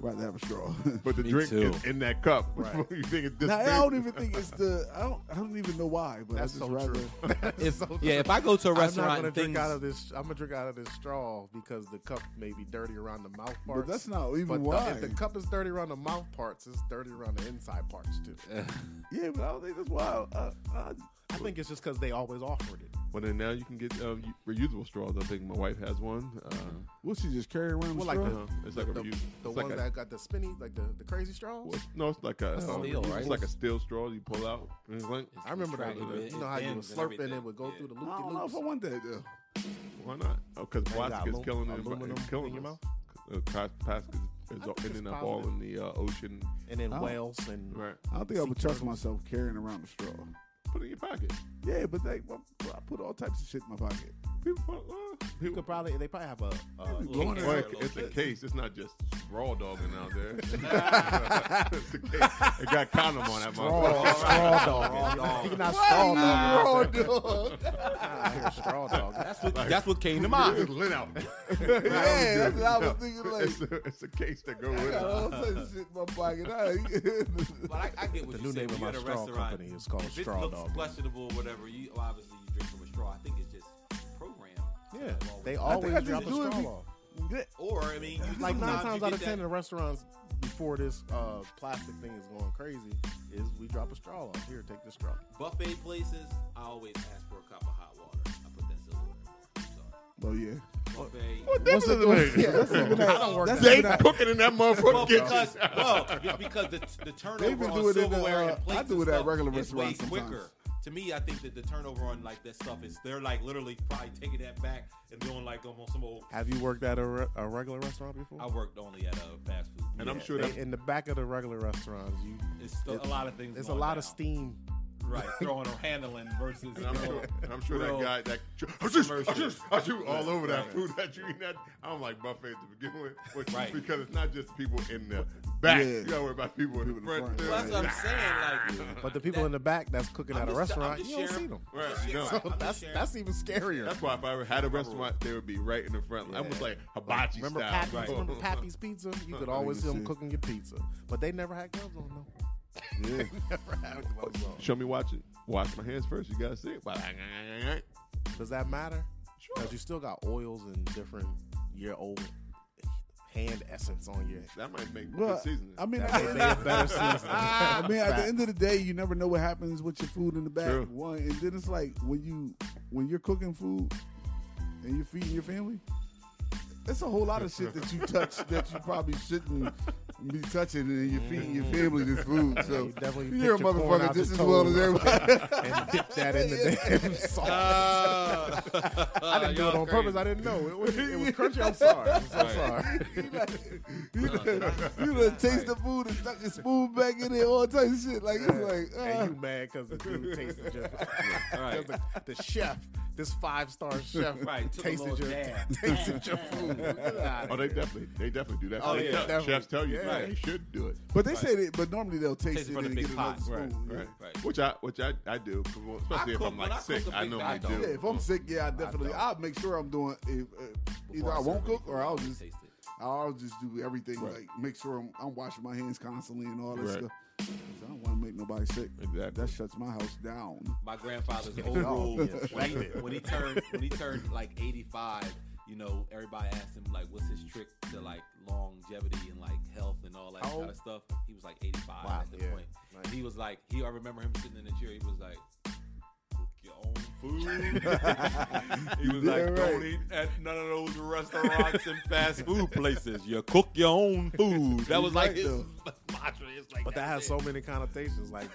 Speaker 2: rather have a straw. [LAUGHS]
Speaker 6: But the
Speaker 3: Me
Speaker 6: drink
Speaker 3: too.
Speaker 6: is in that cup. [LAUGHS]
Speaker 5: Right.
Speaker 6: you think it's
Speaker 2: now,
Speaker 6: this
Speaker 2: I
Speaker 6: big.
Speaker 2: don't even think it's the. I don't. I don't even know why, but
Speaker 5: That's
Speaker 2: I just
Speaker 5: so
Speaker 2: rather.
Speaker 5: [LAUGHS]
Speaker 3: [LAUGHS]
Speaker 5: true.
Speaker 3: If,
Speaker 5: So
Speaker 3: yeah, if I go to a
Speaker 5: I'm not
Speaker 3: restaurant
Speaker 5: gonna
Speaker 3: and
Speaker 5: drink
Speaker 3: things,
Speaker 5: out of this. I'm gonna drink out of this straw because the cup may be dirty around the mouth
Speaker 2: But
Speaker 5: parts.
Speaker 2: that's not even
Speaker 5: But the-
Speaker 2: why.
Speaker 5: if the cup is dirty around the mouth parts, it's dirty around the inside parts too.
Speaker 2: yeah, but I don't think that's why. I, I, I,
Speaker 5: I think it's just because they always offered it.
Speaker 6: Well, then now you can get um, u- reusable straws. I think my wife has one. Uh,
Speaker 2: will she just carry around
Speaker 5: Well,
Speaker 2: a
Speaker 5: like
Speaker 2: straw?
Speaker 5: the,
Speaker 6: uh-huh. It's like a
Speaker 5: the,
Speaker 6: reus-
Speaker 5: the
Speaker 6: it's
Speaker 5: ones
Speaker 6: like a-
Speaker 5: that got the spinny, like the, the crazy straws.
Speaker 6: Well, no, it's like a
Speaker 3: That's
Speaker 6: um,
Speaker 3: steel, right?
Speaker 6: It's like a steel straw you pull out. and it's like,
Speaker 5: I remember that.
Speaker 3: Right, it-
Speaker 5: you know
Speaker 3: it
Speaker 5: how you would
Speaker 3: bends and
Speaker 5: slurp and
Speaker 3: everything.
Speaker 5: it would go
Speaker 3: Yeah.
Speaker 5: through the
Speaker 2: I don't know if I
Speaker 5: loop
Speaker 2: want that. Though.
Speaker 6: Why not? Oh, because
Speaker 5: got
Speaker 6: plastic is
Speaker 5: alum-
Speaker 6: killing the envi-
Speaker 5: aluminum
Speaker 6: it's killing
Speaker 5: in your
Speaker 6: us. Uh, plas- plastic is,
Speaker 5: I
Speaker 6: all,
Speaker 5: think
Speaker 6: ending
Speaker 5: it's
Speaker 6: up all in
Speaker 5: positive.
Speaker 6: the uh, ocean.
Speaker 5: and then
Speaker 2: Oh.
Speaker 5: whales and
Speaker 6: Right.
Speaker 2: I don't think I would trust myself carrying around a straw.
Speaker 6: Put it in your pocket.
Speaker 2: Yeah, but they, I put all types of shit in my pocket.
Speaker 6: [LAUGHS] People, put- uh,
Speaker 5: you
Speaker 6: people
Speaker 5: could probably they probably have a, a
Speaker 2: Maybe blowing
Speaker 6: Well,
Speaker 2: Yeah,
Speaker 6: it- it's a case. It's not just raw dogging out
Speaker 5: [LAUGHS]
Speaker 6: there. [LAUGHS] it's a case. It got condom on that
Speaker 5: straw,
Speaker 6: motherfucker.
Speaker 5: straw dog. You're not straw dog. Straw dog. I hear straw dog. That's what
Speaker 3: that's what came to [LAUGHS]
Speaker 6: It
Speaker 3: mind.
Speaker 6: just lit out.
Speaker 2: yeah, that's what I was
Speaker 6: No,
Speaker 2: thinking. Like,
Speaker 6: it's, a, it's a case that go with
Speaker 2: I got
Speaker 6: it.
Speaker 2: all types of shit in my pocket. I
Speaker 6: [LAUGHS]
Speaker 2: ain't- [LAUGHS]
Speaker 3: But I, I get
Speaker 5: The
Speaker 3: what
Speaker 5: new
Speaker 3: you say.
Speaker 5: name
Speaker 3: When you're
Speaker 5: of my
Speaker 3: at a
Speaker 5: straw
Speaker 3: restaurant,
Speaker 5: company is called
Speaker 3: if it
Speaker 5: Straw
Speaker 3: looks
Speaker 5: Dog.
Speaker 3: questionable, or whatever, you obviously you drink from a straw. I think it's just programmed. to
Speaker 5: Yeah,
Speaker 3: have all
Speaker 5: they
Speaker 3: this-
Speaker 2: I
Speaker 5: always
Speaker 2: think I
Speaker 5: drop
Speaker 2: just
Speaker 5: a
Speaker 2: do it.
Speaker 5: straw
Speaker 2: be-
Speaker 5: off.
Speaker 2: Yeah.
Speaker 3: Or I mean, you
Speaker 5: Like nine
Speaker 3: sometimes you
Speaker 5: times
Speaker 3: get
Speaker 5: out of ten,
Speaker 3: that-
Speaker 5: the restaurants before this uh, plastic thing is going crazy is we drop a straw off. Here, take the straw.
Speaker 3: buffet places, I always ask for a cup of hot water. I put that silverware. in there.
Speaker 2: Oh yeah.
Speaker 3: So buffet.
Speaker 2: What's
Speaker 6: Different
Speaker 2: the-
Speaker 6: way.
Speaker 2: yeah, that's even
Speaker 5: I don't work
Speaker 2: that's
Speaker 5: that
Speaker 6: They
Speaker 2: even-
Speaker 6: cooking in that
Speaker 3: Well,
Speaker 6: motherfucker kitchen.
Speaker 3: because well, it's because the, the
Speaker 2: They
Speaker 3: turnover
Speaker 2: been
Speaker 3: on
Speaker 2: doing it in,
Speaker 3: silverware
Speaker 2: uh,
Speaker 3: and plates
Speaker 2: I do
Speaker 3: and
Speaker 2: it at
Speaker 3: stuff
Speaker 2: regular
Speaker 3: is way
Speaker 2: restaurants sometimes.
Speaker 3: quicker. To me, I think that the turnover on like that stuff is they're like literally probably taking that back and doing like almost some old.
Speaker 5: Have you worked at a, re- a regular restaurant before?
Speaker 3: I worked only at a fast food,
Speaker 6: And I'm
Speaker 3: Yeah.
Speaker 6: sure
Speaker 5: They-
Speaker 6: that
Speaker 5: in the back of the regular restaurants, you
Speaker 3: it's still, a lot of things.
Speaker 5: there's a
Speaker 3: going
Speaker 5: lot
Speaker 3: down.
Speaker 5: of steam. [LAUGHS]
Speaker 3: right? Throwing or handling versus.
Speaker 6: And I'm
Speaker 3: you know,
Speaker 6: sure, and I'm sure
Speaker 3: real-
Speaker 6: that guy that I just, I
Speaker 3: Commercial.
Speaker 6: just, I just all over that
Speaker 3: Right.
Speaker 6: food that you eat. That I don't like buffets to begin with, but-
Speaker 3: Right.
Speaker 6: Because it's not just people in the back.
Speaker 2: Yeah.
Speaker 6: You gotta worry about people in the
Speaker 2: People in the front.
Speaker 6: front. too.
Speaker 3: Well, that's what I'm saying. Like,
Speaker 5: But the people
Speaker 3: that-
Speaker 5: in the back that's cooking
Speaker 3: I'm
Speaker 5: at a
Speaker 3: just- I'm
Speaker 5: restaurant,
Speaker 3: just
Speaker 5: you don't see
Speaker 3: sharing.
Speaker 5: them. [LAUGHS]
Speaker 6: Right,
Speaker 3: Yeah,
Speaker 6: no.
Speaker 3: right. I'm just
Speaker 5: That's
Speaker 3: sharing.
Speaker 5: that's even scarier.
Speaker 6: That's why if I ever had a restaurant, they would be right in the front. I was
Speaker 5: Yeah.
Speaker 6: like hibachi
Speaker 5: remember
Speaker 6: style.
Speaker 5: Pappy's,
Speaker 6: Right.
Speaker 5: remember Pappy's Pizza? You could always see them cooking your pizza, but they never had gloves on them. [LAUGHS] never had gloves on.
Speaker 6: [LAUGHS] Show me watch it. Wash my hands first. You gotta see it. Sure.
Speaker 5: Does that matter? Because you still got oils and different year old hand essence on your. [LAUGHS]
Speaker 6: That might make good
Speaker 2: Well,
Speaker 6: seasoning.
Speaker 2: I mean,
Speaker 5: That
Speaker 2: I-
Speaker 5: may be a better season.
Speaker 2: [LAUGHS] I mean, at the end of the day, you never know what happens with your food in the back.
Speaker 6: True.
Speaker 2: One, and then it's like when you when you're cooking food and you're feeding your family, it's a whole lot of shit that you
Speaker 5: [LAUGHS]
Speaker 2: touch that you probably shouldn't be touching, and you're feeding your family this food.
Speaker 5: [LAUGHS]
Speaker 2: So
Speaker 5: You Mm-hmm. definitely
Speaker 2: you're a
Speaker 5: picked your corn
Speaker 2: motherfucker
Speaker 5: out
Speaker 2: just
Speaker 5: your
Speaker 2: as well as
Speaker 5: toe. [LAUGHS]
Speaker 2: everybody.
Speaker 5: and dip that in the damn [LAUGHS] sauce. I didn't do it on purpose. I didn't know. It was, it was crunchy. I'm sorry. I'm so sorry.
Speaker 2: you like, [LAUGHS] you done, you done taste the food and stuck your spoon back in there, all types of shit. Like it's like, uh,
Speaker 5: and you mad because the dude tasted
Speaker 3: [LAUGHS]
Speaker 5: your.
Speaker 3: Right.
Speaker 5: [LAUGHS] 'cause The, the chef, this five star chef,
Speaker 3: [LAUGHS] Right, took a
Speaker 5: tasted
Speaker 3: little
Speaker 5: your
Speaker 3: dab.
Speaker 5: [LAUGHS] tasted
Speaker 2: [LAUGHS]
Speaker 5: your food. Get outta
Speaker 6: oh, they
Speaker 5: here.
Speaker 6: definitely, they definitely do that.
Speaker 5: Oh,
Speaker 6: They
Speaker 5: yeah,
Speaker 6: tell-
Speaker 5: definitely.
Speaker 6: chefs tell you
Speaker 5: Yeah.
Speaker 6: that they should do it.
Speaker 2: but they say that. But normally they'll taste
Speaker 3: Taste it
Speaker 2: it
Speaker 3: from the
Speaker 2: and
Speaker 3: big
Speaker 2: get another
Speaker 3: pot.
Speaker 6: Right,
Speaker 2: spoon. yeah.
Speaker 6: right,
Speaker 3: Right.
Speaker 6: Which I, which I, I do, 'cause, well, especially
Speaker 3: I
Speaker 6: if
Speaker 3: cook-
Speaker 6: I'm
Speaker 3: when I
Speaker 6: like
Speaker 3: cook
Speaker 6: sick.
Speaker 3: a
Speaker 6: I
Speaker 3: big
Speaker 6: know
Speaker 3: hot
Speaker 6: I
Speaker 3: dog.
Speaker 6: do.
Speaker 2: Yeah, if I'm sick, yeah, I definitely.
Speaker 5: don't.
Speaker 2: I'll make sure I'm doing. If, if either
Speaker 3: Before
Speaker 2: I won't
Speaker 3: serve it,
Speaker 2: cook or I'll just,
Speaker 3: taste it.
Speaker 2: I'll just do everything.
Speaker 6: Right.
Speaker 2: Like make sure I'm, I'm washing my hands constantly and all that
Speaker 6: Right.
Speaker 2: stuff. 'Cause I don't want to make nobody sick.
Speaker 6: Exactly.
Speaker 2: That shuts my house down.
Speaker 3: my grandfather's old rule when, he, when he turned when he turned like 85 you know everybody asked him like what's his trick to like longevity and like health and all that
Speaker 5: How
Speaker 3: kind
Speaker 5: old?
Speaker 3: of stuff he was like 85
Speaker 5: Wow,
Speaker 3: at the
Speaker 5: yeah.
Speaker 3: point
Speaker 5: Nice.
Speaker 3: he was like he i remember him sitting in the chair he was like cook your own
Speaker 5: [LAUGHS]
Speaker 3: food he was
Speaker 2: Yeah,
Speaker 3: like don't
Speaker 2: right.
Speaker 3: eat at none of those restaurants and fast food places you cook your
Speaker 6: [LAUGHS]
Speaker 3: own food that was like
Speaker 2: right,
Speaker 3: his [LAUGHS]
Speaker 2: though.
Speaker 3: mantra It's like,
Speaker 5: But that has
Speaker 3: it.
Speaker 5: so many connotations, like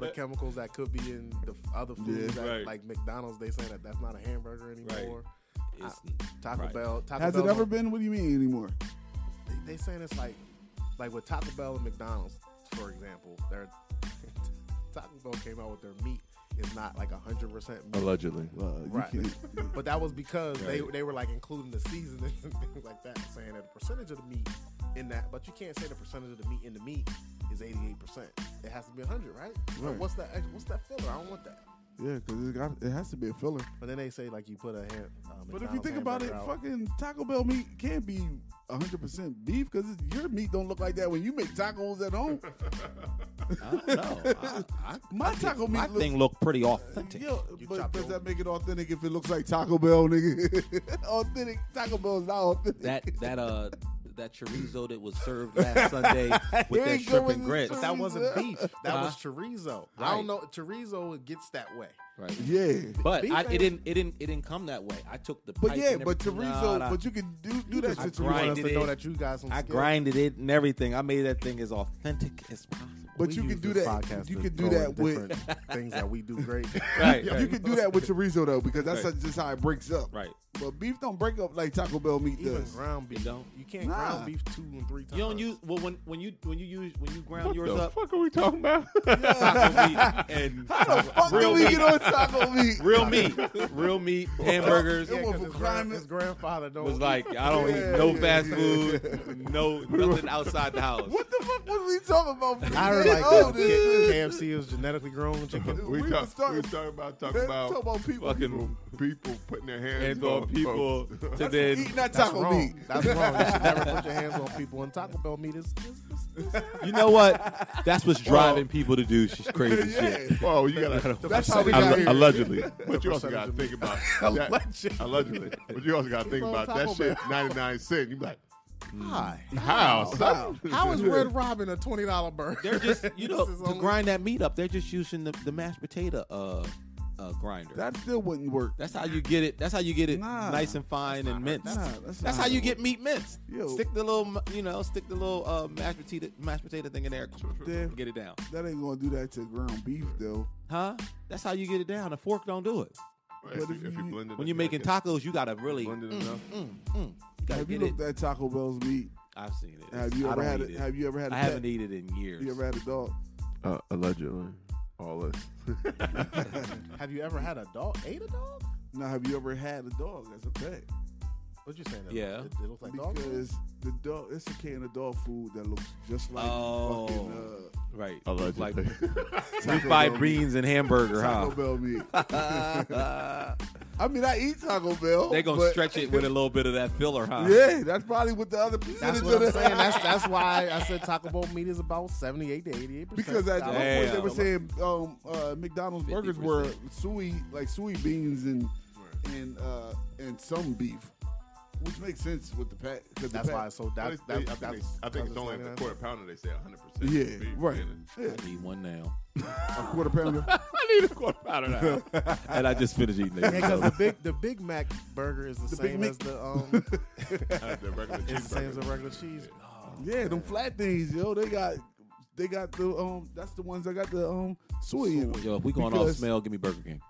Speaker 3: [LAUGHS]
Speaker 5: the chemicals that could be in the f- other foods,
Speaker 3: Yeah.
Speaker 5: that,
Speaker 3: Right.
Speaker 5: like McDonald's. They say that that's not a hamburger anymore.
Speaker 3: It's-
Speaker 5: Taco
Speaker 3: Right.
Speaker 5: Bell, Taco
Speaker 2: Has
Speaker 5: Bell
Speaker 2: it ever been? What do you mean anymore?
Speaker 5: they- They saying it's like, like with Taco Bell and McDonald's, for example. Their [LAUGHS] Taco Bell came out with their meat is not like hundred percent meat.
Speaker 6: Allegedly.
Speaker 2: Well, Uh, you [LAUGHS]
Speaker 5: Right.
Speaker 2: can't.
Speaker 5: But that was because they,
Speaker 3: Right.
Speaker 5: they were like including the seasonings [LAUGHS] and things like that, saying that the percentage of the meat in that, but you can't say the percentage of the meat in the meat is 88%. It has to be 100, right? Like,
Speaker 2: Right.
Speaker 5: what's that ex- What's that filler? I don't want that.
Speaker 2: Yeah, because it got it has to be a filler.
Speaker 5: But then they say, like, you put a hand. Um,
Speaker 2: But if you think about it, fucking Taco Bell meat can't be 100% beef because your meat don't look like that when you make tacos at [LAUGHS] home.
Speaker 3: no,
Speaker 5: [LAUGHS]
Speaker 3: I, I,
Speaker 2: My taco meat
Speaker 3: my
Speaker 2: looks.
Speaker 3: thing looked pretty authentic.
Speaker 2: Yo,
Speaker 5: You
Speaker 2: but
Speaker 5: chop
Speaker 2: does
Speaker 5: your-
Speaker 2: that make it authentic if it looks like Taco Bell, nigga? [LAUGHS] authentic Taco Bell is not authentic.
Speaker 3: that that uh that chorizo that was served
Speaker 5: [LAUGHS]
Speaker 3: last Sunday with
Speaker 2: Here
Speaker 3: that
Speaker 2: he
Speaker 3: shrimp
Speaker 2: go
Speaker 3: and
Speaker 2: with
Speaker 3: grits.
Speaker 2: his
Speaker 5: That wasn't beef.
Speaker 2: [LAUGHS]
Speaker 5: That
Speaker 3: Huh?
Speaker 5: was chorizo. I
Speaker 3: Right.
Speaker 5: don't know. Chorizo it gets that way.
Speaker 3: Right.
Speaker 2: yeah,
Speaker 3: But
Speaker 5: Beef
Speaker 3: I,
Speaker 5: ain't-
Speaker 3: it didn't it didn't it didn't come that way. I took the
Speaker 2: but
Speaker 3: pipe
Speaker 2: yeah,
Speaker 3: and
Speaker 2: but
Speaker 3: everything.
Speaker 2: chorizo,
Speaker 3: Nah, nah.
Speaker 2: but you can do do
Speaker 3: You
Speaker 2: that
Speaker 3: just
Speaker 2: to
Speaker 5: You want us
Speaker 3: grinded
Speaker 2: chorizo.
Speaker 5: to know
Speaker 3: it.
Speaker 5: that you got some
Speaker 3: I
Speaker 5: skill.
Speaker 3: grinded it and everything. I made that thing as authentic as possible.
Speaker 2: But
Speaker 5: We
Speaker 2: you
Speaker 5: use
Speaker 2: can do
Speaker 5: this
Speaker 2: that.
Speaker 5: podcast
Speaker 2: You
Speaker 5: to
Speaker 2: can
Speaker 5: go
Speaker 2: do that
Speaker 5: into
Speaker 2: with. [LAUGHS]
Speaker 5: different things that we do great. [LAUGHS]
Speaker 3: Right,
Speaker 2: You can do that with chorizo though, because that's
Speaker 3: Right.
Speaker 2: just how it breaks up.
Speaker 3: Right.
Speaker 2: But beef don't break up like Taco Bell meat
Speaker 5: Even
Speaker 2: does.
Speaker 5: ground beef.
Speaker 3: You don't.
Speaker 5: You can't
Speaker 2: Nah.
Speaker 5: ground beef two and three times.
Speaker 3: You don't use well when when you when you use when you ground
Speaker 6: What
Speaker 3: yours
Speaker 6: the
Speaker 3: up
Speaker 6: fuck are we talking about?
Speaker 3: taco meat and
Speaker 2: Fuck
Speaker 3: real
Speaker 2: do we
Speaker 3: meat,
Speaker 2: get on
Speaker 5: [LAUGHS]
Speaker 2: taco meat?
Speaker 3: real meat, real [LAUGHS] meat, hamburgers.
Speaker 2: It
Speaker 5: Yeah, 'cause
Speaker 2: was
Speaker 5: his,
Speaker 2: grinding-
Speaker 5: grand, his grandfather don't
Speaker 3: was
Speaker 5: eat-
Speaker 3: like I don't
Speaker 2: Yeah,
Speaker 3: eat no
Speaker 2: yeah,
Speaker 3: [LAUGHS] fast
Speaker 2: yeah.
Speaker 6: [LAUGHS]
Speaker 3: food, no nothing outside the house.
Speaker 2: What the fuck was we talking about?
Speaker 5: [LAUGHS] I
Speaker 2: We
Speaker 5: don't
Speaker 2: didn't know
Speaker 5: like
Speaker 2: this.
Speaker 5: K- KFC is genetically grown chicken.
Speaker 6: we,
Speaker 2: We
Speaker 6: talk,
Speaker 2: was [LAUGHS] talking-
Speaker 6: we talking about talking
Speaker 2: Let's
Speaker 6: about,
Speaker 2: talk about people.
Speaker 6: fucking people putting their hands,
Speaker 3: and on [LAUGHS] people
Speaker 6: folks.
Speaker 3: to then
Speaker 2: Eating that
Speaker 5: That's
Speaker 2: taco
Speaker 5: wrong.
Speaker 2: meat.
Speaker 5: That's wrong. You should never put your hands on people. And Taco Bell meat is. is, is, is
Speaker 3: [LAUGHS] you know what? That's
Speaker 2: [LAUGHS]
Speaker 3: what's driving people to do sh- crazy shit.
Speaker 2: Yeah.
Speaker 6: Whoa, you gotta.
Speaker 2: That's how we
Speaker 6: Alle-
Speaker 2: got here.
Speaker 6: [LAUGHS] Allegedly, but you also
Speaker 5: percentage
Speaker 6: got to
Speaker 5: of
Speaker 6: think about
Speaker 3: [LAUGHS]
Speaker 6: that, [LAUGHS]
Speaker 5: Allegedly.
Speaker 6: allegedly, but you also got to think
Speaker 5: on
Speaker 6: about
Speaker 5: top
Speaker 6: that
Speaker 5: of
Speaker 6: shit.
Speaker 5: it.
Speaker 6: Ninety nine cent. You be like,
Speaker 5: high.
Speaker 6: how? son?
Speaker 5: How is Red Robin a twenty dollar burger?
Speaker 3: They're just you know
Speaker 5: This is
Speaker 3: to
Speaker 5: only-
Speaker 3: grind that meat up. They're just using the, the mashed potato uh, uh grinder.
Speaker 2: That still wouldn't work.
Speaker 3: that's how you get it. That's how you get it
Speaker 2: Nah.
Speaker 3: nice and fine and minced.
Speaker 2: Nah, that's
Speaker 3: That's
Speaker 2: not
Speaker 3: how you
Speaker 2: how it
Speaker 3: get meat minced.
Speaker 2: Yo.
Speaker 3: Stick the little m- you know stick the little uh, mashed potato mashed potato thing in there.
Speaker 2: Yeah.
Speaker 3: Get it down,
Speaker 2: That ain't gonna do that to ground beef though.
Speaker 3: huh? That's how you get it down. A fork don't do it.
Speaker 6: If you, if you blend it,
Speaker 3: When you're
Speaker 6: up,
Speaker 3: making
Speaker 6: like that,
Speaker 3: tacos, you gotta really. mm,
Speaker 6: blend it enough.
Speaker 3: You gotta
Speaker 2: Have you
Speaker 3: get
Speaker 2: looked
Speaker 3: it.
Speaker 2: at Taco Bell's meat?
Speaker 3: I've seen it.
Speaker 2: Have you
Speaker 3: I
Speaker 2: ever
Speaker 3: don't
Speaker 2: had
Speaker 3: eat
Speaker 2: it? Have you ever had? a
Speaker 3: I
Speaker 2: pet?
Speaker 3: haven't eaten it in years.
Speaker 2: You ever had a dog?
Speaker 6: Uh, allegedly, all this.
Speaker 5: Have you ever had a dog? Ate a dog?
Speaker 2: Now, have you ever had a dog as a pet?
Speaker 5: What you saying?
Speaker 3: Yeah.
Speaker 5: It, it looks like dog. food?
Speaker 2: Because the dog, it's a can of dog food that looks just like
Speaker 3: Oh.
Speaker 2: fucking uh,
Speaker 3: Right. Looks
Speaker 6: [LAUGHS]
Speaker 3: like
Speaker 6: Allegedly,
Speaker 2: Taco Bell
Speaker 3: refried
Speaker 2: meat.
Speaker 3: beans and hamburger, huh?
Speaker 2: Taco Bell meat. I mean, I eat Taco Bell.
Speaker 3: They're gonna
Speaker 2: but-
Speaker 3: stretch it with a little bit of that filler, huh?
Speaker 2: Yeah, that's probably what the other percentage [LAUGHS]
Speaker 5: That's what
Speaker 2: of
Speaker 5: I'm
Speaker 2: the-
Speaker 5: saying. That's that's why I said Taco Bell meat is about seventy eight to eighty eight percent.
Speaker 2: Because at one
Speaker 3: Damn.
Speaker 2: point they were saying um, uh, McDonald's burgers were
Speaker 3: 50%.
Speaker 2: suey like suey beans and and uh, and some beef, which makes sense with the pat. 'cause the
Speaker 5: That's
Speaker 2: pat-
Speaker 5: why it's so
Speaker 6: I
Speaker 5: that,
Speaker 6: think
Speaker 5: that,
Speaker 6: they- I
Speaker 5: that's
Speaker 6: think they- I think it's only the
Speaker 5: that's-
Speaker 6: quarter pounder. They say 100. percent
Speaker 2: Yeah, right. Yeah,
Speaker 3: I need one now,
Speaker 2: a quarter pounder.
Speaker 6: I need a quarter pounder now.
Speaker 3: and I just finished
Speaker 2: [LAUGHS]
Speaker 3: eating it.
Speaker 5: Yeah, because the big the Big Mac burger is the,
Speaker 2: The Big
Speaker 5: same
Speaker 2: Mac-
Speaker 5: as
Speaker 2: [LAUGHS]
Speaker 5: the um
Speaker 6: the regular
Speaker 5: is the same as a
Speaker 6: cheeseburger.
Speaker 5: regular
Speaker 3: [LAUGHS]
Speaker 5: cheese.
Speaker 2: yeah, them flat things, yo. They got they got the um. That's the ones that got the um soy in them.
Speaker 3: Yo, if we going off
Speaker 2: Because-
Speaker 3: smell, give me Burger King.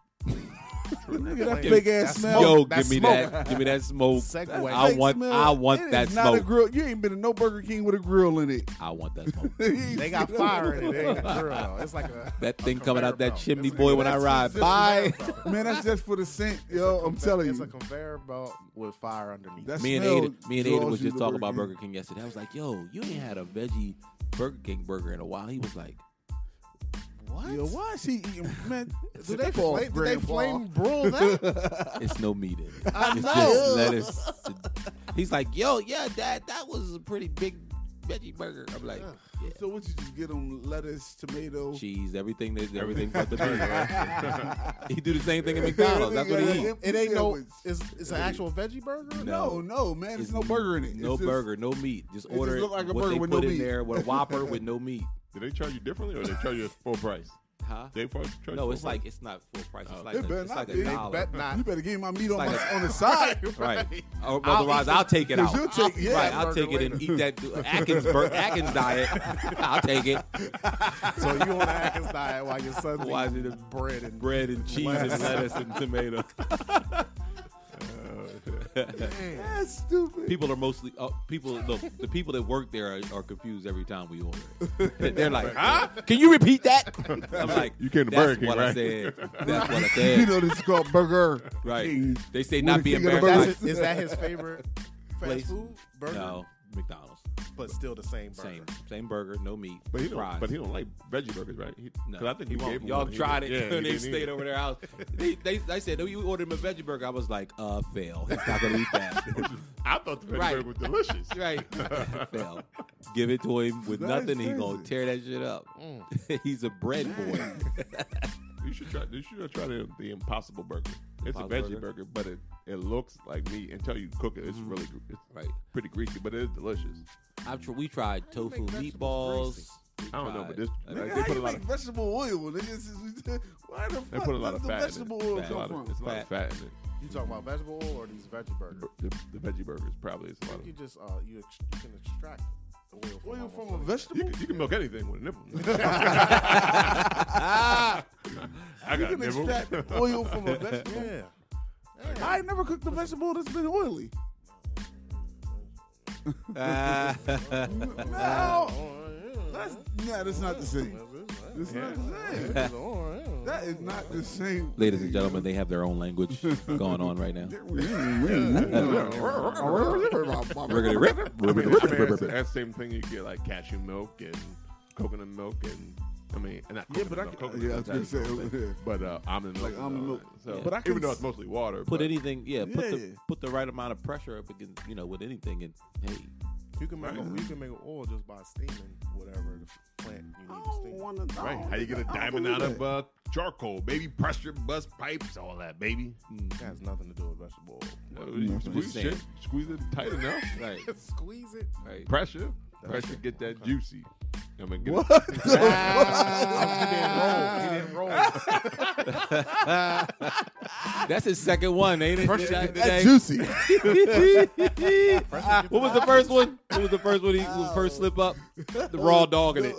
Speaker 2: Nigga, that
Speaker 5: Yo,
Speaker 2: fake ass
Speaker 5: that's
Speaker 2: smell.
Speaker 5: smoke.
Speaker 3: Yo,
Speaker 5: that's
Speaker 3: give me
Speaker 5: smoke.
Speaker 3: that. Give me that smoke.
Speaker 5: Segway.
Speaker 3: I
Speaker 2: Fake
Speaker 3: want.
Speaker 2: smell.
Speaker 3: I want
Speaker 2: It
Speaker 3: that
Speaker 2: is not a
Speaker 3: smoke.
Speaker 2: grill. You ain't been to no Burger King with a grill in it. [LAUGHS]
Speaker 3: I want that smoke.
Speaker 5: They got fire in it. They ain't a grill though. It's like a
Speaker 3: That
Speaker 5: a
Speaker 3: thing coming out
Speaker 5: conveyor
Speaker 3: that
Speaker 5: belt.
Speaker 3: chimney,
Speaker 5: It's a-
Speaker 3: boy, when I
Speaker 2: That's
Speaker 3: ride.
Speaker 2: just-
Speaker 3: Bye.
Speaker 2: Man, that's just for the scent, yo. I'm
Speaker 5: it's a-
Speaker 2: telling
Speaker 5: it's
Speaker 2: you.
Speaker 5: a conveyor belt with fire underneath.
Speaker 2: That's-
Speaker 3: [LAUGHS] Me and
Speaker 2: smell
Speaker 3: Aiden, me and Aiden
Speaker 2: draws
Speaker 3: was
Speaker 2: you
Speaker 3: just
Speaker 2: to
Speaker 3: talking
Speaker 2: Burger
Speaker 3: about
Speaker 2: King.
Speaker 3: Burger King yesterday. I was like, "Yo, you ain't had a veggie Burger King burger in a while." He was like,
Speaker 5: what?
Speaker 2: Yo, why is he eating? [LAUGHS] Man,
Speaker 5: Do they, flame, do they flame
Speaker 2: [LAUGHS]
Speaker 5: broil that?
Speaker 3: "It's no meat in it.
Speaker 5: I
Speaker 3: It's [LAUGHS]
Speaker 5: know.
Speaker 3: just lettuce." He's like, "Yo, yeah, Dad, that was a pretty big veggie burger. I'm like, yeah.
Speaker 2: So what you just get them lettuce, tomato,
Speaker 3: cheese, everything, that- everything but the burger. he do the same thing at McDonald's. That's what he eat.
Speaker 5: It ain't no.
Speaker 2: Sandwich.
Speaker 5: It's it's an actual veggie burger.
Speaker 2: No, no, man, there's no burger in it.
Speaker 3: No
Speaker 2: It's just-
Speaker 3: burger, no meat. Just
Speaker 2: just
Speaker 3: order it.
Speaker 2: look like a
Speaker 3: what
Speaker 2: burger
Speaker 3: they
Speaker 2: with
Speaker 3: put
Speaker 2: no
Speaker 3: in
Speaker 2: meat.
Speaker 3: there with a Whopper with no meat.
Speaker 6: Do they charge you differently, or they charge you full price?
Speaker 3: Huh?
Speaker 6: They charge charge
Speaker 3: No,
Speaker 6: full
Speaker 3: it's
Speaker 6: price?
Speaker 3: like it's not full price. It's like
Speaker 2: It better
Speaker 3: a, it's
Speaker 2: not
Speaker 3: like
Speaker 2: be.
Speaker 3: a
Speaker 2: It
Speaker 3: dollar.
Speaker 5: bet not.
Speaker 2: You better give me my meat on,
Speaker 3: Like
Speaker 2: my,
Speaker 3: a-
Speaker 2: on the side.
Speaker 3: [LAUGHS] Right. Or-
Speaker 5: I'll
Speaker 3: Otherwise,
Speaker 5: eat
Speaker 3: I'll take it
Speaker 2: 'Cause
Speaker 3: out.
Speaker 2: you'll take- yeah.
Speaker 3: right, I'll take it and
Speaker 5: Burger
Speaker 2: [LAUGHS]
Speaker 3: eat that du- Atkins, bur- Atkins diet. [LAUGHS] I'll take it.
Speaker 5: [LAUGHS] So you on the Atkins diet while your son's
Speaker 3: Why
Speaker 5: eating
Speaker 3: is it a-
Speaker 5: bread and
Speaker 3: Bread and cheese and lettuce and tomato.
Speaker 2: That's stupid.
Speaker 6: [LAUGHS]
Speaker 3: People are mostly uh, people. Look, the people that work there are, are confused every time we order. it. They're like, "Huh? Can you repeat that?"
Speaker 6: [LAUGHS]
Speaker 3: I'm like,
Speaker 6: You came to
Speaker 3: "That's
Speaker 6: Burger King,
Speaker 3: what I
Speaker 6: right?" [LAUGHS]
Speaker 3: said. That's what I
Speaker 2: You
Speaker 3: said."
Speaker 2: know this is called Burger
Speaker 3: Right?
Speaker 2: King.
Speaker 3: They say
Speaker 2: We're
Speaker 3: not
Speaker 2: the
Speaker 3: be
Speaker 2: king of the burgers.
Speaker 3: embarrassed. Like,
Speaker 5: That's his- is that his
Speaker 3: [LAUGHS]
Speaker 5: favorite fast
Speaker 3: Place.
Speaker 5: food burger?
Speaker 3: no, McDonald's.
Speaker 5: but still the same burger.
Speaker 3: Same, same burger, no meat,
Speaker 6: But he
Speaker 3: fries.
Speaker 6: don't. But he don't like veggie burgers, right? He,
Speaker 3: No,
Speaker 6: 'cause I think
Speaker 3: he
Speaker 6: you
Speaker 3: won't.
Speaker 6: gave him
Speaker 3: Y'all
Speaker 6: one. He-
Speaker 3: tried it. [LAUGHS]
Speaker 6: yeah, he
Speaker 3: and they
Speaker 6: didn't eat
Speaker 3: stayed
Speaker 6: it.
Speaker 3: over their house. They, they, they said, "No, you ordered him a veggie burger." I was like, "Uh, fail. He's not gonna eat
Speaker 6: [LAUGHS]
Speaker 3: that."
Speaker 6: I thought the veggie
Speaker 3: Right.
Speaker 6: burger
Speaker 3: [LAUGHS]
Speaker 6: was delicious.
Speaker 3: right. fail. Give it to him with
Speaker 2: That
Speaker 3: nothing.
Speaker 2: is
Speaker 3: He gonna
Speaker 2: crazy.
Speaker 3: tear that shit up. [LAUGHS] He's a bread boy.
Speaker 6: You should try. You should try the, the Impossible Burger. It's a
Speaker 3: Impossible
Speaker 6: veggie
Speaker 3: Burger?
Speaker 6: burger, but it, it looks like meat until you cook it. It's really gr- it's
Speaker 3: Right.
Speaker 6: pretty greasy, but it is delicious.
Speaker 3: I've tr- we tried
Speaker 5: How you
Speaker 3: tofu
Speaker 5: make
Speaker 3: meatballs.
Speaker 5: vegetables greasy?
Speaker 3: We
Speaker 6: I don't know,
Speaker 3: tried-
Speaker 6: but this
Speaker 3: I
Speaker 6: like,
Speaker 2: Nigga,
Speaker 6: they
Speaker 2: how
Speaker 6: put a
Speaker 2: you
Speaker 6: lot
Speaker 2: make
Speaker 6: of
Speaker 2: vegetable oil? Nigga, This is- [LAUGHS] where the
Speaker 6: they
Speaker 2: fuck
Speaker 6: put a lot
Speaker 2: does
Speaker 6: of
Speaker 2: the
Speaker 6: fat
Speaker 2: vegetable
Speaker 6: in it.
Speaker 2: oil
Speaker 6: It's a lot
Speaker 2: come
Speaker 6: of-
Speaker 2: from?
Speaker 6: It's a lot of fat in it.
Speaker 5: You talking about vegetable oil or these veggie burgers?
Speaker 6: The, the veggie burgers probably is a
Speaker 5: I think
Speaker 6: lot of.
Speaker 5: you just uh, you, ex- you can extract the oil from,
Speaker 2: Oil
Speaker 5: almost
Speaker 2: from a
Speaker 5: anything.
Speaker 2: vegetable?
Speaker 6: You can, you can milk anything with a nipple. [LAUGHS] I
Speaker 2: You
Speaker 6: got a
Speaker 2: can
Speaker 6: nipple.
Speaker 2: extract oil from a vegetable?
Speaker 5: Yeah.
Speaker 2: I ain't never cooked a vegetable that's been oily. [LAUGHS] No, that's, nah, that's not the same. That's not the same. That is not the same.
Speaker 3: [LAUGHS] Ladies and gentlemen, they have their own language going on
Speaker 2: [LAUGHS]
Speaker 3: right now. [LAUGHS] Riggedy
Speaker 2: Riggedy
Speaker 3: rip,
Speaker 6: I mean,
Speaker 3: riggedy rip, rip,
Speaker 6: it's fair.
Speaker 3: rip,
Speaker 6: It's
Speaker 3: rip.
Speaker 6: that same thing you get like cashew milk and coconut milk and I mean, and not
Speaker 2: Yeah,
Speaker 6: coconut,
Speaker 2: but I
Speaker 6: milk,
Speaker 2: can-
Speaker 6: coconut
Speaker 2: yeah, I
Speaker 6: milk,
Speaker 2: was gonna say, yeah.
Speaker 6: but uh, almond milk,
Speaker 2: Like
Speaker 6: and
Speaker 2: almond
Speaker 6: all
Speaker 2: milk.
Speaker 6: that. So,
Speaker 3: Yeah.
Speaker 6: but
Speaker 2: But
Speaker 6: I
Speaker 2: I
Speaker 6: even
Speaker 2: can
Speaker 6: though
Speaker 2: s-
Speaker 6: it's mostly water,
Speaker 3: Put
Speaker 6: but
Speaker 3: anything, yeah. Put the
Speaker 2: Yeah.
Speaker 3: put the right amount of pressure up against, you know, with anything, and hey,
Speaker 5: You can make
Speaker 6: Right.
Speaker 5: a, you can make an oil just by steaming whatever the plant you need to steam.
Speaker 6: Right? How you get a diamond out of uh, charcoal, baby? Pressure bust pipes, all that, baby.
Speaker 5: It has nothing to do with vegetable oil.
Speaker 6: Well, you
Speaker 2: Nothing.
Speaker 6: squeeze
Speaker 3: Just saying.
Speaker 6: shit, squeeze it tight enough.
Speaker 3: right,
Speaker 5: [LAUGHS] Squeeze it.
Speaker 3: right.
Speaker 6: Pressure, pressure, get that juicy. I mean, get
Speaker 2: What?
Speaker 6: It,
Speaker 5: Roll. He didn't roll.
Speaker 3: That's his second one, ain't it?
Speaker 2: That's
Speaker 3: Today?
Speaker 2: juicy.
Speaker 3: [LAUGHS] what was the first one? What was the first one? He the first slip up. The raw dog in it.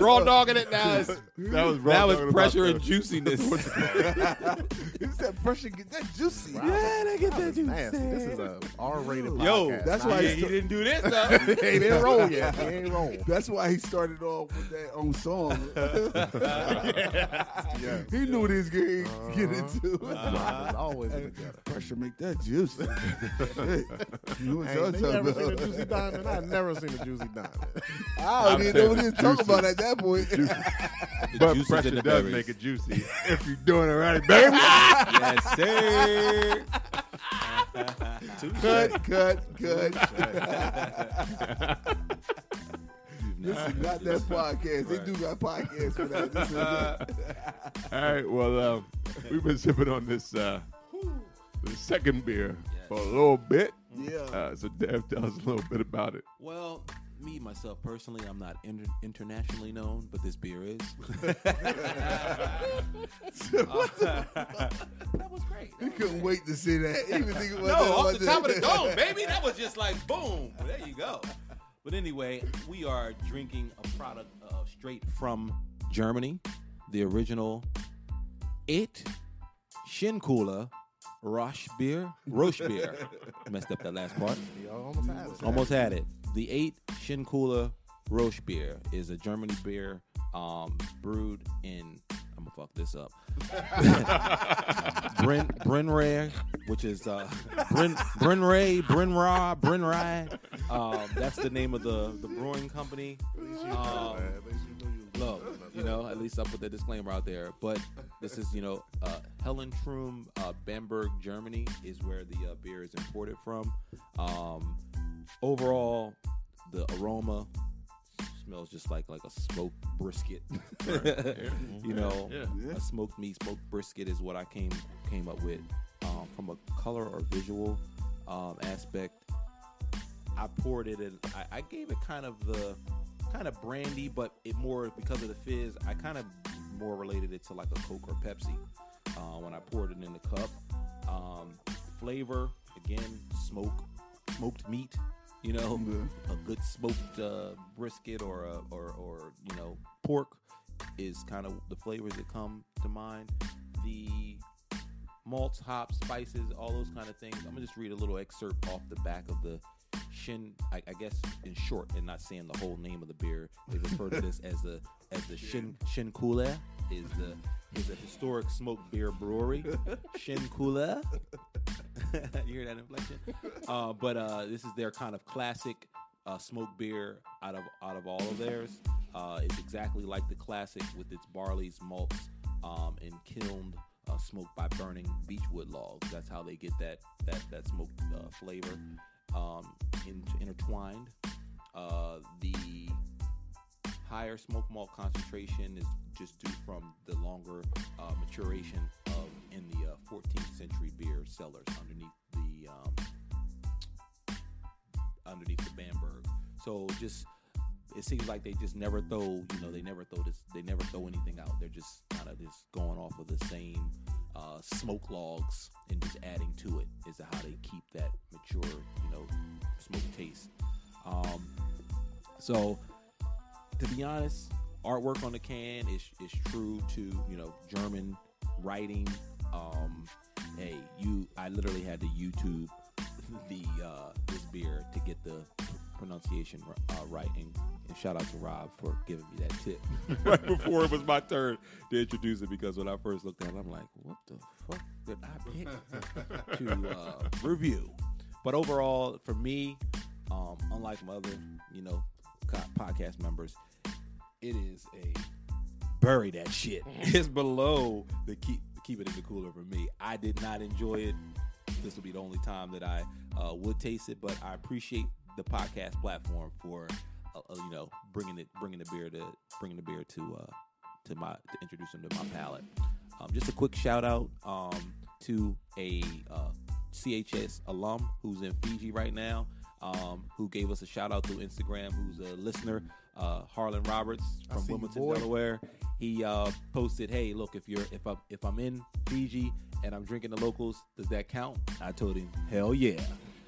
Speaker 3: raw dog in it. Now it's
Speaker 6: that was
Speaker 3: now
Speaker 6: talking
Speaker 3: it's
Speaker 6: about
Speaker 3: pressure
Speaker 6: the-
Speaker 3: and juiciness.
Speaker 2: It's that pressure. Get that juicy.
Speaker 3: yeah, they get that
Speaker 5: This is nasty. This is a R-rated podcast.
Speaker 3: Yo,
Speaker 2: that's
Speaker 5: Nah,
Speaker 2: why
Speaker 3: Yeah,
Speaker 2: it's
Speaker 3: he didn't do this though.
Speaker 5: he ain't
Speaker 3: [LAUGHS]
Speaker 5: even roll yet. He ain't roll.
Speaker 2: That's why he started off with that own
Speaker 3: [LAUGHS]
Speaker 2: song. [LAUGHS] He knew what he was getting
Speaker 3: Uh-huh.
Speaker 2: get into.
Speaker 5: It's always been together.
Speaker 2: Pressure make that
Speaker 3: [LAUGHS]
Speaker 2: juicy. Shit. you know what
Speaker 5: I
Speaker 2: y'all
Speaker 5: ain't
Speaker 2: talking
Speaker 5: never [LAUGHS] seen a
Speaker 2: about?
Speaker 5: juicy diamond. I never seen a juicy diamond.
Speaker 2: I don't even know what he was talking about at that point.
Speaker 6: But
Speaker 3: juices
Speaker 6: pressure
Speaker 3: in the
Speaker 6: does
Speaker 3: berries.
Speaker 6: make it juicy if you're doing it right, baby.
Speaker 3: yes, sir.
Speaker 2: cut, cut, cut. This is not that podcast. They do got podcasts for that. This is
Speaker 6: All right, well, uh, we've been sipping on this uh, the second beer for a little bit.
Speaker 2: Yeah.
Speaker 6: Uh, so Dev, tell us a little bit about it.
Speaker 3: [LAUGHS] Well, me myself personally, I'm not inter- internationally known, but this beer is. [LAUGHS] [LAUGHS] that was great.
Speaker 2: He couldn't wait to see that. He was thinking about
Speaker 3: No,
Speaker 2: that
Speaker 3: off
Speaker 2: about
Speaker 3: the
Speaker 2: that.
Speaker 3: top of the
Speaker 5: [LAUGHS]
Speaker 3: dome, baby. That was just like boom. There you go. But anyway, we are drinking a product uh, straight from Germany, the original it Shinkula Roche beer, Roche
Speaker 5: [LAUGHS]
Speaker 3: beer. Messed up that last part.
Speaker 5: Yo, almost had it.
Speaker 3: Almost had it. The eight Shinkula Roche beer is a Germany beer um, brewed in. I'm gonna fuck this up. Bren Brenray, which is uh, Bren Brenray Brenra Brenrai. Um, that's the name of the the brewing company. Um, Look, you know, at least I'll put that disclaimer out there. But this is, you know, uh, Hellentrum, uh, Bamberg, Germany is where the uh, beer is imported from. Um, overall, the aroma smells just like like a smoked brisket. [LAUGHS] you know,
Speaker 6: Yeah.
Speaker 2: Yeah.
Speaker 3: a smoked meat, smoked brisket is what I came came up with. Um, from a color or visual um, aspect, I poured it in. I, I gave it kind of the kind of brandy, but it more because of the fizz. I kind of more related it to like a Coke or Pepsi uh, when I poured it in the cup. Um, flavor again, smoke, smoked meat. You know, a good smoked uh, brisket or a, or or you know pork is kind of the flavors that come to mind. The malts, hops, spices, all those kind of things. I'm gonna just read a little excerpt off the back of the Shin. I, I guess in short, and not saying the whole name of the beer, they refer to this as the as the Shin Shin Kula is the is a historic smoked beer brewery. Shin Kula. [LAUGHS] you hear that inflection? Uh, but uh, this is their kind of classic uh, smoked beer out of out of all of theirs. Uh, it's exactly like the classic with its barley's malts um, and kilned uh, smoked by burning beechwood logs. That's how they get that that that smoked uh, flavor um, in, intertwined. Uh, the higher smoke malt concentration is just due from the longer uh, maturation of in the uh, 14th century beer cellars underneath the um, underneath the Bamberg. So just it seems like they just never throw, you know, they never throw this, they never throw anything out. They're just kind of just going off of the same uh, smoke logs and just adding to it is how they keep that mature, you know, smoke taste. Um, so to be honest, artwork on the can is is true to you know German writing. Um, hey, you, I literally had to YouTube [LAUGHS] the uh, this beer to get the pronunciation uh, right. And, and shout out to Rob for giving me that tip [LAUGHS] right before it was my turn to introduce it because when I first looked at it, I'm like, what the fuck did I pick to uh, review? But overall, for me, um, unlike my other, you know, co- podcast members, it is a bury that shit. it's below the keep keep it in the cooler for me. I did not enjoy it. This will be the only time that I uh, would taste it, but I appreciate the podcast platform for uh, uh, you know bringing it bringing the beer to bringing the beer to uh, to my to introduce them to my palate. Um, just a quick shout out um, to a uh, CHS alum who's in Fiji right now, um, who gave us a shout out through Instagram. Who's a listener, uh, Harlan Roberts
Speaker 5: I
Speaker 3: from
Speaker 5: see you,
Speaker 3: Wilmington,
Speaker 5: boy.
Speaker 3: Delaware. He uh, posted, "Hey, look, if you're if I'm if I'm in Fiji and I'm drinking the locals, does that count?" I told him, "Hell yeah."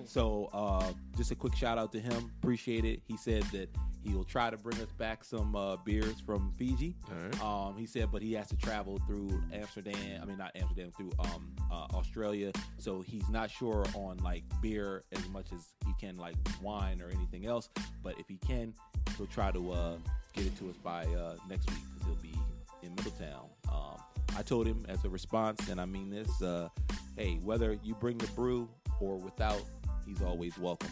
Speaker 3: So uh, just a quick shout out to him. Appreciate it. He said that he'll try to bring us back some uh, beers from Fiji.
Speaker 6: All right.
Speaker 3: Um, he said, but he has to travel through Amsterdam. I mean, not Amsterdam, through um, uh, Australia. So he's not sure on like beer as much as he can like wine or anything else. But if he can, he'll try to uh, get it to us by uh, next week because he'll be in Middletown. Um, I told him as a response, and I mean this: uh, Hey, whether you bring the brew or without, he's always welcome,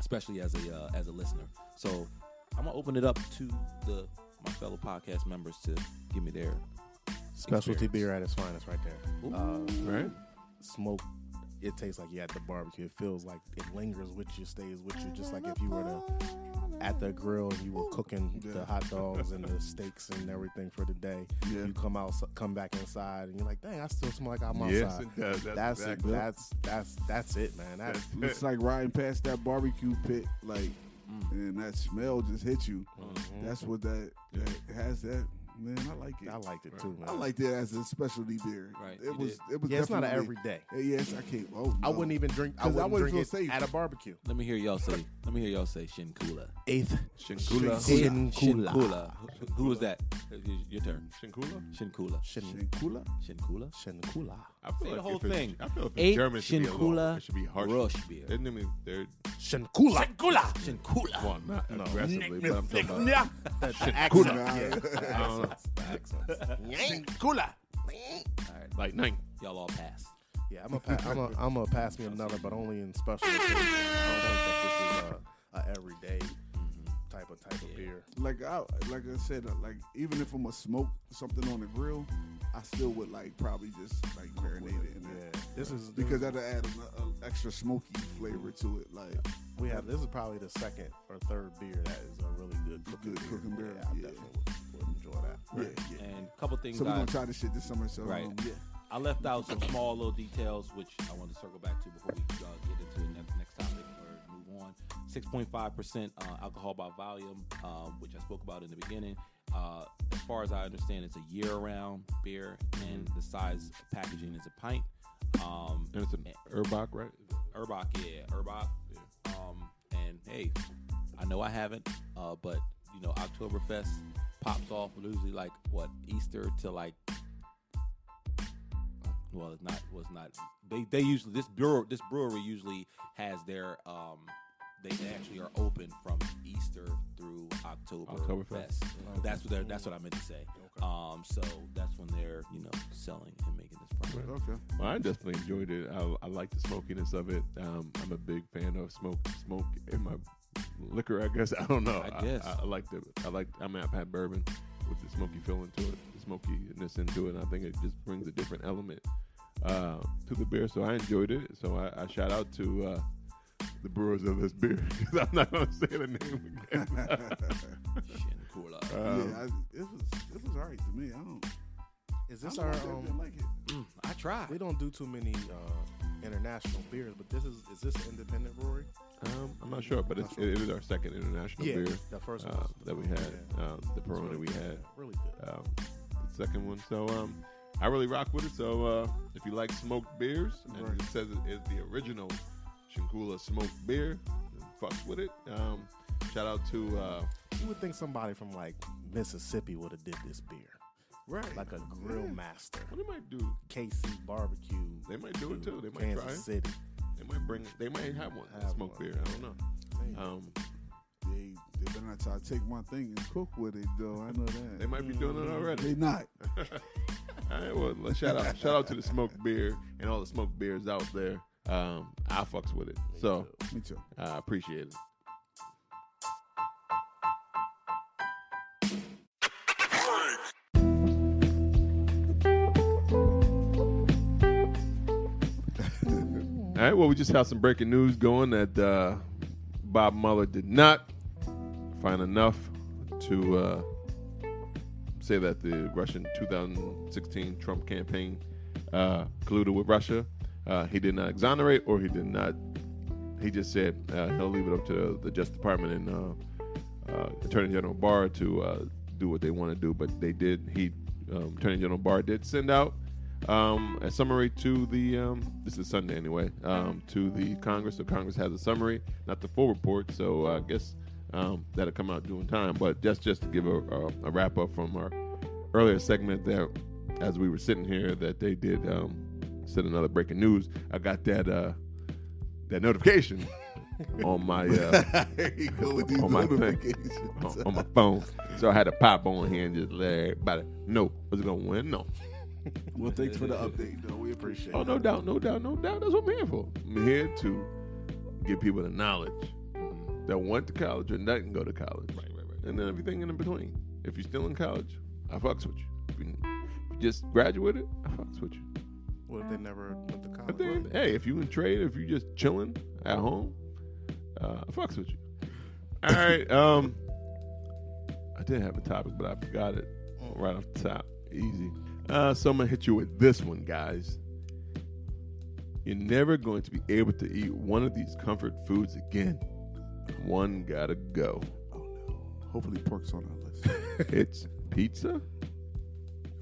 Speaker 3: especially as a uh, as a listener. So I'm gonna open it up to the my fellow podcast members to give me their
Speaker 5: Specialty
Speaker 3: Experience.
Speaker 5: beer at its finest, right there. Uh,
Speaker 6: Right?
Speaker 5: smoke. It tastes like you at the barbecue. It feels like it lingers with you, stays with you, just like if you were to at the grill and you were cooking the
Speaker 2: Yeah.
Speaker 5: hot dogs and the steaks and everything for the day.
Speaker 2: Yeah.
Speaker 5: You come out, come back inside, and you're like, "Dang, I still smell like I'm outside."
Speaker 6: Yes, it does. That's,
Speaker 5: that's it.
Speaker 6: exactly.
Speaker 5: That's that's that's it, man. That's [LAUGHS]
Speaker 2: It's like riding past that barbecue pit, like,
Speaker 5: Mm.
Speaker 2: and that smell just hit you.
Speaker 5: Mm-hmm.
Speaker 2: That's what that, that has that. Man, I like it.
Speaker 5: I liked it too, man.
Speaker 2: I liked it as a specialty beer.
Speaker 3: Right, you
Speaker 2: It was. It was.
Speaker 5: Yeah, it's not an
Speaker 2: definitely-
Speaker 5: everyday.
Speaker 2: Hey, yes, I can't. Oh,
Speaker 5: I
Speaker 2: no.
Speaker 5: wouldn't even drink. I
Speaker 2: 'Cause
Speaker 5: wouldn't,
Speaker 2: I wouldn't
Speaker 5: drink
Speaker 2: feel
Speaker 5: it
Speaker 2: safe.
Speaker 5: at a barbecue.
Speaker 3: Let me hear y'all say. Let me hear y'all say Shin Kula.
Speaker 5: Eighth.
Speaker 6: Shinkula.
Speaker 5: Shin Kula.
Speaker 3: Who- Who was that? Your- Your turn.
Speaker 6: Shinkula?
Speaker 3: Shin Kula.
Speaker 5: Shin
Speaker 2: Shinkula.
Speaker 3: Shin Kula.
Speaker 5: Shin Kula.
Speaker 6: I feel
Speaker 3: Say the
Speaker 6: like
Speaker 3: whole
Speaker 6: if it's-
Speaker 3: thing.
Speaker 6: I feel if it's
Speaker 3: Eight
Speaker 6: German, it should be a little-
Speaker 3: Shinkula
Speaker 6: it should be harsh.
Speaker 3: Rush beer.
Speaker 6: They normally- they're
Speaker 5: Shin Kula. Shin Kula.
Speaker 3: Shin Kula.
Speaker 6: well, not aggressively, but I'm talking about.
Speaker 5: Yeah. The the
Speaker 2: Kula.
Speaker 5: accent.
Speaker 6: I don't know,
Speaker 5: Kula.
Speaker 6: like nine.
Speaker 3: Y'all all pass.
Speaker 5: Yeah, I'm a pa- I'm a I'm a pass me another, but only in special. occasions. I don't think that this is a, a everyday type of type of beer.
Speaker 2: uh, Like I, like I said, like even if I'm a smoke something on the grill, I I still would like probably just like marinate it in there
Speaker 5: Yeah, this is
Speaker 2: because that'll add an, an extra smoky flavor to it. Like
Speaker 5: we have. This is probably the second or third beer that is a really good cooking
Speaker 2: Good
Speaker 5: beer.
Speaker 2: cooking beer,
Speaker 5: Yeah, I
Speaker 2: yeah.
Speaker 5: definitely would, would enjoy that.
Speaker 2: yeah, yeah.
Speaker 3: And a couple things
Speaker 2: So we're
Speaker 3: I,
Speaker 2: gonna try this shit this summer. So
Speaker 3: Right.
Speaker 2: um, yeah,
Speaker 3: I left out some small little details, which I want to circle back to before we uh, get into the next, next topic or move on. 6.5% uh, alcohol by volume, uh, which I spoke about in the beginning. Uh, as far as I understand, it's a year-round beer, and the size packaging is a pint. Um,
Speaker 6: And it's an Erbach, right?
Speaker 3: Erbach, yeah, Erbach. Um, and hey, I know I haven't, uh, but you know, Oktoberfest pops off usually like what Easter to like. Well, it's not was not. They they usually this bureau this brewery usually has their um. They they actually are open from Easter through October.
Speaker 6: Oktoberfest.
Speaker 3: That's what they're- that's what I meant to say. Um, so that's when they're you know selling and making this product.
Speaker 2: okay.
Speaker 6: Well, I definitely enjoyed it. I, I like the smokiness of it. Um, I'm a big fan of smoke smoke in my liquor. I guess [LAUGHS] I don't know.
Speaker 3: I guess.
Speaker 6: I, I like the I like. I mean, I've had bourbon with the smoky feeling to it, the smokiness into it. And I think it just brings a different element uh, to the beer. So I enjoyed it. So I, I shout out to. Uh, the brewers of this beer, [LAUGHS] 'cause I'm not gonna say the name again.
Speaker 3: Shin Kula.
Speaker 6: Um,
Speaker 2: yeah, I, it was it was alright to me. I don't.
Speaker 5: Is this
Speaker 2: I don't
Speaker 5: our?
Speaker 2: know if I didn't
Speaker 5: Um,
Speaker 2: like it.
Speaker 3: Mm, I tried.
Speaker 5: we don't do too many uh, international beers, but this is is this an independent brewery?
Speaker 6: um, I'm not sure, but it's, it, it was our second international beer
Speaker 5: the first one
Speaker 6: uh, that we had, uh, the Peroni we had.
Speaker 5: really good.
Speaker 6: um, the second one. So um, I really rock with it. So uh, if you like smoked beers, and
Speaker 2: Right.
Speaker 6: it says it is the original Shinkula smoked beer, then fucks with it. Um, shout out to uh,
Speaker 5: You would think somebody from like Mississippi would have did this beer,
Speaker 2: Right.
Speaker 5: like a grill
Speaker 2: Yeah.
Speaker 5: master,
Speaker 6: what they might do.
Speaker 5: KC Barbecue.
Speaker 6: They might do it too. They might
Speaker 5: Kansas
Speaker 6: try. it.
Speaker 5: City.
Speaker 6: They might bring. They might have one
Speaker 5: Have
Speaker 6: smoked
Speaker 5: one.
Speaker 6: beer. I don't know.
Speaker 5: Hey,
Speaker 6: Um,
Speaker 2: They they better not try to take my thing and cook with it though. I know that.
Speaker 6: they might be doing it
Speaker 2: They
Speaker 6: already.
Speaker 2: not.
Speaker 6: All right. Well, let's shout out. Shout out to the smoked beer and all the smoked beers out there. Um, I fucks with it. So
Speaker 2: Me too.
Speaker 6: I appreciate it. All right, well, we just had some breaking news going that uh, Bob Mueller did not find enough to uh, say that the Russian 2016 Trump campaign uh, colluded with Russia. Uh, he did not exonerate or he did not he just said uh, he'll leave it up to the, the Justice Department and uh, uh, Attorney General Barr to uh, do what they want to do. But they did. He um, Attorney General Barr did send out um, a summary to the. Um, this is Sunday anyway. Um, to the Congress, so Congress has a summary, not the full report. So uh, I guess um, that'll come out due in time. But just just to give a, a, a wrap up from our earlier segment that as we were sitting here that they did um, said another breaking news. I got that. Uh, that notification on my uh,
Speaker 2: [LAUGHS] There you Oh, go with these
Speaker 6: on my thing,
Speaker 2: notifications.
Speaker 6: on, on my phone. So I had to pop on here and just let everybody know what's going on. No,
Speaker 2: Well, thanks for the update though. We appreciate
Speaker 6: oh
Speaker 2: it.
Speaker 6: no doubt, no doubt, no doubt. That's what I'm here for. I'm here to give people the knowledge that went to college or doesn't go to college, right, right, right, and then everything in between. If you're still in college, I fucks with you. If you if you just graduated, I fucks with you.
Speaker 5: what if they never went to
Speaker 6: But then,
Speaker 5: college?
Speaker 6: hey, if you in trade, if you just chilling at home, uh, I fucks with you. All right. Um, I did have a topic, but I forgot it right off the top. Easy. Uh, so I'm gonna hit you with this one, guys. You're never going to be able to eat one of these comfort foods again. One gotta go.
Speaker 2: Hopefully, pork's on our list.
Speaker 6: It's pizza,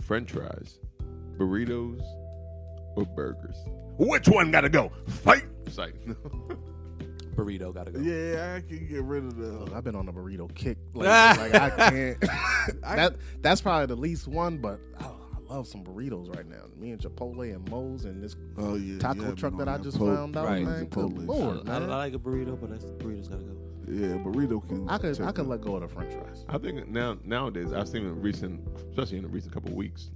Speaker 6: french fries, burritos, or burgers. Which one gotta go? Fight! It's like,
Speaker 3: Burrito gotta
Speaker 2: [LAUGHS]
Speaker 3: go.
Speaker 2: yeah, I can get rid of
Speaker 5: Look,
Speaker 2: the.
Speaker 5: I've been on a burrito [LAUGHS] kick. lately. Like, I [LAUGHS] can't. that that's probably the least one, but I, I love some burritos right now. Me and Chipotle and Moe's and this
Speaker 2: Oh yeah,
Speaker 5: taco
Speaker 2: yeah,
Speaker 5: truck
Speaker 2: man,
Speaker 5: that I
Speaker 2: that
Speaker 5: just
Speaker 2: po-
Speaker 5: found out.
Speaker 3: Right.
Speaker 5: Man, good
Speaker 2: Chipotle.
Speaker 5: Lord,
Speaker 3: I, I
Speaker 5: man.
Speaker 3: like a burrito, but that's burrito's gotta [LAUGHS] go.
Speaker 2: Yeah, burrito can.
Speaker 5: I could
Speaker 2: check
Speaker 5: I could
Speaker 2: it.
Speaker 5: let go of the French fries.
Speaker 6: I think now nowadays I've seen in recent, especially in the recent couple of weeks,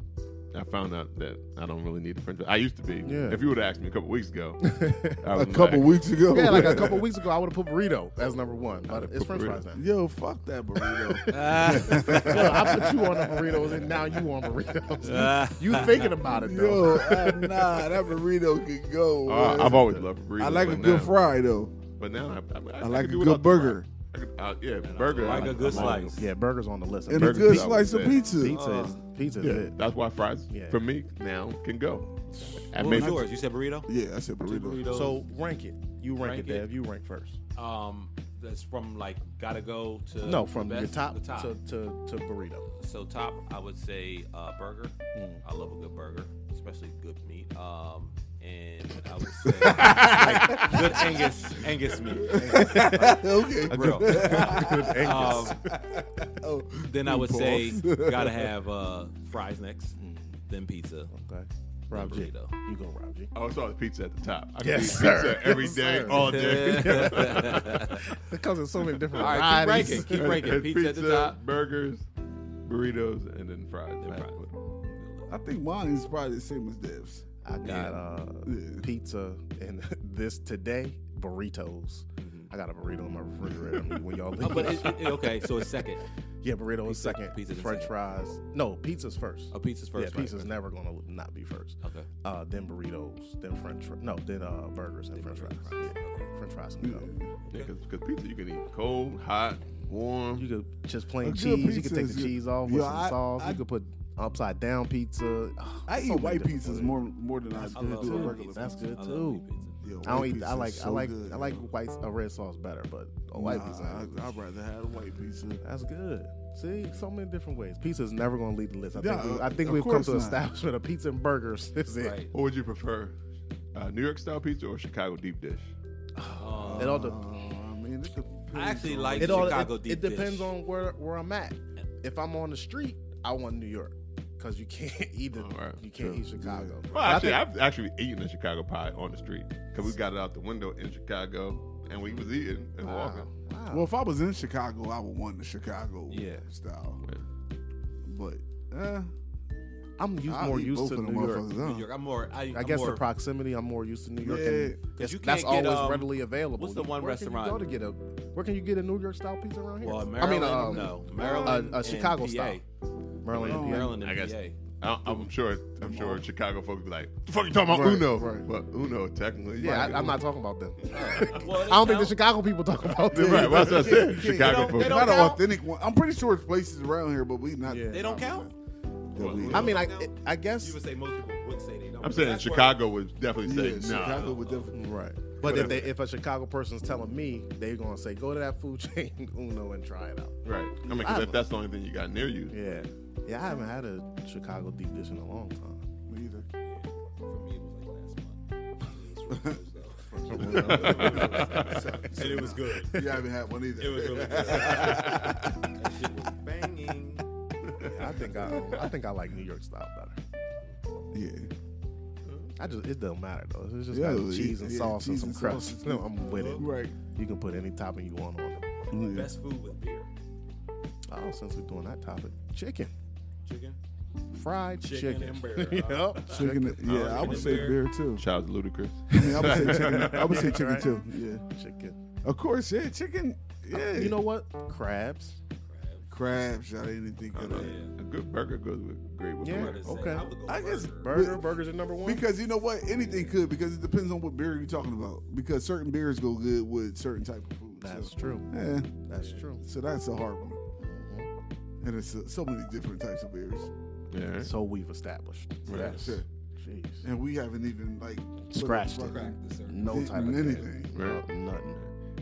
Speaker 6: I found out that I don't really need the French. I used to be.
Speaker 5: Yeah.
Speaker 6: If you would have asked me a couple weeks ago, I
Speaker 2: [LAUGHS] a
Speaker 6: was
Speaker 2: couple
Speaker 6: like,
Speaker 2: weeks ago.
Speaker 5: [LAUGHS] Yeah, like a couple weeks ago, I would have put burrito as number one, but
Speaker 6: would've
Speaker 5: it's
Speaker 6: put
Speaker 5: French
Speaker 6: burrito.
Speaker 5: fries [LAUGHS]
Speaker 2: [LAUGHS]
Speaker 5: now.
Speaker 2: Yo, fuck that
Speaker 5: [LAUGHS]
Speaker 2: burrito.
Speaker 5: Look, I put you on the burritos, and now you on burritos. [LAUGHS] you thinking about it
Speaker 2: Yo,
Speaker 5: though?
Speaker 2: uh, nah, that burrito can go.
Speaker 6: Uh,
Speaker 2: man.
Speaker 6: I've always loved burritos.
Speaker 2: I like a
Speaker 6: but
Speaker 2: good
Speaker 6: now-
Speaker 2: fry though.
Speaker 6: But now I, I, I,
Speaker 2: I like
Speaker 6: could
Speaker 2: a
Speaker 6: do
Speaker 2: good
Speaker 6: without the
Speaker 2: burger.
Speaker 6: fry. I could, uh, yeah, burger.
Speaker 3: like a good
Speaker 6: I'm all-
Speaker 3: slice.
Speaker 5: Yeah, uh, burgers on the list.
Speaker 2: And
Speaker 6: Burger
Speaker 2: a good
Speaker 6: pizza,
Speaker 2: slice of
Speaker 6: yeah.
Speaker 2: pizza.
Speaker 5: pizza is pizza is
Speaker 6: Yeah,
Speaker 5: it.
Speaker 6: that's why fries
Speaker 5: Yeah.
Speaker 6: for me now can go. I
Speaker 3: What
Speaker 6: made-
Speaker 3: was yours? You said burrito.
Speaker 2: Yeah, I said burrito.
Speaker 3: Burritos.
Speaker 5: So rank it. You rank,
Speaker 3: Rank
Speaker 5: it,
Speaker 3: it.
Speaker 5: Dev. You rank first.
Speaker 3: um, that's from like gotta go to
Speaker 5: No, from
Speaker 3: the
Speaker 5: your
Speaker 3: best,
Speaker 5: top,
Speaker 3: the top.
Speaker 5: To, to to burrito.
Speaker 3: So top, I would say uh, burger.
Speaker 5: Mm.
Speaker 3: I love a good burger, especially good meat. Um, and I
Speaker 5: [LAUGHS]
Speaker 3: would say like, good Angus Angus meat,
Speaker 2: okay.
Speaker 3: grill.
Speaker 5: [LAUGHS] Good
Speaker 3: Um,
Speaker 5: Angus.
Speaker 2: Oh,
Speaker 3: then I would
Speaker 2: Pause.
Speaker 3: say gotta have uh, fries next, then pizza,
Speaker 5: okay. Rob G.
Speaker 3: burrito.
Speaker 5: You go, Rob
Speaker 3: [LAUGHS]
Speaker 5: G.
Speaker 6: I always thought it was pizza at the top. I could
Speaker 5: Yes,
Speaker 6: eat
Speaker 5: sir.
Speaker 6: pizza every
Speaker 5: Yes,
Speaker 6: day,
Speaker 5: sir.
Speaker 3: [LAUGHS]
Speaker 6: all day.
Speaker 3: All
Speaker 5: [LAUGHS] It comes in so many different
Speaker 3: right, keep
Speaker 5: varieties.
Speaker 3: ranking. Keep ranking.
Speaker 6: It's
Speaker 3: Pizza at the top.
Speaker 6: burgers, burritos, and then fries.
Speaker 3: Then fries.
Speaker 2: I think mine is probably the same as Dev's.
Speaker 5: I got uh,
Speaker 2: Yeah.
Speaker 5: pizza and [LAUGHS] this today burritos. I got a burrito in my refrigerator I mean, when y'all leave.
Speaker 3: Oh, but it, it- okay, so it's second.
Speaker 5: [LAUGHS] yeah, burrito is
Speaker 3: pizza-
Speaker 5: second.
Speaker 3: pizza then
Speaker 5: French
Speaker 3: second.
Speaker 5: fries. No, pizza's first.
Speaker 3: Oh, pizza's first.
Speaker 5: yeah,
Speaker 3: right?
Speaker 5: pizza's never gonna not be first.
Speaker 3: Okay.
Speaker 5: Uh, then burritos, then French. Fr- no, then uh, burgers and French fries. Yeah. French fries can go.
Speaker 6: Because pizza you can eat cold, hot, warm.
Speaker 5: You could just plain
Speaker 2: A good
Speaker 5: cheese. You could
Speaker 2: pizza
Speaker 5: take
Speaker 2: is
Speaker 5: the
Speaker 2: good.
Speaker 5: cheese off
Speaker 2: Yeah,
Speaker 5: with some
Speaker 2: I-
Speaker 5: sauce.
Speaker 2: I-
Speaker 5: you could put upside down pizza. Ugh,
Speaker 2: I
Speaker 5: so
Speaker 2: eat
Speaker 5: many
Speaker 2: white
Speaker 5: different
Speaker 2: pizzas
Speaker 5: ways.
Speaker 2: more more than I,
Speaker 3: I
Speaker 2: do
Speaker 3: love
Speaker 2: a
Speaker 3: white
Speaker 2: regular.
Speaker 3: pizza.
Speaker 5: That's good
Speaker 3: I love
Speaker 5: too.
Speaker 3: meat pizza.
Speaker 2: Yo,
Speaker 5: I don't
Speaker 2: white
Speaker 5: eat.
Speaker 2: pizza
Speaker 5: I
Speaker 2: is
Speaker 5: like. I
Speaker 2: so
Speaker 5: like.
Speaker 2: good,
Speaker 5: I like
Speaker 2: yo.
Speaker 5: white. A red sauce better, but a white
Speaker 2: Nah,
Speaker 5: pizza.
Speaker 2: I, I'd rather have a white pizza.
Speaker 5: That's good. See, so many different ways. Pizza is never going to lead the list. I
Speaker 2: Yeah,
Speaker 5: think, we,
Speaker 2: uh,
Speaker 5: I think
Speaker 2: of
Speaker 5: we've come
Speaker 2: course
Speaker 5: to
Speaker 2: not.
Speaker 5: establishment of pizza and burgers. [LAUGHS] Is it?
Speaker 3: Right.
Speaker 6: What would you prefer, uh, New York style pizza or Chicago deep dish?
Speaker 3: Um,
Speaker 5: It all
Speaker 2: Uh,
Speaker 5: de-
Speaker 2: I mean, it depends
Speaker 3: I actually
Speaker 2: on-
Speaker 3: like
Speaker 5: it all
Speaker 3: Chicago
Speaker 5: it,
Speaker 3: deep
Speaker 5: it
Speaker 3: dish.
Speaker 5: depends on where where I'm at. If I'm on the street, I want New York because you can't [LAUGHS] eat it.
Speaker 6: All right,
Speaker 5: you can't
Speaker 6: true.
Speaker 5: eat Chicago.
Speaker 6: Well,
Speaker 5: I
Speaker 6: actually,
Speaker 5: think-
Speaker 6: I've actually eaten a Chicago pie on the street because we got it out the window in Chicago and we was eating and
Speaker 5: wow,
Speaker 6: walking.
Speaker 5: wow.
Speaker 2: Well, if I was in Chicago, I would want the Chicago
Speaker 3: Yeah.
Speaker 2: style.
Speaker 6: Yeah.
Speaker 2: But eh,
Speaker 5: I'm used,
Speaker 2: I'll
Speaker 5: more
Speaker 2: eat
Speaker 5: used
Speaker 2: both
Speaker 5: to
Speaker 2: of them
Speaker 5: New York.
Speaker 2: motherfuckers,
Speaker 3: New
Speaker 2: huh?
Speaker 3: York. I'm more. I,
Speaker 5: I
Speaker 3: I'm
Speaker 5: guess
Speaker 3: more,
Speaker 5: the proximity. I'm more used to New York.
Speaker 2: Yeah.
Speaker 5: and
Speaker 3: 'Cause
Speaker 5: it's-
Speaker 3: you can't
Speaker 5: that's
Speaker 3: get,
Speaker 5: always
Speaker 3: um,
Speaker 5: readily available.
Speaker 3: what's the one
Speaker 5: where
Speaker 3: restaurant?
Speaker 5: Can you go to get a, where can you get a New York style pizza around here?
Speaker 3: Well, in
Speaker 5: I
Speaker 3: Maryland,
Speaker 5: mean, um,
Speaker 3: no, Maryland,
Speaker 5: a
Speaker 3: and
Speaker 5: Chicago
Speaker 3: PA.
Speaker 5: style. Maryland.
Speaker 2: Oh,
Speaker 5: and PA.
Speaker 3: Maryland and
Speaker 6: I guess-
Speaker 3: PA.
Speaker 6: I, I'm sure. I'm sure Chicago folks be like, "The fuck you talking about
Speaker 5: Right,
Speaker 6: Uno?"
Speaker 5: right.
Speaker 6: But Uno technically,
Speaker 5: Yeah,
Speaker 6: like,
Speaker 5: I, I'm not talking about them.
Speaker 3: Well,
Speaker 5: I
Speaker 3: they
Speaker 5: don't think the
Speaker 3: count.
Speaker 5: Chicago people talk about them.
Speaker 6: [LAUGHS] Right, well, that's what I said.
Speaker 2: Yeah,
Speaker 6: Chicago
Speaker 3: [LAUGHS] they don't- they
Speaker 6: folks.
Speaker 3: don't-
Speaker 2: not an
Speaker 3: count?
Speaker 2: authentic one. I'm pretty sure it's places around here, but we not.
Speaker 5: Yeah.
Speaker 3: They don't count?
Speaker 2: Yeah, we-
Speaker 5: I mean, I
Speaker 3: Right
Speaker 5: I
Speaker 3: You
Speaker 5: guess
Speaker 3: would say most people would say they don't.
Speaker 6: I'm saying
Speaker 3: That's where-
Speaker 6: Chicago would definitely
Speaker 2: yeah,
Speaker 6: say no.
Speaker 2: Chicago would definitely.
Speaker 5: right. But if they if a Chicago person's telling me, they're gonna say go to that food [LAUGHS] chain Uno and try it out.
Speaker 6: Right. I mean, 'cause if that's the only thing you got near you,
Speaker 5: Yeah, yeah. I haven't had a Chicago deep dish in a long time.
Speaker 2: Me either.
Speaker 3: For me, it was like last
Speaker 2: [LAUGHS]
Speaker 3: month.
Speaker 5: [LAUGHS]
Speaker 3: and it was good.
Speaker 2: Yeah, I haven't had one either.
Speaker 3: It [LAUGHS] was really good. that shit was banging.
Speaker 5: Yeah, I think I I think I like New York style better.
Speaker 2: yeah.
Speaker 5: I just it doesn't matter though. It's just
Speaker 2: Yeah,
Speaker 5: got
Speaker 2: it-
Speaker 5: cheese and
Speaker 2: yeah,
Speaker 5: sauce
Speaker 2: cheese
Speaker 5: and
Speaker 2: and
Speaker 5: some crust. [LAUGHS]
Speaker 2: sauce.
Speaker 5: No, I'm with it.
Speaker 2: Right.
Speaker 5: You can put any topping you want on it.
Speaker 2: Yeah.
Speaker 3: Best food with beer.
Speaker 5: Oh, since we're doing that topic, chicken,
Speaker 3: Chicken.
Speaker 5: fried
Speaker 3: Chicken
Speaker 5: chicken, [LAUGHS]
Speaker 3: and burger.
Speaker 5: Yep.
Speaker 2: Chicken, yeah, I
Speaker 3: chicken
Speaker 2: would
Speaker 3: and
Speaker 2: say
Speaker 3: beer.
Speaker 2: beer too.
Speaker 6: child's ludicrous.
Speaker 2: I mean, I would say chicken. I would say
Speaker 5: Yeah,
Speaker 2: chicken
Speaker 5: right.
Speaker 2: too. Yeah,
Speaker 5: chicken.
Speaker 2: of course. Yeah, chicken. Yeah,
Speaker 5: You know what? Crabs.
Speaker 2: crabs. I didn't think of that.
Speaker 6: A good burger goes with great with
Speaker 5: Yeah.
Speaker 6: burger.
Speaker 5: Okay.
Speaker 3: I, would go
Speaker 2: I guess-
Speaker 3: burger.
Speaker 5: Burger, burgers are number one.
Speaker 2: Because you know what, anything could. Because it depends on what beer you're talking about. Because certain beers go good with certain type of food.
Speaker 5: That's
Speaker 2: so.
Speaker 5: true.
Speaker 2: Yeah,
Speaker 5: That's true.
Speaker 2: so that's a hard one. And it's uh, so many different types of beers.
Speaker 6: Yeah. right.
Speaker 5: So we've established.
Speaker 6: Right.
Speaker 2: Yeah.
Speaker 5: Jeez.
Speaker 2: And we haven't even like put a
Speaker 5: Scratched it.
Speaker 2: fucking
Speaker 3: Crack the surface.
Speaker 5: No
Speaker 2: dent
Speaker 5: type
Speaker 2: in
Speaker 5: of
Speaker 2: anything.
Speaker 5: thing.
Speaker 6: Right.
Speaker 5: No- nothing.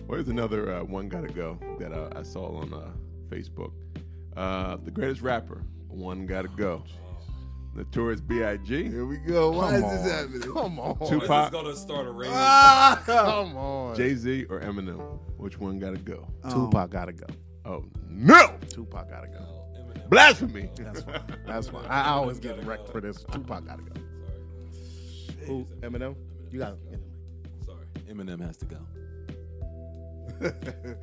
Speaker 6: Where's another uh, one gotta go that uh, I saw on uh, Facebook? Uh, the greatest rapper, one gotta go. Notorious B.I.G.,
Speaker 2: Here we go. Why
Speaker 5: Come
Speaker 2: is this
Speaker 5: on.
Speaker 2: happening?
Speaker 5: Come
Speaker 2: [LAUGHS]
Speaker 5: on.
Speaker 6: Two-
Speaker 3: This
Speaker 6: Tupac.
Speaker 3: is gonna start a rage.
Speaker 5: Come on.
Speaker 6: Jay Z, or Eminem? Which one gotta go?
Speaker 2: Um,
Speaker 5: Tupac gotta go.
Speaker 6: Oh no!
Speaker 5: Tupac gotta go.
Speaker 3: Eminem.
Speaker 6: Blasphemy!
Speaker 5: That's fine. [LAUGHS] That's fine. I, I always get wrecked for this. Tupac gotta go. Who? Eminem. You got.
Speaker 3: Sorry. Eminem has to go.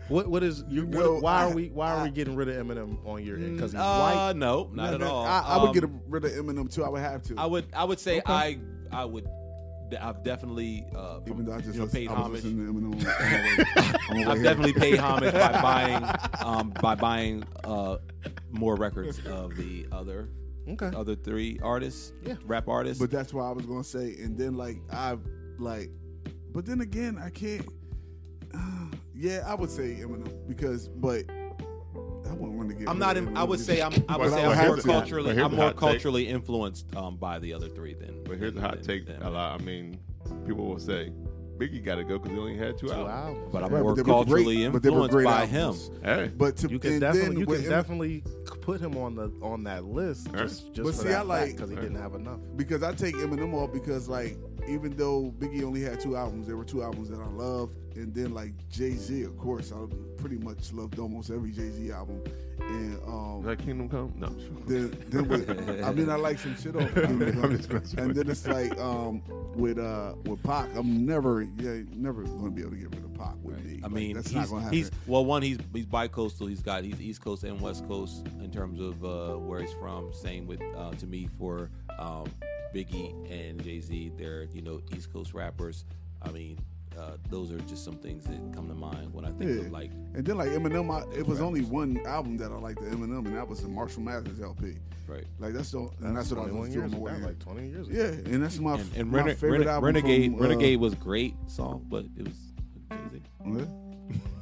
Speaker 5: What what is you?
Speaker 2: know,
Speaker 5: what,
Speaker 2: I-
Speaker 5: why
Speaker 2: Mm,
Speaker 5: are we why are we getting rid of Eminem on your end? Because he's
Speaker 3: Uh, no, not at
Speaker 2: No, no,
Speaker 3: all.
Speaker 2: I, I would
Speaker 3: Um,
Speaker 2: get rid of Eminem too. I would have to.
Speaker 3: I would I would say I I would I've definitely uh, from,
Speaker 2: even though I just
Speaker 3: you know,
Speaker 2: listen-
Speaker 3: paid
Speaker 2: I was
Speaker 3: homage.
Speaker 2: listening to
Speaker 3: [LAUGHS]
Speaker 2: Eminem. on my way- on my way
Speaker 3: I've
Speaker 2: here.
Speaker 3: definitely paid homage by buying um, by buying uh, more records of the other
Speaker 2: uh,
Speaker 5: white.
Speaker 2: oh,
Speaker 5: Okay.
Speaker 3: other three artists,
Speaker 5: Yeah.
Speaker 3: rap artists.
Speaker 2: But that's why I was gonna say, and then like I've like, but then again I can't. [SIGHS] yeah, I would say Eminem because, but I wouldn't want to get.
Speaker 3: I'm
Speaker 2: rid
Speaker 3: not.
Speaker 2: of
Speaker 3: In,
Speaker 2: Eminem
Speaker 3: I would
Speaker 2: just-
Speaker 3: say I'm. I would
Speaker 6: But
Speaker 3: say
Speaker 6: I
Speaker 3: I'm more
Speaker 6: would have to. But
Speaker 3: culturally.
Speaker 6: here's
Speaker 3: I'm
Speaker 6: the
Speaker 3: more
Speaker 6: hot take.
Speaker 3: culturally influenced um, by the other three than.
Speaker 6: But here's the hot
Speaker 3: than
Speaker 6: take.
Speaker 3: them.
Speaker 6: A lot. I mean, people will say Biggie got to go because he only had two,
Speaker 5: Two
Speaker 6: albums.
Speaker 5: albums.
Speaker 3: But I'm
Speaker 2: Right, but
Speaker 3: more
Speaker 2: they were
Speaker 3: culturally
Speaker 2: great- but they were
Speaker 3: influenced
Speaker 2: great
Speaker 3: by
Speaker 2: albums.
Speaker 3: him.
Speaker 6: Hey,
Speaker 2: But to,
Speaker 5: you can
Speaker 2: and
Speaker 5: definitely
Speaker 2: then
Speaker 5: you
Speaker 2: with
Speaker 5: can
Speaker 2: Em-
Speaker 5: definitely put him on the on that list
Speaker 6: Alright.
Speaker 5: just just
Speaker 2: But
Speaker 5: for
Speaker 2: see, I
Speaker 5: that
Speaker 2: like-
Speaker 5: because he didn't have enough.
Speaker 2: because I take Eminem off because like even though Biggie only had two albums, there were two albums that I loved, and then like Jay Z, of course, I pretty much loved almost every Jay Z album, and um,
Speaker 6: is that Kingdom Come? No, I'm sure.
Speaker 2: [LAUGHS] then, then with, I mean, I like some shit off.
Speaker 6: I'm just- [LAUGHS] I'm just messing
Speaker 2: and
Speaker 6: with
Speaker 2: then
Speaker 6: you.
Speaker 2: it's like um, with uh, with Pac, I'm never yeah never gonna be able to get rid of Pac with me.
Speaker 3: I
Speaker 2: Like,
Speaker 3: mean,
Speaker 2: that's not
Speaker 3: he's,
Speaker 2: gonna happen.
Speaker 3: he's well. One, he's he's bi-coastal. He's got he's East Coast and West Coast in terms of uh, where he's from. Same with uh, to me for um, Biggie and Jay Z. They're you know East Coast rappers. I mean, uh, those are just some things that come to mind when I think
Speaker 2: Yeah.
Speaker 3: of like
Speaker 2: and then like Eminem, I, it was only one album that I liked the Eminem, and that was the Marshall Mathers LP.
Speaker 3: right.
Speaker 2: Like that's the and that's what I was
Speaker 5: 21
Speaker 2: doing
Speaker 5: years
Speaker 2: on my
Speaker 5: ago,
Speaker 2: way here.
Speaker 5: like 20 years ago.
Speaker 2: Yeah, and that's my,
Speaker 3: And, and
Speaker 2: my
Speaker 3: Rene-
Speaker 2: favorite
Speaker 3: Rene-
Speaker 2: album.
Speaker 3: Renegade
Speaker 2: from, uh,
Speaker 3: Renegade was a great song, but it was Jay Z.
Speaker 2: what?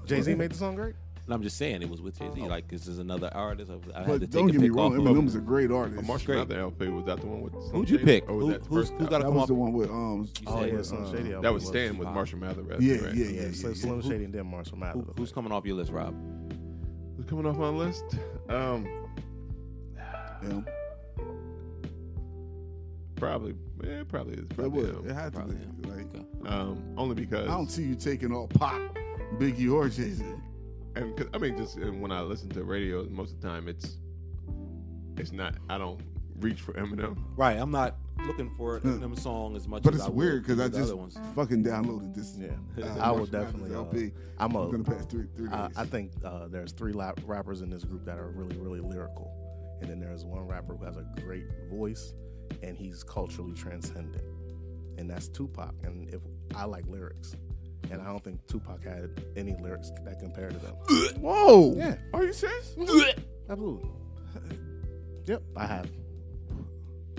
Speaker 5: Jay-Z made the song great.
Speaker 3: And I'm just saying it was with Jay Z. Like this is another artist. I, I had to
Speaker 2: Oh. But
Speaker 3: take
Speaker 2: don't
Speaker 3: a
Speaker 2: get
Speaker 3: pick
Speaker 2: me wrong,
Speaker 3: off
Speaker 2: Eminem's
Speaker 3: of.
Speaker 2: a great artist.
Speaker 6: But Marshall
Speaker 3: great.
Speaker 6: Mathers LP was that the one with Slim
Speaker 3: Who'd you
Speaker 6: Shady?
Speaker 3: pick?
Speaker 6: Or Oh, was
Speaker 3: Who-
Speaker 6: that the
Speaker 3: who's-
Speaker 6: first
Speaker 3: who's
Speaker 6: album?
Speaker 3: gotta
Speaker 2: that
Speaker 3: come
Speaker 2: was
Speaker 3: up-
Speaker 2: the one with um.
Speaker 3: You
Speaker 2: uh,
Speaker 3: said,
Speaker 5: yeah,
Speaker 3: uh,
Speaker 5: Slim Shady album.
Speaker 6: That was
Speaker 5: was-
Speaker 6: Stan with Marshall Mathers. right?
Speaker 2: yeah, yeah,
Speaker 6: Right.
Speaker 2: yeah,
Speaker 5: Yeah,
Speaker 2: yeah,
Speaker 5: Slim,
Speaker 2: yeah.
Speaker 5: Slim Shady and then Marshall
Speaker 3: Who,
Speaker 5: Mathers. I
Speaker 3: who's
Speaker 5: think.
Speaker 3: coming off your list, Rob?
Speaker 6: Who's coming off my list? Um,
Speaker 2: Yeah.
Speaker 6: probably. Yeah, probably is.
Speaker 2: It
Speaker 6: Probably
Speaker 2: would. It
Speaker 6: him.
Speaker 2: had to
Speaker 3: Probably
Speaker 2: be. Like,
Speaker 3: Okay.
Speaker 6: Um, only because
Speaker 2: I don't see you taking all pop, Biggie or Jay Z.
Speaker 6: and 'cause- I mean, just and when I listen to radio, most of the time it's it's not. I don't reach for Eminem.
Speaker 3: Right, I'm not looking for an
Speaker 2: Huh.
Speaker 3: Eminem song as much.
Speaker 2: Hmm. But
Speaker 3: as
Speaker 2: it's
Speaker 3: I would
Speaker 2: weird because
Speaker 3: the
Speaker 2: I just
Speaker 3: other ones.
Speaker 2: fucking downloaded this.
Speaker 5: [LAUGHS] Yeah,
Speaker 2: uh,
Speaker 5: I
Speaker 2: Marshall
Speaker 5: will
Speaker 2: Mathers
Speaker 5: definitely. uh,
Speaker 2: LP.
Speaker 5: I'm
Speaker 2: I'm gonna
Speaker 5: a.
Speaker 2: pass three three
Speaker 5: I,
Speaker 2: days.
Speaker 5: I think uh, there's three lap rappers in this group that are really, really lyrical, and then there's one rapper who has a great voice, and he's culturally transcendent, and that's Tupac. And if I like lyrics, and I don't think Tupac had any lyrics that compare to them.
Speaker 2: Whoa!
Speaker 5: [LAUGHS] Yeah.
Speaker 2: Are you serious?
Speaker 5: [LAUGHS] Absolutely. Yep, I have.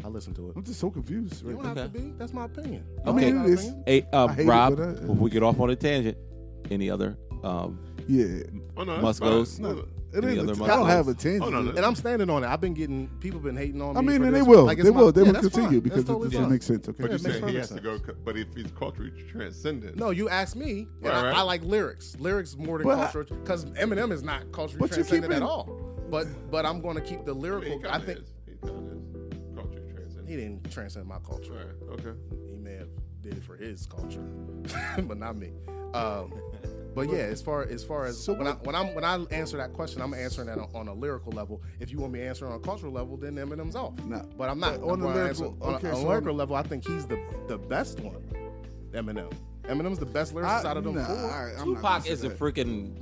Speaker 5: I listen to it.
Speaker 2: I'm just so confused.
Speaker 5: You
Speaker 2: Right
Speaker 5: don't
Speaker 2: now.
Speaker 5: have to be. That's my opinion.
Speaker 2: I
Speaker 3: Okay.
Speaker 2: mean, it is.
Speaker 3: Hey, uh,
Speaker 2: I hate it,
Speaker 3: Rob,
Speaker 2: but, uh,
Speaker 3: before we get off on a tangent, any other? Um,
Speaker 2: Yeah.
Speaker 6: Oh no, that's
Speaker 3: Must
Speaker 6: fine.
Speaker 3: goes.
Speaker 6: No,
Speaker 2: It
Speaker 3: Any
Speaker 2: is.
Speaker 3: other
Speaker 2: a- I
Speaker 3: Marshall
Speaker 2: don't have a
Speaker 3: Mathers?
Speaker 2: tangent.
Speaker 6: Oh, no,
Speaker 5: And I'm standing on it. I've been getting people been hating on me.
Speaker 2: I mean,
Speaker 5: for
Speaker 2: and they
Speaker 5: this.
Speaker 2: will.
Speaker 5: Like, it's
Speaker 2: they
Speaker 5: my-
Speaker 2: will. They
Speaker 5: yeah,
Speaker 2: will
Speaker 5: that's
Speaker 2: continue
Speaker 5: fine.
Speaker 2: because
Speaker 5: That's totally
Speaker 2: it doesn't
Speaker 5: fine.
Speaker 2: make sense. Okay.
Speaker 6: But you're
Speaker 5: makes
Speaker 6: saying he
Speaker 5: perfect
Speaker 6: has to go.
Speaker 5: sense.
Speaker 6: But if he's culturally transcendent,
Speaker 5: No, you asked me. and
Speaker 6: Right,
Speaker 5: I,
Speaker 6: right.
Speaker 5: I like lyrics. Lyrics more than
Speaker 2: But I-
Speaker 5: culture because Eminem is not culturally
Speaker 2: But you keep
Speaker 5: transcendent
Speaker 2: it-
Speaker 5: at all. But but I'm going to keep the
Speaker 6: I, mean,
Speaker 5: lyrical.
Speaker 6: he
Speaker 5: I
Speaker 6: kinda
Speaker 5: think
Speaker 6: is. he kinda is culturally transcendent.
Speaker 5: he didn't transcend my culture.
Speaker 6: All right, okay.
Speaker 5: He may have did it for his culture, [LAUGHS] but not me. Um, but yeah, as far as far as when I when I'm when I answer that question, I'm answering that on, on a lyrical level. If you want me to answer on a cultural level, then Eminem's off.
Speaker 2: Nah.
Speaker 5: but I'm not.
Speaker 2: But on
Speaker 5: I'm
Speaker 2: a
Speaker 5: gonna
Speaker 2: lyrical-
Speaker 5: answer- on a-
Speaker 2: okay,
Speaker 5: on a
Speaker 2: so-
Speaker 5: lyrical level, I think he's the the best one. Eminem. Eminem's the best lyricist out of them
Speaker 2: nah,
Speaker 5: four.
Speaker 2: all right, I'm not gonna
Speaker 3: Tupac
Speaker 2: say
Speaker 3: is a
Speaker 2: that.
Speaker 3: freaking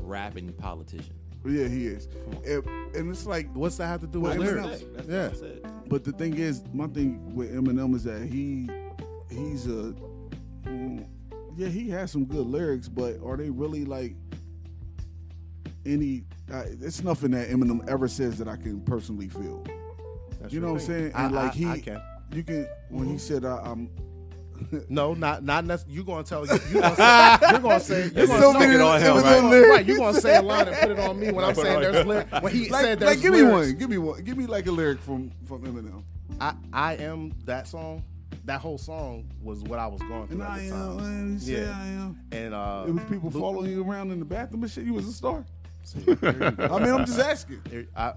Speaker 3: rapping politician.
Speaker 2: Yeah, he is. If- and it's like,
Speaker 5: What's that have to do with
Speaker 2: Well, Eminem-
Speaker 5: lyrics?
Speaker 3: That's
Speaker 5: Yeah.
Speaker 3: what I said.
Speaker 2: but the thing is, my thing with Eminem is that he, he's a, mm, yeah, he has some good lyrics, but are they really like any? Uh, it's nothing that Eminem ever says that I can personally feel.
Speaker 5: That's
Speaker 2: you
Speaker 5: your
Speaker 2: know what I'm
Speaker 5: thing.
Speaker 2: saying?
Speaker 5: I,
Speaker 2: And like
Speaker 5: I-
Speaker 2: he,
Speaker 5: I can.
Speaker 2: you can Mm-hmm. when he said, I, "I'm."
Speaker 5: No,
Speaker 2: Mm-hmm.
Speaker 5: not not necess- you gonna tell you you
Speaker 2: [LAUGHS]
Speaker 5: gonna say you're gonna say you're
Speaker 3: There's
Speaker 5: gonna
Speaker 3: so
Speaker 5: say-
Speaker 3: many
Speaker 5: you're
Speaker 3: on him,
Speaker 5: gonna-
Speaker 3: right?
Speaker 5: right, you're gonna say a line and put it on me when I'm
Speaker 6: Put it
Speaker 5: saying
Speaker 6: on
Speaker 5: there's
Speaker 6: him.
Speaker 5: lyric when he said
Speaker 2: Like,
Speaker 5: there's
Speaker 2: like, give
Speaker 5: lyrics.
Speaker 2: me one. Give me one. Give me like a lyric from from Eminem.
Speaker 5: I, I am that song. That whole song was what I was going through
Speaker 2: And
Speaker 5: at
Speaker 2: I
Speaker 5: the
Speaker 2: am.
Speaker 5: time.
Speaker 2: And you say
Speaker 5: Yeah.
Speaker 2: I am.
Speaker 5: And uh,
Speaker 2: It was people
Speaker 5: Lu-
Speaker 2: following you around in the bathroom and shit. You was a star.
Speaker 5: [LAUGHS] See, here you go.
Speaker 2: I mean, I'm just asking.
Speaker 5: Here- I,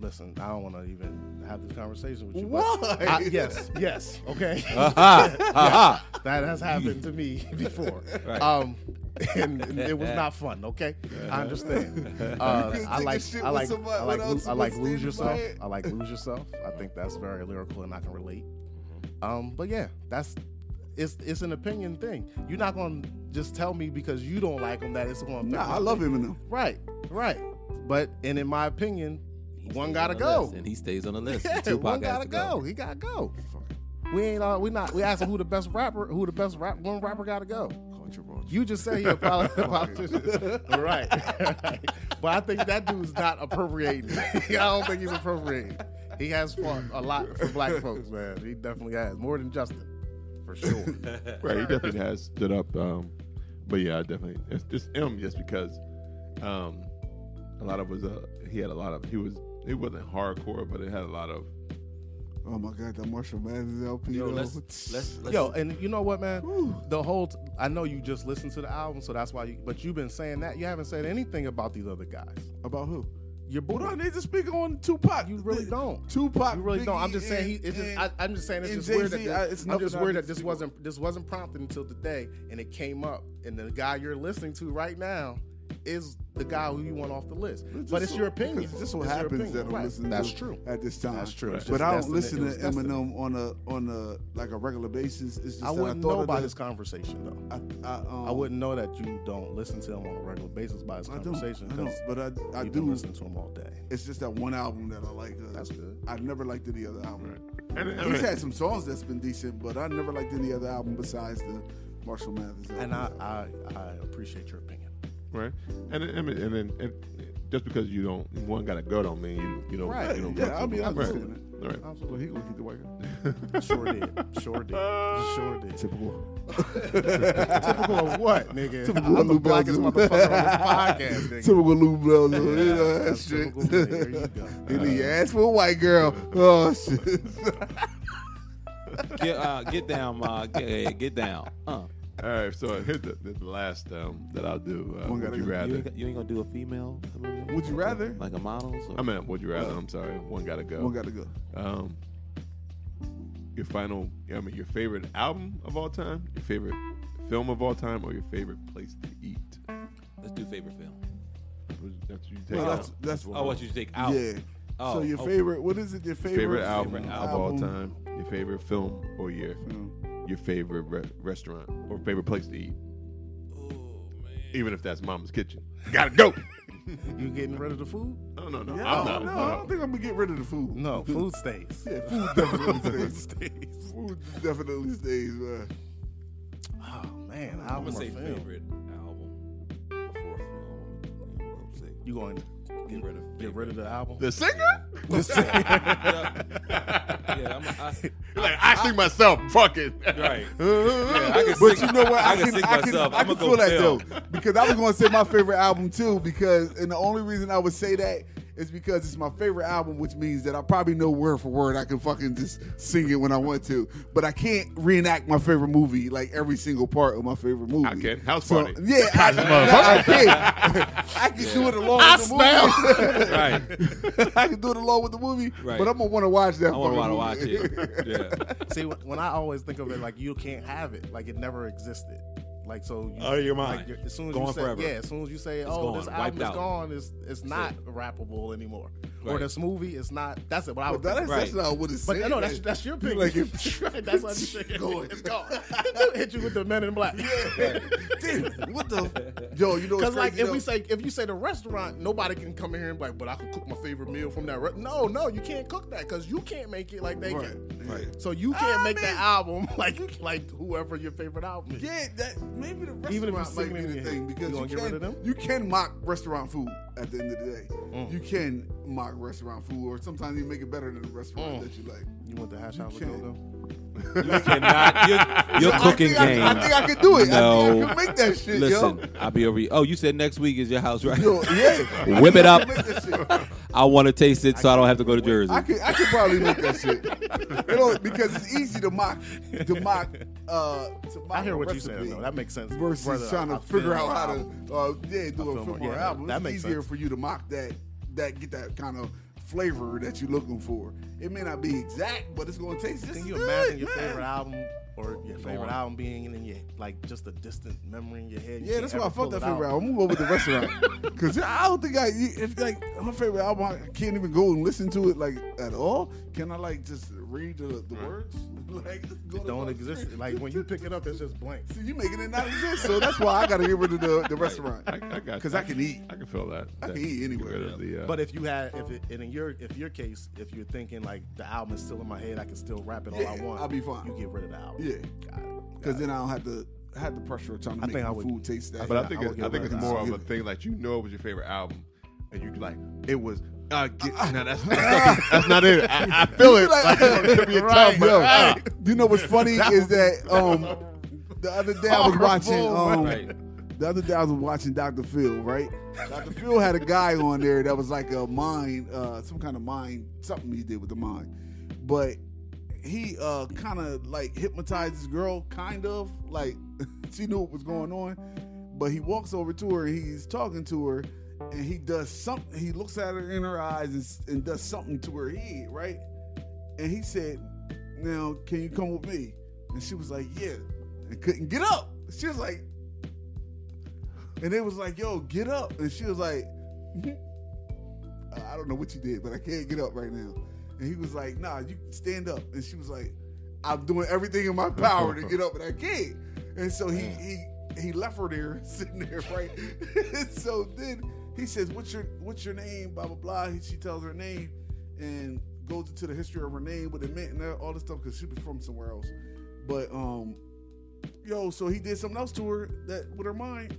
Speaker 5: listen, I don't want to even have this conversation with you.
Speaker 2: Why?
Speaker 5: but- I- yes, yes,
Speaker 2: [LAUGHS]
Speaker 5: okay. [LAUGHS]
Speaker 2: Uh-huh,
Speaker 3: Aha, aha.
Speaker 5: that has happened to me [LAUGHS] before.
Speaker 3: Right.
Speaker 5: Um, [LAUGHS] and, and it was not fun. Okay,
Speaker 2: Uh-huh.
Speaker 5: I understand.
Speaker 2: [LAUGHS]
Speaker 5: Uh,
Speaker 2: couldn't
Speaker 5: I
Speaker 2: take a
Speaker 5: like,
Speaker 2: shit
Speaker 5: I
Speaker 2: with
Speaker 5: like,
Speaker 2: somebody
Speaker 5: I like,
Speaker 2: without
Speaker 5: Lo- I like
Speaker 2: somebody
Speaker 5: lose
Speaker 2: standing by
Speaker 5: yourself.
Speaker 2: it.
Speaker 5: I
Speaker 2: Mm-hmm.
Speaker 5: like lose yourself. I think that's very lyrical and I can relate. Um, but yeah, that's it's it's an opinion thing. You're not gonna just tell me because you don't like him that it's gonna. affect
Speaker 2: Nah,
Speaker 5: my
Speaker 2: I love
Speaker 5: opinion.
Speaker 2: Eminem.
Speaker 5: Right, right. But and in my opinion,
Speaker 3: He
Speaker 5: one
Speaker 3: stays
Speaker 5: gotta
Speaker 3: on the
Speaker 5: go.
Speaker 3: list,
Speaker 5: [LAUGHS]
Speaker 3: and he stays on the
Speaker 2: [LAUGHS]
Speaker 3: list.
Speaker 5: Yeah,
Speaker 3: Tupac
Speaker 5: one
Speaker 3: has
Speaker 5: gotta
Speaker 3: to
Speaker 5: go. He gotta go. We ain't uh, we not we asking who the best rapper who the best rap one rapper gotta go.
Speaker 6: Controversial.
Speaker 5: You just say you're a
Speaker 3: [LAUGHS]
Speaker 5: poli- politician, right? [LAUGHS] but I think that dude's not appropriating. [LAUGHS] I don't think he's appropriating. He has fought a lot for black folks, man. He definitely has more than Justin, for sure.
Speaker 2: [LAUGHS]
Speaker 6: Right, he definitely has stood up. Um, but yeah, I definitely it's just him just because um, a lot of was uh, he had a lot of he was he wasn't hardcore, but it had a lot of
Speaker 2: Oh my God, that Marshall Mathers LP.
Speaker 3: Yo,
Speaker 2: though.
Speaker 3: let's
Speaker 2: [LAUGHS]
Speaker 3: let's, let's
Speaker 5: Yo, and you know what, man?
Speaker 2: Whew.
Speaker 5: The whole t- I know you just listened to the album, so that's why. you But you've been saying that you haven't said anything about these other guys.
Speaker 2: About who?
Speaker 5: Your boy,
Speaker 2: What do I need to speak on Tupac?
Speaker 5: you really don't.
Speaker 2: Tupac.
Speaker 5: You really don't. I'm just saying. He,
Speaker 2: Biggie,
Speaker 5: it's just,
Speaker 2: and-
Speaker 5: I, I'm just saying. It's
Speaker 2: and
Speaker 5: just weird that
Speaker 2: Jay-Z,
Speaker 5: this,
Speaker 2: I- it's
Speaker 5: I'm
Speaker 2: nothing
Speaker 5: just
Speaker 2: I
Speaker 5: weird
Speaker 2: need
Speaker 5: that
Speaker 2: to
Speaker 5: this
Speaker 2: speak on.
Speaker 5: wasn't this wasn't prompted until today, and it came up. And the guy you're listening to right now is the guy who you want off the list.
Speaker 2: It's
Speaker 5: but
Speaker 2: just
Speaker 5: it's
Speaker 2: so-
Speaker 5: your opinion.
Speaker 2: because It's just what
Speaker 5: It's your
Speaker 2: happens
Speaker 5: opinion.
Speaker 2: that I'm
Speaker 5: Right.
Speaker 2: listening
Speaker 5: That's
Speaker 2: to
Speaker 5: true.
Speaker 2: at this time.
Speaker 5: That's true. It's
Speaker 2: But
Speaker 5: just
Speaker 2: I don't
Speaker 5: destined-
Speaker 2: listen
Speaker 5: it
Speaker 2: to
Speaker 5: was destined.
Speaker 2: Eminem on a on a like a regular basis. It's just
Speaker 5: I
Speaker 2: that
Speaker 5: wouldn't
Speaker 2: thought
Speaker 5: know
Speaker 2: of
Speaker 5: by
Speaker 2: that-
Speaker 5: this conversation though.
Speaker 2: I, I, um,
Speaker 5: I wouldn't know that you don't listen to him on a regular basis by this
Speaker 2: I don't. I
Speaker 5: conversation
Speaker 2: don't.
Speaker 5: because
Speaker 2: But I I
Speaker 5: you've been
Speaker 2: do.
Speaker 5: listening to him all day.
Speaker 2: It's just that one album that I like. Uh,
Speaker 5: That's good.
Speaker 2: I never liked any other album.
Speaker 6: and, and-
Speaker 2: He's had some songs that's been decent, but I never liked any other album besides the Marshall Mathers.
Speaker 5: And I,
Speaker 2: album.
Speaker 5: I I appreciate your opinion.
Speaker 6: right and and and, then and just because you don't one got to go don't mean you you don't
Speaker 5: Right,
Speaker 6: you don't
Speaker 2: yeah, I mean, I
Speaker 6: right.
Speaker 2: understand it.
Speaker 6: All right.
Speaker 2: Absolutely, he gonna keep the white guy.
Speaker 5: Sure did.
Speaker 2: [LAUGHS]
Speaker 5: Sure did. Sure did.
Speaker 2: Typical.
Speaker 5: Typical of what, nigga?
Speaker 2: Typical
Speaker 5: [LAUGHS] I'm the
Speaker 2: Lou
Speaker 5: blackest
Speaker 2: Belgium. [LAUGHS]
Speaker 5: motherfucker on this
Speaker 3: [LAUGHS]
Speaker 5: podcast, nigga.
Speaker 2: Typical Lou Bells. You know that
Speaker 5: That's
Speaker 2: shit.
Speaker 5: typical me. There you go. Uh,
Speaker 2: And [LAUGHS] he asked for a white girl. Oh shit.
Speaker 3: get, uh, get down, Ma. Get, yeah, get down. Uh,
Speaker 6: All right, so here's the, the last um, that I'll do. Uh,
Speaker 2: One
Speaker 6: would
Speaker 2: gotta
Speaker 6: you
Speaker 2: go.
Speaker 3: you,
Speaker 6: rather?
Speaker 3: ain't, got- you ain't gonna do a female?
Speaker 2: Would you rather?
Speaker 3: Like a model? So.
Speaker 6: I mean, would you rather? I'm sorry, one gotta go.
Speaker 2: One gotta go.
Speaker 6: Um, your final, I mean, your favorite album of all time, your favorite film of all time, or your favorite place to eat.
Speaker 3: Let's do favorite film.
Speaker 6: That's you take
Speaker 2: Well,
Speaker 6: out.
Speaker 2: that's that's
Speaker 3: Oh, what you take out?
Speaker 2: Yeah.
Speaker 3: Oh,
Speaker 2: so your
Speaker 3: oh.
Speaker 2: favorite? What is it? Your
Speaker 6: favorite,
Speaker 2: favorite,
Speaker 6: album, of all
Speaker 2: album?
Speaker 6: time, your favorite film, or your
Speaker 2: Mm.
Speaker 6: your favorite re- restaurant or favorite place to eat.
Speaker 3: Oh, man.
Speaker 6: Even if that's Mama's Kitchen, gotta go.
Speaker 5: You getting rid of the food?
Speaker 6: No, no, no.
Speaker 2: Yeah,
Speaker 6: I'm
Speaker 2: I
Speaker 6: not.
Speaker 2: don't know. I don't think I'm gonna get rid of the food.
Speaker 5: No, food stays.
Speaker 2: Yeah, food
Speaker 5: [LAUGHS]
Speaker 2: definitely stays.
Speaker 5: stays.
Speaker 2: Food definitely stays, man.
Speaker 5: Oh man,
Speaker 3: I'm
Speaker 5: album or
Speaker 3: gonna say
Speaker 5: film?
Speaker 3: favorite album before film. I'm gonna say
Speaker 5: You going to
Speaker 3: get rid of
Speaker 5: get rid of
Speaker 3: [LAUGHS]
Speaker 5: the album?
Speaker 6: The singer? [LAUGHS]
Speaker 3: yeah, I'm,
Speaker 2: [LAUGHS]
Speaker 3: I,
Speaker 6: like I sing myself. Fuck it. [LAUGHS]
Speaker 3: right.
Speaker 2: Yeah,
Speaker 3: I can
Speaker 2: but
Speaker 3: sing-
Speaker 2: you know what?
Speaker 3: I
Speaker 2: I,
Speaker 3: can
Speaker 2: can,
Speaker 3: sing
Speaker 2: I can,
Speaker 3: myself.
Speaker 2: I
Speaker 3: I'ma
Speaker 2: can
Speaker 3: go
Speaker 2: feel that
Speaker 3: Phil.
Speaker 2: though, because I was going to say my favorite album too. Because and the only reason I would say that is because it's my favorite album, which means that I probably know word for word. I can fucking just sing it when I want to, but I can't reenact my favorite movie like every single part of my favorite movie.
Speaker 6: I can. House
Speaker 2: So,
Speaker 6: party.
Speaker 2: yeah, I, I can. [LAUGHS] I can do it along
Speaker 6: I
Speaker 2: with the movie. [LAUGHS]
Speaker 3: Right.
Speaker 2: I can do it along with the movie,
Speaker 3: Right.
Speaker 2: but I'm gonna want to watch that.
Speaker 3: I want to
Speaker 2: fucking
Speaker 3: watch
Speaker 2: movie. [LAUGHS]
Speaker 3: [LAUGHS] it. Yeah.
Speaker 5: See, when when I always think of it like you can't have it, like it never existed. Like so, you,
Speaker 3: Out of your
Speaker 5: like,
Speaker 3: mind.
Speaker 5: you're- as soon as
Speaker 3: Gone
Speaker 5: you say,
Speaker 3: forever.
Speaker 5: yeah, as soon as you say, oh,
Speaker 3: gone,
Speaker 5: this
Speaker 3: wiped
Speaker 5: album is
Speaker 3: out.
Speaker 5: gone, it's it's not rappable anymore, or
Speaker 3: Right.
Speaker 5: this movie is not. That's it. What I
Speaker 2: But
Speaker 5: would
Speaker 2: that
Speaker 5: think.
Speaker 2: is,
Speaker 3: Right.
Speaker 2: that's not what it's
Speaker 5: But uh,
Speaker 2: saying.
Speaker 5: no, that's that's your opinion.
Speaker 2: like it.
Speaker 5: [LAUGHS] right, that's
Speaker 2: [LAUGHS]
Speaker 5: what I'm saying.
Speaker 2: Going.
Speaker 5: It's gone. Hit you with the men in black.
Speaker 2: [LAUGHS] Dude, what
Speaker 3: [LAUGHS]
Speaker 2: the? Yo, Oh, you know what's
Speaker 5: Because like
Speaker 2: crazy,
Speaker 5: if
Speaker 2: though?
Speaker 5: we say if you say the restaurant, nobody can come in here and be like, but I can cook my favorite meal from that. Re-. No, no, you can't cook that because you can't make it like they
Speaker 2: Right,
Speaker 5: can.
Speaker 2: right.
Speaker 5: So you can't
Speaker 2: I
Speaker 5: make
Speaker 2: mean-
Speaker 5: that album [LAUGHS] like like whoever your favorite album is.
Speaker 2: Yeah, that maybe the restaurant
Speaker 5: Even if you
Speaker 2: might
Speaker 5: sing
Speaker 2: be
Speaker 5: them,
Speaker 2: the
Speaker 5: yeah.
Speaker 2: thing
Speaker 5: You
Speaker 2: because you,
Speaker 5: gonna get
Speaker 2: can
Speaker 5: rid of them? Mm.
Speaker 2: you can mock restaurant food at the end of the day. You can mock restaurant food, or sometimes you make it better than the restaurant
Speaker 5: Mm.
Speaker 2: that you like.
Speaker 5: You want the hash
Speaker 2: You
Speaker 5: out with
Speaker 2: can't.
Speaker 5: Dogo?
Speaker 3: You cannot. Your, your
Speaker 2: I
Speaker 3: cooking
Speaker 2: think I-
Speaker 3: game.
Speaker 2: I, think I can do it. I think
Speaker 3: No.
Speaker 2: I can make that shit,
Speaker 3: Listen, I'll be over. you. Oh, you said next week is your house, right?
Speaker 2: yo. Yo, yeah.
Speaker 3: Whip it
Speaker 2: I
Speaker 3: up.
Speaker 2: can make that shit.
Speaker 3: [LAUGHS] I want to taste it, so I don't have to go to Jersey.
Speaker 2: I could, I could probably make that shit. You know, because it's easy to mock, to mock, uh, to mock
Speaker 5: I hear
Speaker 2: a
Speaker 5: what you're
Speaker 2: recipe.
Speaker 5: saying though. That makes sense.
Speaker 2: versus
Speaker 5: Whether
Speaker 2: trying
Speaker 5: I-
Speaker 2: to
Speaker 5: I
Speaker 2: figure
Speaker 5: feel
Speaker 2: out how
Speaker 5: album.
Speaker 2: to uh, yeah do a
Speaker 5: feel
Speaker 2: film
Speaker 5: more-
Speaker 2: or
Speaker 5: yeah,
Speaker 2: album.
Speaker 5: that
Speaker 2: it's
Speaker 5: makes
Speaker 2: easier
Speaker 5: sense.
Speaker 2: for you to mock that that get that kind of flavor that you're looking for. It may not be exact, but it's going to taste. just
Speaker 5: Can
Speaker 2: as
Speaker 5: you
Speaker 2: good,
Speaker 5: imagine your
Speaker 2: man.
Speaker 5: favorite album or your favorite
Speaker 3: on.
Speaker 5: album being in your like just a distant memory in your head? You
Speaker 2: Yeah,
Speaker 5: can't
Speaker 2: that's why
Speaker 5: ever
Speaker 2: I
Speaker 5: pull
Speaker 2: fucked that
Speaker 5: it
Speaker 2: favorite
Speaker 5: out.
Speaker 2: album. I'm gonna go with the restaurant [LAUGHS] because I don't think I if like my favorite album I can't even go and listen to it like at all. Can I like just read the, the
Speaker 6: Right.
Speaker 2: words. [LAUGHS] Like, just go to
Speaker 5: Don't
Speaker 2: my
Speaker 5: exist.
Speaker 2: screen.
Speaker 5: Like when you pick it up, it's just blank.
Speaker 2: See, you making it not exist, so that's why I got to get rid of the, the restaurant.
Speaker 6: I, I got
Speaker 2: Because I can eat.
Speaker 6: I can feel that.
Speaker 2: I can
Speaker 6: that-
Speaker 2: eat
Speaker 6: get
Speaker 2: anywhere.
Speaker 6: rid of the, uh,
Speaker 5: But if you had, if it, and in your, if your case, if you're thinking like the album is still in my head, I can still rap it all
Speaker 2: Yeah,
Speaker 5: I want.
Speaker 2: I'll be fine.
Speaker 5: You get rid of the album.
Speaker 2: Yeah.
Speaker 5: Got it.
Speaker 2: Because then I don't have to have the pressure of trying to
Speaker 5: I
Speaker 2: make
Speaker 5: think
Speaker 2: the
Speaker 5: I would-
Speaker 2: food taste that.
Speaker 6: But I think
Speaker 5: I would
Speaker 6: it's,
Speaker 5: get
Speaker 6: I think
Speaker 5: rid
Speaker 6: it's
Speaker 5: of
Speaker 6: more
Speaker 2: that.
Speaker 6: of a thing like you know it was your favorite album, and you like it was. Uh, get, no, that's, that's, that's not it.
Speaker 2: [LAUGHS]
Speaker 6: I, I feel [LAUGHS] it. Like, it could be a time, but,
Speaker 2: Yo,
Speaker 6: ah.
Speaker 2: you know what's funny is that um, the other day I was watching um, the other day I was watching Dr. Phil, right? Dr. Phil had a guy on there that was like a mind, uh, some kind of mind, something he did with the mind, but he uh, kind of like hypnotized this girl, kind of like [LAUGHS] she knew what was going on, but he walks over to her, he's talking to her, and he does something. He looks at her in her eyes and, s- and does something to her head, right? And he said, "Now, can you come with me?" And she was like, "Yeah," and couldn't get up. She was like, and they was like, "Yo, get up!" And she was like, [LAUGHS] "I don't know what you did, but I can't get up right now." And he was like, "Nah, you stand up." And she was like, "I'm doing everything in my power to get up, and I can't." And so he he he left her there [LAUGHS] sitting there, right? and so then he says, "What's your what's your name?" Blah blah blah. He, she tells her name and goes into the history of her name, what it meant, and all this stuff because she was from somewhere else. But um, yo, so he did something else to her that with her mind.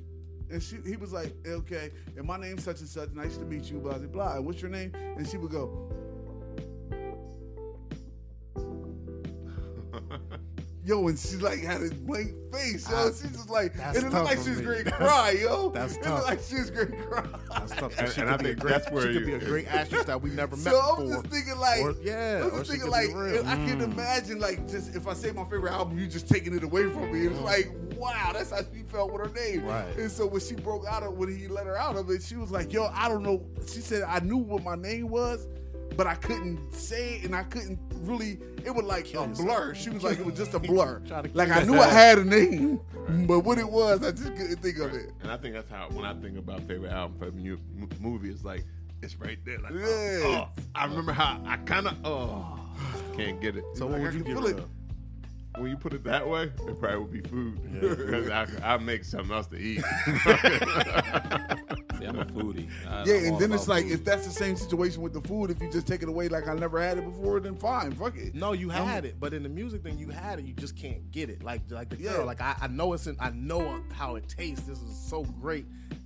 Speaker 2: And she, he was like, okay, and my name's such and such. Nice to meet you, blah blah blah. And what's your name? And she would
Speaker 5: [LAUGHS]
Speaker 2: go, yo, and she like had a blank face, yo.
Speaker 5: Ah,
Speaker 2: She's just like, and
Speaker 5: that's
Speaker 2: it looked
Speaker 5: tough
Speaker 2: like
Speaker 5: for
Speaker 2: she was
Speaker 5: me.
Speaker 2: great cry, yo.
Speaker 5: That's
Speaker 2: it
Speaker 5: tough.
Speaker 2: looked like she was great cry.
Speaker 5: That's tough.
Speaker 6: And-
Speaker 5: she could
Speaker 6: and I
Speaker 5: be
Speaker 6: think
Speaker 5: a great,
Speaker 6: that's where
Speaker 5: she could be
Speaker 6: you-
Speaker 5: a great actress that we
Speaker 2: [LAUGHS]
Speaker 5: never met
Speaker 2: So I'm
Speaker 5: before.
Speaker 2: just thinking like,
Speaker 5: Or- yeah,
Speaker 2: I'm
Speaker 5: or
Speaker 2: just
Speaker 5: she
Speaker 2: thinking
Speaker 5: could be
Speaker 2: like,
Speaker 5: real.
Speaker 2: I can
Speaker 6: Mm.
Speaker 2: imagine like just if I say my favorite album, you just taking it away from me. It's like, wow, that's how she felt with her name.
Speaker 5: Right.
Speaker 2: And so when she broke out of when he let her out of it, she was like, yo, I don't know. She said I knew what my name was. But I couldn't say it, and I couldn't really. It was like a
Speaker 5: yourself.
Speaker 2: blur. She was like, it was just a blur.
Speaker 5: Try to kill
Speaker 2: Like I knew I had a name, but what it was, I just couldn't think of it.
Speaker 6: And I think that's how when I think about favorite album, favorite mu- m- movie, it's like it's right there. Like,
Speaker 2: Yeah.
Speaker 6: oh, oh, I remember how I kind of oh can't get it.
Speaker 5: so what
Speaker 2: I
Speaker 5: would you
Speaker 2: can
Speaker 5: give
Speaker 2: feel
Speaker 5: it?
Speaker 2: it.
Speaker 6: when you put it that way, it probably would be food. [LAUGHS] Because I, I make something else to eat.
Speaker 3: See, I'm a foodie. I-
Speaker 2: Yeah,
Speaker 3: I'm
Speaker 2: and
Speaker 3: all
Speaker 2: then
Speaker 3: about
Speaker 2: it's like
Speaker 3: food.
Speaker 2: if that's the same situation with the food, if you just take it away like I never had it before, then fine, fuck it.
Speaker 5: No, you had it, but in the music thing, you had it. You just can't get it. Like, like the
Speaker 2: Yeah.
Speaker 5: girl. Like I, I know it's. In, I know how it tastes. This is so great.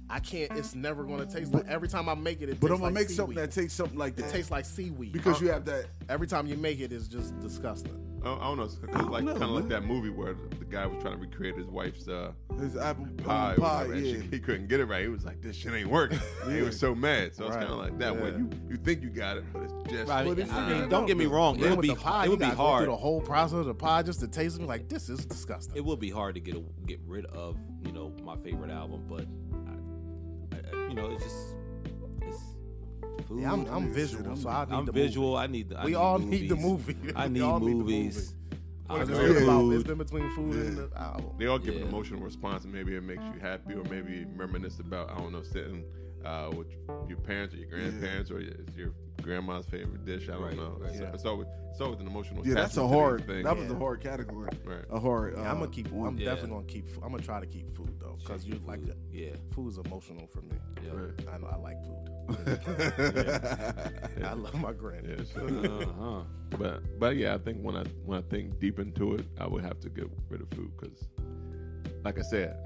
Speaker 5: I can't. It's never going to taste. Like every time I make it, it.
Speaker 2: But
Speaker 5: tastes
Speaker 2: I'm gonna
Speaker 5: like
Speaker 2: make
Speaker 5: seaweed.
Speaker 2: something that tastes something like that.
Speaker 5: it tastes like seaweed
Speaker 2: because
Speaker 5: Uh,
Speaker 2: you have that.
Speaker 5: Every time you make it, it's just disgusting.
Speaker 6: I don't I don't know. It's
Speaker 2: don't
Speaker 6: like
Speaker 2: know,
Speaker 6: kind of like
Speaker 2: man.
Speaker 6: that movie where the, the guy was trying to recreate his wife's uh,
Speaker 2: It's apple
Speaker 6: pie.
Speaker 2: pie,
Speaker 6: or
Speaker 2: pie
Speaker 6: whatever, and
Speaker 2: yeah.
Speaker 6: she- he couldn't get it right. He was like, "This shit ain't working." And He was so mad. So it's
Speaker 5: Right.
Speaker 6: kind of like that when
Speaker 5: Yeah.
Speaker 6: you you think you got it, but it's just
Speaker 3: Right,
Speaker 6: But
Speaker 3: I
Speaker 6: it's-
Speaker 3: mean,
Speaker 6: uh,
Speaker 3: don't get me wrong.
Speaker 5: Then
Speaker 3: It would
Speaker 5: with
Speaker 3: be.
Speaker 5: the pie,
Speaker 3: It would be
Speaker 5: you gotta go
Speaker 3: hard.
Speaker 5: through the whole process of the pie just to taste it. Like this is disgusting.
Speaker 3: It would be hard to get a, get rid of you know my favorite album, but I, I, you know it's just it's food.
Speaker 5: yeah, I'm, I'm visual, so I need
Speaker 3: I'm
Speaker 5: the
Speaker 3: visual. I need. The, I
Speaker 5: We
Speaker 3: need
Speaker 5: all
Speaker 3: movies.
Speaker 5: need the movie.
Speaker 3: I
Speaker 5: [LAUGHS] We
Speaker 3: need
Speaker 5: all need the
Speaker 3: movies. I
Speaker 5: Movie. It's,
Speaker 6: know.
Speaker 5: been about,
Speaker 3: food.
Speaker 5: it's been between food and the album.
Speaker 6: They all give an
Speaker 3: Yeah.
Speaker 6: emotional response, and maybe it makes you happy, or maybe reminisce about I don't know sitting uh, with your parents or your grandparents, or it's your grandma's favorite dish. I don't
Speaker 3: Right,
Speaker 6: know.
Speaker 3: right.
Speaker 6: It's, it's always it's always an emotional.
Speaker 2: Yeah, that's a
Speaker 6: attachment to
Speaker 2: hard.
Speaker 6: these things.
Speaker 2: That was a
Speaker 5: Yeah.
Speaker 2: hard category.
Speaker 6: Right.
Speaker 2: A hard. Uh,
Speaker 5: Um, Yeah, I'm gonna keep. I'm
Speaker 3: Yeah.
Speaker 5: definitely gonna keep. I'm gonna try to keep food though, because you like
Speaker 3: Food. Yeah.
Speaker 5: food's emotional for me.
Speaker 3: yeah.
Speaker 5: I know I like food. [LAUGHS] I love my granny.
Speaker 6: Yeah, so-
Speaker 3: Uh-huh.
Speaker 6: But but yeah, I think when I when I think deep into it, I would have to get rid of food because, like I said,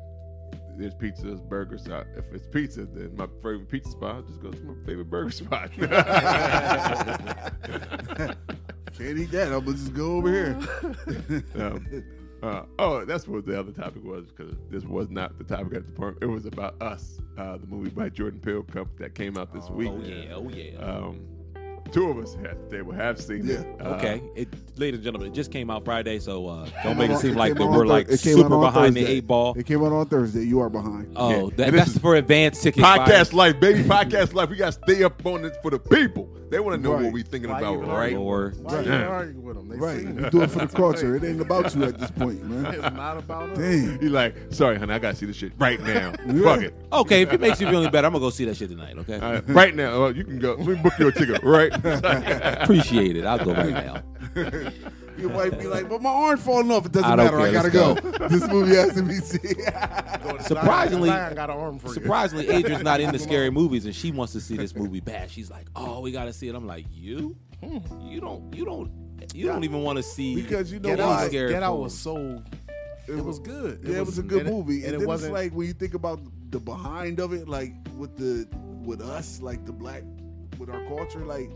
Speaker 6: there's pizzas, burgers. So I- if it's pizza, then my favorite pizza spot I'll just go to my favorite burger
Speaker 2: [LAUGHS]
Speaker 6: spot.
Speaker 2: Can't eat that. I'm gonna just go over here.
Speaker 6: Um, uh, oh, that's what the other topic was because this was not the topic at the point. It was about us, uh, the movie by Jordan Peele Cup that came out this week.
Speaker 3: Oh yeah. Oh yeah.
Speaker 6: Um, two of us at the table have seen it.
Speaker 2: Yeah.
Speaker 6: Uh,
Speaker 3: Okay, it, ladies and gentlemen, it just came out Friday, so uh, don't make
Speaker 2: Came
Speaker 3: it
Speaker 2: out-
Speaker 3: seem like
Speaker 2: came
Speaker 3: that
Speaker 2: out
Speaker 3: we're
Speaker 2: on
Speaker 3: like
Speaker 2: Thur- it came
Speaker 3: super
Speaker 2: out on
Speaker 3: behind the
Speaker 2: Thursday.
Speaker 3: eight ball.
Speaker 2: It came out on Thursday. You are behind.
Speaker 3: Oh,
Speaker 6: Yeah.
Speaker 3: that,
Speaker 6: And this
Speaker 3: that's
Speaker 6: is
Speaker 3: for advanced ticket
Speaker 6: Podcast
Speaker 3: buyers.
Speaker 6: life, baby. Podcast life. We got to stay up on it for the people. They want to know
Speaker 2: Right.
Speaker 6: what we thinking
Speaker 5: Why
Speaker 6: about
Speaker 5: you even
Speaker 6: right
Speaker 3: Or
Speaker 5: Why you arguing with them? They
Speaker 2: Right.
Speaker 5: [LAUGHS] seen
Speaker 2: You
Speaker 5: it.
Speaker 2: do it for the culture. It ain't about you
Speaker 3: [LAUGHS]
Speaker 2: at this point, man.
Speaker 5: It's not about us.
Speaker 2: Damn.
Speaker 6: He like, sorry, honey, I gotta see this shit right now.
Speaker 2: Yeah.
Speaker 6: Fuck it,
Speaker 3: okay, if it makes you feel any better, I'm gonna go see that shit tonight. Okay,
Speaker 6: Uh, right now. Oh, you can go. Let me book your ticket right.
Speaker 3: appreciate it. I'll go right now.
Speaker 2: Your wife be like, "But my arm falling off. It doesn't
Speaker 3: I don't
Speaker 2: matter. I
Speaker 3: care,
Speaker 2: gotta go.
Speaker 3: let's go."
Speaker 2: this movie has to be seen." [LAUGHS]
Speaker 3: Surprisingly-
Speaker 5: Zion got an arm for you.
Speaker 3: Surprisingly, Adrian's not
Speaker 5: [LAUGHS]
Speaker 3: into scary movies, and she wants to see this movie bad. She's like, "Oh, we gotta see it." I'm like, "You,
Speaker 5: Hmm.
Speaker 3: you don't, you don't, you don't even want to see
Speaker 2: Because you know
Speaker 3: these
Speaker 5: Get
Speaker 2: why?
Speaker 5: out,
Speaker 3: scary
Speaker 5: get out
Speaker 3: films."
Speaker 5: was so. It was good.
Speaker 2: Yeah, it was a good
Speaker 5: and
Speaker 2: movie, and,
Speaker 5: and
Speaker 2: then
Speaker 5: it wasn't
Speaker 2: it's like when you think about the behind of it, like with the with us, like the black with our culture, like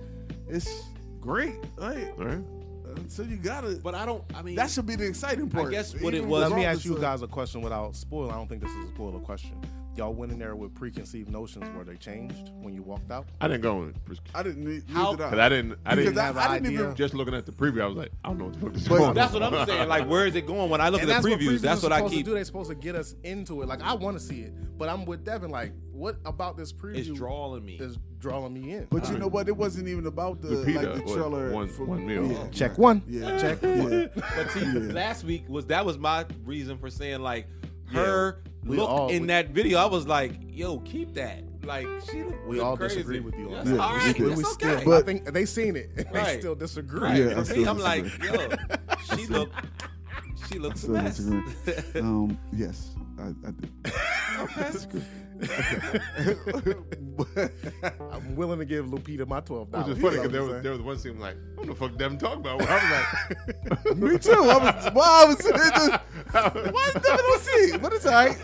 Speaker 2: it's great. Like
Speaker 6: All right.
Speaker 2: uh, so you gotta.
Speaker 3: But I don't. I mean,
Speaker 2: That should be the exciting part.
Speaker 3: guess what it
Speaker 2: Even
Speaker 3: was-
Speaker 5: Let me
Speaker 2: regardless
Speaker 5: ask you
Speaker 2: of-
Speaker 5: guys a question without spoil. I don't think this is a spoiler question. Y'all went in there with preconceived notions. Were they changed when you walked out?
Speaker 6: I didn't go in because
Speaker 2: I didn't need
Speaker 3: How-
Speaker 6: I didn't. I
Speaker 2: Because
Speaker 6: didn't.
Speaker 2: I-
Speaker 5: have
Speaker 2: I
Speaker 5: an
Speaker 2: didn't
Speaker 5: idea.
Speaker 2: even-
Speaker 6: just looking at the preview, I was like, I don't know what the fuck this is
Speaker 2: But-
Speaker 6: going on.
Speaker 3: that's what I'm saying. Like, where is it going? When I look at the previews, that's what
Speaker 5: are
Speaker 3: I
Speaker 5: supposed
Speaker 3: keep.
Speaker 5: To do. They're supposed to get us into it. Like I want to see it, but I'm with Devin. Like, what about this preview?
Speaker 3: It's drawing me. [LAUGHS]
Speaker 5: Is drawing me in.
Speaker 2: But you know what? It wasn't even about the
Speaker 6: The pita
Speaker 2: like the
Speaker 6: was
Speaker 2: trailer.
Speaker 6: one-
Speaker 2: for-
Speaker 6: one meal.
Speaker 2: Yeah.
Speaker 5: check one.
Speaker 2: Yeah.
Speaker 5: check
Speaker 2: Yeah.
Speaker 5: one.
Speaker 3: But see, last week was that was my reason for saying like her
Speaker 5: we
Speaker 3: look
Speaker 5: all-
Speaker 3: in
Speaker 5: we-
Speaker 3: that video. I was like, yo, keep that. Like she looked
Speaker 5: We
Speaker 3: looked
Speaker 5: all
Speaker 3: crazy.
Speaker 5: disagree with you on
Speaker 3: Yes,
Speaker 5: that.
Speaker 3: all
Speaker 2: Yeah, we
Speaker 3: right,
Speaker 2: did.
Speaker 3: that's
Speaker 5: we
Speaker 3: okay.
Speaker 5: still, I
Speaker 2: But-
Speaker 5: think they seen it. [LAUGHS] and
Speaker 3: Right.
Speaker 5: They still disagree.
Speaker 3: Right.
Speaker 2: Yeah, I
Speaker 3: For me,
Speaker 2: still
Speaker 3: I'm like, yo, she look, she looks a
Speaker 2: So
Speaker 3: mess.
Speaker 2: disagree.
Speaker 5: [LAUGHS]
Speaker 2: um, yes, I, I did. [LAUGHS] That's good.
Speaker 5: I'm willing to give Lupita my twelve
Speaker 6: Which
Speaker 5: dollars.
Speaker 6: is funny because there was there was one scene like, I don't know what the fuck Devin talking about. [LAUGHS] I was like,
Speaker 2: Me too. I was, well, I was sitting there just- [LAUGHS] Why is WC? But it's all right.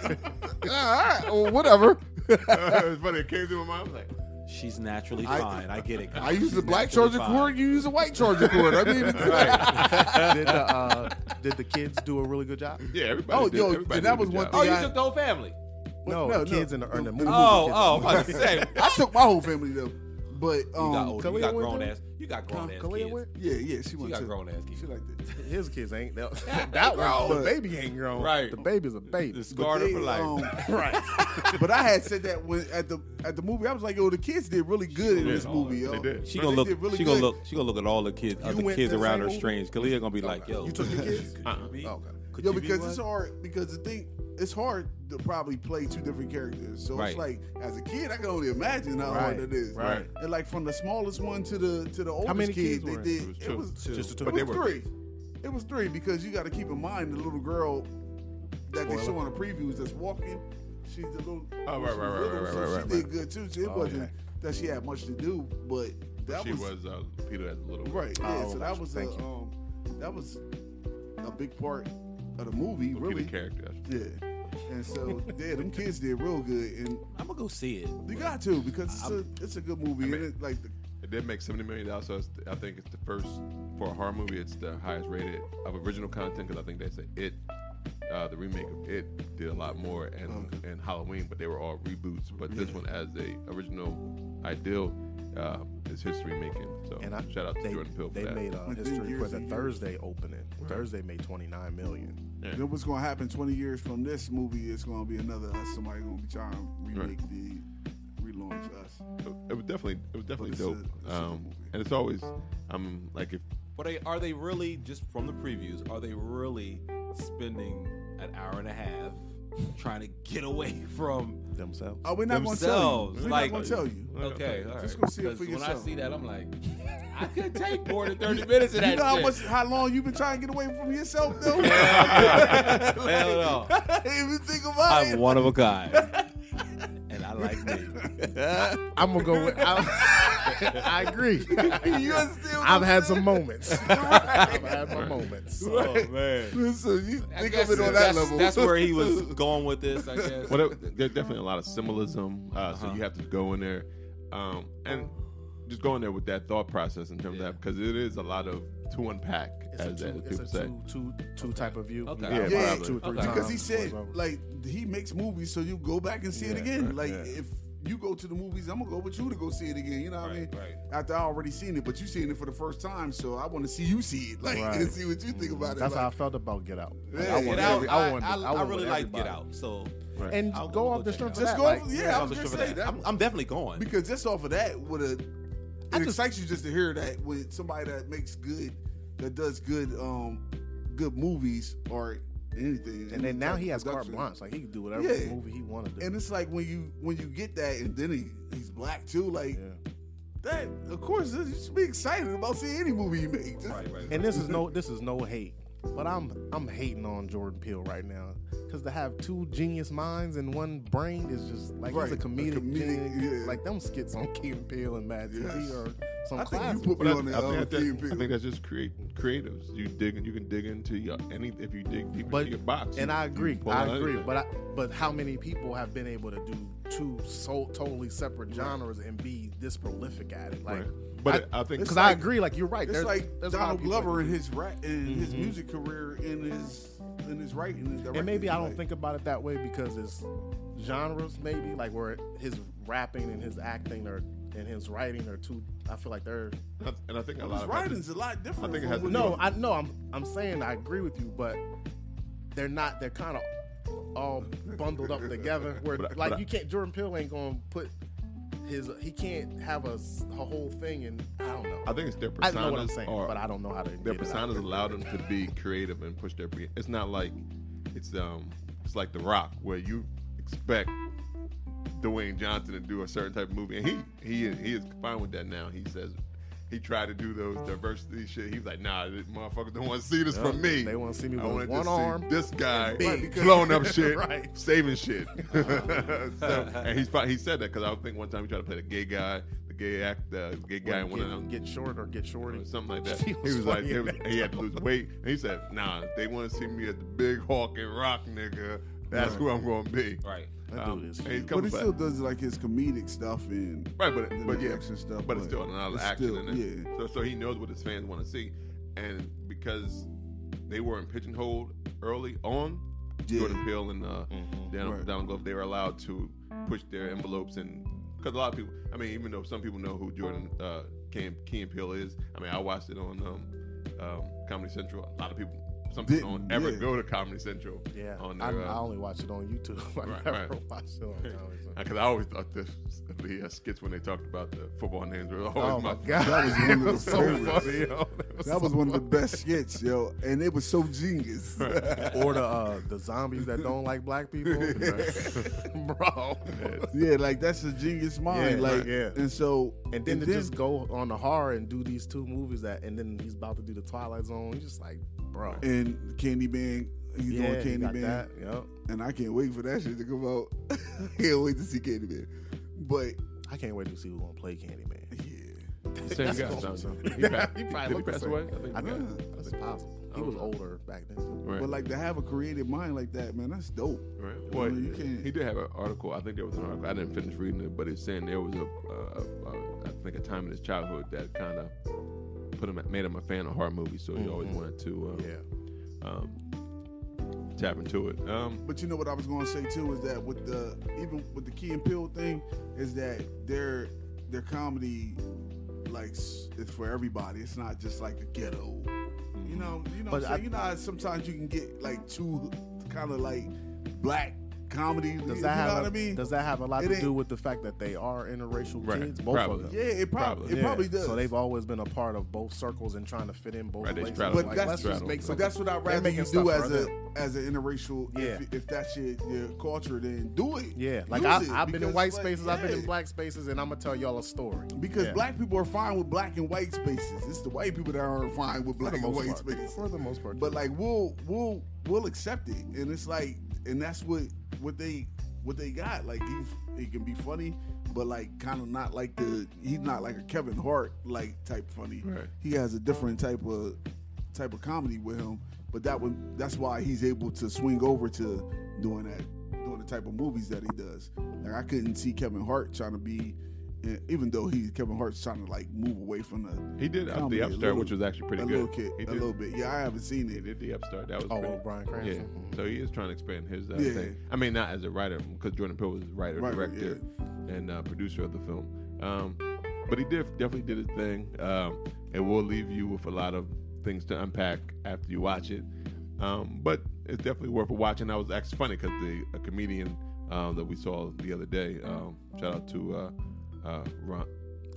Speaker 2: All right. Well, whatever.
Speaker 6: it was funny. It came through my mind. I was like,
Speaker 3: [LAUGHS] She's naturally
Speaker 2: I-
Speaker 3: fine. I get it.
Speaker 2: I use the
Speaker 3: She's
Speaker 2: black
Speaker 3: naturally
Speaker 2: charger
Speaker 3: fine.
Speaker 2: cord. You use the white charger cord. I
Speaker 3: [LAUGHS]
Speaker 2: mean, it's
Speaker 5: did, the, uh, did the kids do a really good job?
Speaker 6: yeah, everybody.
Speaker 2: [LAUGHS] Oh,
Speaker 6: did,
Speaker 2: yo,
Speaker 6: everybody
Speaker 2: and that
Speaker 6: did a
Speaker 2: was
Speaker 6: good
Speaker 2: one
Speaker 6: job.
Speaker 3: Oh, you
Speaker 2: Yeah.
Speaker 3: took the whole family.
Speaker 5: No,
Speaker 2: no,
Speaker 5: the kids
Speaker 2: no.
Speaker 5: in the, in the movie.
Speaker 3: Oh,
Speaker 5: the kids-
Speaker 3: oh, I was about
Speaker 2: [LAUGHS]
Speaker 3: to say.
Speaker 2: I took my whole family though, but
Speaker 3: You
Speaker 2: um,
Speaker 3: got older. You
Speaker 5: Kalia
Speaker 3: got
Speaker 5: went
Speaker 3: grown
Speaker 5: there?
Speaker 3: ass. You got grown ass
Speaker 5: Kalia
Speaker 3: kids.
Speaker 5: went?
Speaker 2: yeah, yeah, she
Speaker 3: You
Speaker 2: went
Speaker 3: got
Speaker 2: to.
Speaker 3: grown ass kids.
Speaker 2: She liked it.
Speaker 5: His kids ain't
Speaker 3: [LAUGHS]
Speaker 5: that. [LAUGHS] That one, the
Speaker 2: But-
Speaker 5: baby ain't grown.
Speaker 3: Right.
Speaker 5: the baby's a baby.
Speaker 3: The scarred her
Speaker 2: They,
Speaker 3: for life.
Speaker 2: um,
Speaker 3: [LAUGHS]
Speaker 2: but I had said that when at the at the movie, I was like, "Yo, the kids did really good in
Speaker 6: did.
Speaker 2: this movie,
Speaker 6: They
Speaker 2: yo."
Speaker 6: did.
Speaker 3: She gonna
Speaker 2: They
Speaker 3: look.
Speaker 2: did really
Speaker 3: she gonna
Speaker 2: good.
Speaker 3: look. She gonna look at all the kids, other
Speaker 5: went
Speaker 3: kids
Speaker 5: to the
Speaker 3: around
Speaker 5: same
Speaker 3: her
Speaker 5: movie?
Speaker 3: strange. Kalia gonna be like, "Yo,
Speaker 5: You took your kids?
Speaker 6: [LAUGHS] Uh-uh.
Speaker 3: Could you be-
Speaker 5: Okay.
Speaker 3: could
Speaker 2: Oh, Yo,
Speaker 3: you be
Speaker 2: because
Speaker 3: one?
Speaker 2: it's hard. Because the thing, it's hard to probably play two different characters. So
Speaker 3: Right.
Speaker 2: it's like, as a kid, I can only imagine how hard
Speaker 5: Right,
Speaker 2: it is.
Speaker 5: right.
Speaker 2: And like from the smallest one to the to the oldest
Speaker 5: many
Speaker 2: kid,
Speaker 5: kids
Speaker 2: they
Speaker 5: were in?
Speaker 2: did.
Speaker 6: It was two.
Speaker 2: It was,
Speaker 6: Just
Speaker 5: the two.
Speaker 2: It
Speaker 6: But they
Speaker 2: was
Speaker 6: were-
Speaker 2: three. It was three because you got to keep in mind the little girl that they
Speaker 5: Spoiler.
Speaker 2: show on the previews that's walking. She's the little.
Speaker 6: Oh, right,
Speaker 2: she's
Speaker 6: right, right,
Speaker 2: little,
Speaker 6: right,
Speaker 2: so
Speaker 6: right, right,
Speaker 2: She
Speaker 6: right.
Speaker 2: did good too. So it
Speaker 5: Oh,
Speaker 2: wasn't
Speaker 5: okay.
Speaker 2: that she had much to do, but that
Speaker 6: she was uh, Peter as a little
Speaker 2: Right. Yeah.
Speaker 5: Oh,
Speaker 2: so that was a
Speaker 5: thank you.
Speaker 2: um, that was a big part of the movie.
Speaker 6: Peter
Speaker 2: really.
Speaker 6: character.
Speaker 2: Yeah. And
Speaker 5: [LAUGHS]
Speaker 2: so yeah, them kids did real good, and
Speaker 3: I'm gonna go see it.
Speaker 2: you got to because it's a, it's a good movie.
Speaker 6: mean-
Speaker 2: and it, like the,
Speaker 6: It did make seventy million dollars. So it's, I think it's the first for a horror movie. It's the highest rated of original content because I think that's a it. Uh, the remake of it did a lot more, and
Speaker 2: Oh.
Speaker 6: and Halloween, but they were all reboots. But this one, as a original ideal, uh, is history making. So
Speaker 5: And I,
Speaker 6: shout out to
Speaker 5: they,
Speaker 6: Jordan Peele for
Speaker 5: They
Speaker 6: that.
Speaker 5: made a
Speaker 2: Within
Speaker 5: history for
Speaker 2: years
Speaker 5: the
Speaker 2: and years.
Speaker 5: Thursday opening. Thursday made twenty nine million.
Speaker 2: then what's gonna happen twenty years from this movie is gonna be another us. Somebody gonna be trying to remake the relaunch us.
Speaker 6: it was definitely it was definitely
Speaker 2: it's
Speaker 6: dope,
Speaker 2: a- it's a good
Speaker 6: um,
Speaker 2: movie.
Speaker 6: and it's always I'm like if
Speaker 3: But they, are they really just from the previews? Are they really spending an hour and a half trying to get away [LAUGHS] from?
Speaker 5: Themselves.
Speaker 2: Oh, we're not gonna tell you.
Speaker 3: Themselves,
Speaker 2: We're
Speaker 3: like-
Speaker 2: not gonna tell you.
Speaker 3: Okay, all right.
Speaker 2: Just go see it
Speaker 3: 'Cause
Speaker 2: for
Speaker 3: when I
Speaker 2: yourself.
Speaker 3: see that, I'm like, [LAUGHS] I could take more than thirty minutes of that.
Speaker 2: You know how
Speaker 3: shit.
Speaker 2: much, how long you've been trying to get away from yourself, though.
Speaker 3: [LAUGHS]
Speaker 2: [LAUGHS]
Speaker 3: Hell no.
Speaker 2: even think about
Speaker 3: I'm
Speaker 2: it.
Speaker 3: one of a kind,
Speaker 2: [LAUGHS]
Speaker 3: and I like me.
Speaker 5: I'm gonna go. With,
Speaker 2: [LAUGHS]
Speaker 5: I, I agree.
Speaker 2: you understand? what
Speaker 5: I've
Speaker 2: I'm
Speaker 5: had
Speaker 2: saying? [LAUGHS]
Speaker 5: some moments. I've had my moments.
Speaker 3: oh man.
Speaker 2: Listen, you
Speaker 3: I
Speaker 2: think
Speaker 3: guess
Speaker 2: of it on that
Speaker 3: that's,
Speaker 2: level.
Speaker 3: that's where
Speaker 2: [LAUGHS]
Speaker 3: he was going with this, I guess.
Speaker 5: [LAUGHS]
Speaker 6: Well, there- there's definitely a lot of symbolism, uh, so
Speaker 5: Uh-huh.
Speaker 6: you have to go in there um, and just go in there with that thought process in terms
Speaker 3: Yeah.
Speaker 6: of that because it is a lot of to unpack,
Speaker 5: It's a
Speaker 6: as,
Speaker 5: two,
Speaker 6: as
Speaker 5: it's
Speaker 6: people
Speaker 5: a
Speaker 6: say.
Speaker 5: two, two, two type of view.
Speaker 3: Okay.
Speaker 5: You
Speaker 6: Yeah,
Speaker 5: know,
Speaker 2: probably.
Speaker 5: Two or three
Speaker 3: Okay.
Speaker 2: because he
Speaker 5: times
Speaker 2: said
Speaker 5: before it's over.
Speaker 2: like he makes movies, so you go back and see it
Speaker 5: Yeah,
Speaker 2: again.
Speaker 5: right,
Speaker 2: like
Speaker 5: yeah.
Speaker 2: if you go to the movies, I'm gonna go with you to go see it again. You know what I mean?
Speaker 3: Right, right.
Speaker 2: After I already seen it, but you seen it for the first time, so I want to see you see it, like [LAUGHS]
Speaker 5: Right.
Speaker 2: and see what you think about
Speaker 5: That's
Speaker 2: it.
Speaker 5: how I
Speaker 2: like,
Speaker 5: felt about Get Out. Like,
Speaker 2: Yeah,
Speaker 5: I
Speaker 2: Get
Speaker 5: wanted
Speaker 3: Get out.
Speaker 5: every-
Speaker 3: I,
Speaker 5: I, wanted,
Speaker 3: I, I
Speaker 5: wanted
Speaker 3: really like Get
Speaker 5: everybody.
Speaker 3: Out. So
Speaker 6: Right.
Speaker 5: And
Speaker 3: I'll
Speaker 5: go
Speaker 3: go
Speaker 5: off the
Speaker 3: check
Speaker 5: strength
Speaker 3: it
Speaker 5: of
Speaker 2: out. Just
Speaker 5: that.
Speaker 2: go
Speaker 5: like,
Speaker 2: off- Oh, yeah, I
Speaker 3: I'll
Speaker 2: was
Speaker 3: just
Speaker 2: gonna
Speaker 3: for
Speaker 2: say
Speaker 3: that.
Speaker 2: that.
Speaker 3: I'm, I'm definitely going.
Speaker 2: because just off of that, would a it
Speaker 5: I just-
Speaker 2: excites you just to hear that with somebody that makes good, that does good, um, good movies or anything.
Speaker 5: And then now he has carte
Speaker 2: Production.
Speaker 5: blanche. Like he can do whatever
Speaker 2: Yeah.
Speaker 5: movie he wanted to.
Speaker 2: And it's like when you when you get that, and then he, he's black too. Like
Speaker 5: Yeah.
Speaker 2: That of course you should be excited about seeing any movie you make. Just-
Speaker 3: Right, right.
Speaker 5: And this is no this is no hate, but I'm I'm hating on Jordan Peele right now because to have two genius minds and one brain is just like
Speaker 2: Right,
Speaker 5: he's a
Speaker 2: a
Speaker 5: comedic,
Speaker 2: comedic,
Speaker 5: genius.
Speaker 2: yeah.
Speaker 5: Like them skits on Keenan Peele and Mad
Speaker 2: Yes.
Speaker 5: TV or some
Speaker 2: I think you
Speaker 5: classic.
Speaker 2: put me
Speaker 6: But I,
Speaker 2: on uh, the
Speaker 6: I think
Speaker 2: other
Speaker 6: that-
Speaker 2: team.
Speaker 6: I think that's just create creatives. You dig, you can dig into your any if you dig deep
Speaker 5: But-
Speaker 6: into your box.
Speaker 5: and
Speaker 6: you-
Speaker 5: I
Speaker 6: you
Speaker 5: agree,
Speaker 6: pull
Speaker 5: I
Speaker 6: out
Speaker 5: agree.
Speaker 6: anything.
Speaker 5: But I, but how many people have been able to do two so totally separate genres and be this prolific at it? Like,
Speaker 6: Right. But I think-
Speaker 5: because
Speaker 2: It's
Speaker 5: I
Speaker 2: like-
Speaker 5: agree. Like you're right.
Speaker 2: It's
Speaker 5: there's,
Speaker 2: like
Speaker 5: there's a lot
Speaker 2: Donald
Speaker 5: of people that
Speaker 2: Glover
Speaker 5: do
Speaker 2: in his right in his
Speaker 6: Mm-hmm.
Speaker 2: music career in his in his writing. His
Speaker 5: and maybe I don't
Speaker 2: directing,
Speaker 5: think about it that way because it's genres, maybe like where his rapping and his acting or and his writing are two. I feel like they're
Speaker 6: and I think a
Speaker 2: like,
Speaker 6: lot
Speaker 2: his
Speaker 6: of that-
Speaker 2: writing's a lot different.
Speaker 6: I think it
Speaker 2: from
Speaker 6: has to
Speaker 2: what
Speaker 6: do
Speaker 2: he-
Speaker 5: no, I no, I'm I'm saying I agree with you, but they're not. They're kind of all bundled up
Speaker 6: [LAUGHS]
Speaker 5: together. Where
Speaker 6: But I-
Speaker 5: like
Speaker 6: but I-
Speaker 5: you can't Jordan Peele ain't gonna put his he can't have a, s- a whole thing and I don't know.
Speaker 6: I think it's their personas.
Speaker 5: I know what I'm saying,
Speaker 6: are-
Speaker 5: but I don't know how to.
Speaker 6: their
Speaker 5: get it out
Speaker 6: personas
Speaker 5: there.
Speaker 6: allowed them to be creative and push their. Pre- it's not like it's um it's like The Rock where you expect Dwayne Johnson to do a certain type of movie, and he he is, he is fine with that now. He says. He tried to do those diversity shit. He was like, "Nah, this motherfuckers don't want to see this
Speaker 5: Yeah,
Speaker 6: from me.
Speaker 5: they wanna see me
Speaker 6: I
Speaker 5: with
Speaker 6: wanted to
Speaker 5: one
Speaker 6: see
Speaker 5: arm
Speaker 6: This guy
Speaker 2: big."
Speaker 6: [LAUGHS]
Speaker 2: Right, because-
Speaker 5: [LAUGHS]
Speaker 6: blowing up shit,
Speaker 5: Right. [LAUGHS]
Speaker 6: saving shit." [LAUGHS] so, and he's fi- he said that because I think one time he tried to play the gay guy, the gay act, the gay guy in one of them
Speaker 5: Get, get short or get shorty.
Speaker 6: or something like that.
Speaker 5: He
Speaker 6: He
Speaker 5: was
Speaker 6: was, like,
Speaker 5: funny
Speaker 6: it
Speaker 5: in
Speaker 6: was-
Speaker 5: that
Speaker 6: he had to lose weight. And he said, "Nah, if they want to see me as the big hawk and rock nigga. That's who I'm going to be." Um,
Speaker 3: Right.
Speaker 5: That dude is
Speaker 6: and he's
Speaker 5: huge.
Speaker 6: coming
Speaker 2: but he
Speaker 6: back.
Speaker 2: still does like his comedic stuff and
Speaker 6: right, but
Speaker 2: then
Speaker 6: but
Speaker 2: the
Speaker 6: yeah,
Speaker 2: action stuff,
Speaker 6: But it's
Speaker 2: but
Speaker 6: still a lot of
Speaker 2: it's
Speaker 6: action
Speaker 2: still-
Speaker 6: in it.
Speaker 2: yeah.
Speaker 6: So so he knows what his fans want to see, and because they weren't pigeonholed early on,
Speaker 2: Yeah.
Speaker 6: Jordan Peele and uh, Donald,
Speaker 2: Right.
Speaker 6: Donald Glover, they were allowed to push their envelopes and. Because a lot of people, I mean, even though some people know who Jordan uh, Keen, Keen Peele is, I mean, I watched it on um, um, Comedy Central. A lot of people, some people
Speaker 2: Didn't,
Speaker 6: don't ever
Speaker 2: yeah.
Speaker 6: go to Comedy Central.
Speaker 5: Yeah,
Speaker 6: on
Speaker 5: I,
Speaker 6: their,
Speaker 5: I
Speaker 6: uh,
Speaker 5: only watch it on YouTube. [LAUGHS] I
Speaker 6: Right,
Speaker 5: never
Speaker 6: right.
Speaker 5: watch it
Speaker 6: [LAUGHS]
Speaker 5: on television.
Speaker 6: because I always thought this, the uh, skits when they talked about the football names were always
Speaker 5: Oh
Speaker 6: my,
Speaker 5: my
Speaker 6: [LAUGHS]
Speaker 5: god,
Speaker 2: That was one of
Speaker 5: It
Speaker 2: the
Speaker 5: was so
Speaker 2: favorites.
Speaker 5: funny. yo. It
Speaker 2: That was one of the best skits, yo, and it was so genius.
Speaker 5: or the uh, the zombies that don't like black
Speaker 6: [LAUGHS]
Speaker 5: people, [LAUGHS] bro.
Speaker 2: yeah, like that's a genius mind,
Speaker 5: Yeah,
Speaker 2: like,
Speaker 5: yeah.
Speaker 2: and so
Speaker 5: And then to just go on the horror and do these two movies that, and then he's about to do the Twilight Zone. You're just like, bro.
Speaker 2: and Candyman, he's
Speaker 5: yeah,
Speaker 2: doing
Speaker 5: you got
Speaker 2: Candyman.
Speaker 5: that. Yep.
Speaker 2: and I can't wait for that shit to come out. [LAUGHS] can't wait to see Candyman. But
Speaker 5: I can't wait to see who's gonna play Candyman.
Speaker 2: yeah,
Speaker 6: Same
Speaker 5: That's
Speaker 6: guy.
Speaker 5: cool.
Speaker 6: Johnson.
Speaker 5: He
Speaker 6: He,
Speaker 5: probably
Speaker 6: passed-
Speaker 5: looked
Speaker 6: did
Speaker 5: the
Speaker 6: he pass
Speaker 5: same.
Speaker 6: away? I think he
Speaker 5: I
Speaker 6: did.
Speaker 5: think that's possible. He was
Speaker 6: Oh.
Speaker 5: older back then.
Speaker 6: Right.
Speaker 2: but like to have a creative mind like that, man, that's dope.
Speaker 6: Right. Well,
Speaker 2: you
Speaker 6: he-
Speaker 2: can't-
Speaker 6: he did have an article. I think there was an article. I didn't finish reading it, but it's saying there was a, uh, a, a I think a time in his childhood that kind of put him, made him a fan of horror movies. So he always
Speaker 2: Mm-hmm.
Speaker 6: wanted to, um,
Speaker 5: Yeah.
Speaker 6: um, tap into it. Um,
Speaker 2: But you know what I was gonna say too is that with the even with the Key and Pill thing is that their their comedy like s- it's for everybody. It's not just like a ghetto. You know, you know, what I'm
Speaker 5: But
Speaker 2: saying?
Speaker 5: I-
Speaker 2: you know. How sometimes you can get like too kind of like black comedy.
Speaker 5: Does
Speaker 2: you
Speaker 5: that have
Speaker 2: know
Speaker 5: a,
Speaker 2: what I mean?
Speaker 5: Does that have a lot
Speaker 2: It
Speaker 5: to
Speaker 2: ain't-
Speaker 5: do with the fact that they are interracial
Speaker 6: Right,
Speaker 5: kids? Both
Speaker 6: probably.
Speaker 5: of them.
Speaker 2: yeah, it probably
Speaker 6: Probably.
Speaker 2: it probably does.
Speaker 5: So they've always been a part of both circles and trying to fit in both
Speaker 6: Right, they
Speaker 5: places.
Speaker 6: straddle.
Speaker 2: But
Speaker 5: Like,
Speaker 2: that's-
Speaker 5: let's just
Speaker 6: straddle.
Speaker 5: make
Speaker 2: But
Speaker 5: something.
Speaker 2: that's what I'd rather
Speaker 5: making
Speaker 2: you
Speaker 5: stuff
Speaker 2: do
Speaker 5: for
Speaker 2: as a
Speaker 5: other-
Speaker 2: as an interracial.
Speaker 5: Yeah.
Speaker 2: If, if that's your, your culture, then do it.
Speaker 5: Yeah, like
Speaker 2: Use
Speaker 5: I,
Speaker 2: it,
Speaker 5: I've been in
Speaker 2: because,
Speaker 5: white
Speaker 2: like,
Speaker 5: spaces, I've been in
Speaker 2: yeah.
Speaker 5: black spaces, and I'm gonna tell y'all a story.
Speaker 2: Because
Speaker 5: Yeah.
Speaker 2: black people are fine with black and white spaces. It's the white people that aren't fine with
Speaker 5: for
Speaker 2: black
Speaker 5: the
Speaker 2: and
Speaker 5: most
Speaker 2: white
Speaker 5: part,
Speaker 2: spaces.
Speaker 5: for the most part.
Speaker 2: But like we'll we'll we'll accept it, and it's like, and that's what what they what they got. Like he's he can be funny, but like kind of not like the he's not like a Kevin Hart like type funny.
Speaker 6: Right.
Speaker 2: He has a different type of type of comedy with him, but that would that's why he's able to swing over to doing that doing the type of movies that he does. Like I couldn't see Kevin Hart trying to be. eh, Even though he Kevin Hart's trying to like move away from the
Speaker 6: he did up
Speaker 2: Comedy,
Speaker 6: the
Speaker 2: a
Speaker 6: upstart,
Speaker 2: little-
Speaker 6: which was actually pretty
Speaker 2: a
Speaker 6: good.
Speaker 2: little kid
Speaker 6: he
Speaker 2: a
Speaker 6: did,
Speaker 2: little bit. Yeah, I haven't seen
Speaker 6: He
Speaker 2: it.
Speaker 6: did the upstart. That was
Speaker 5: oh,
Speaker 6: pretty,
Speaker 5: well, Brian
Speaker 6: yeah.
Speaker 5: Cranston.
Speaker 6: So he is trying to expand his. Uh,
Speaker 2: Yeah.
Speaker 6: thing. I mean, not as a writer because Jordan Peele was a writer,
Speaker 2: Right, right,
Speaker 6: director, and uh, producer of the film. Um, but he did definitely did his thing. Um, it will leave you with a lot of things to unpack after you watch it. Um, but it's definitely worth a watch. And that was actually funny because the a comedian uh, that we saw the other day. Um, shout out to uh, uh, Ron,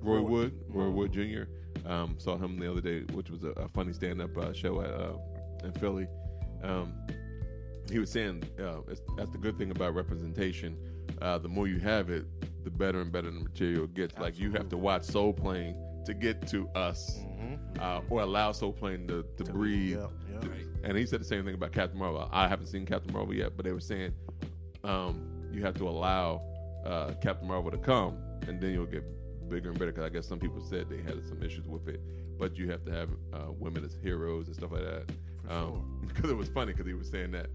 Speaker 6: Roy Wood,
Speaker 2: Mm-hmm.
Speaker 6: Roy Wood Jr. Um, saw him the other day, which was a, a funny stand-up uh, show at, uh, in Philly. Um, he was saying uh, it's, that's the good thing about representation. Uh, the more you have it, the better and better the material gets. Like you have to watch Soul Plane to get to us, uh, or allow Soul Plane to, to, breathe.
Speaker 5: Mm-hmm. yeah, yeah.
Speaker 6: To- And he said the same thing about Captain Marvel. I haven't seen Captain Marvel yet, but they were saying um, you have to allow uh, Captain Marvel to come, and then you'll get bigger and better. Because I guess some people said they had some issues with it, but you have to have uh, women as heroes and stuff like that. Um, [LAUGHS] because it was funny because he was saying that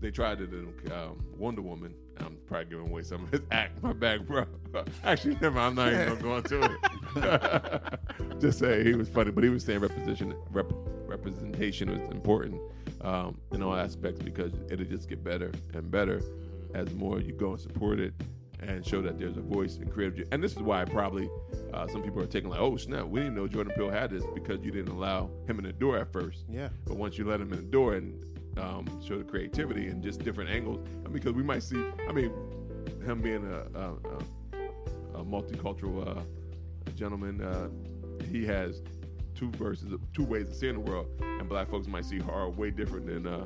Speaker 6: they tried it in um, Wonder Woman. I'm probably giving away some of his act, my back, bro. [LAUGHS] Actually, never. mind, I'm not even going to go into it. [LAUGHS] Just say he was funny, but he was saying representation, rep, representation was important um, in all aspects because it'll just get better and better as more you go and support it and show that there's a voice in creative. And this is why probably uh, some people are taking like, oh snap, we didn't know Jordan Peele had this because you didn't allow him in the door at first.
Speaker 5: Yeah.
Speaker 6: But once you let them in the door and um, show the creativity and just different angles, I mean, because we might see, I mean, him being a, a, a, a multicultural uh, gentleman, uh, he has two verses, two ways of seeing the world, and black folks might see horror way different than uh,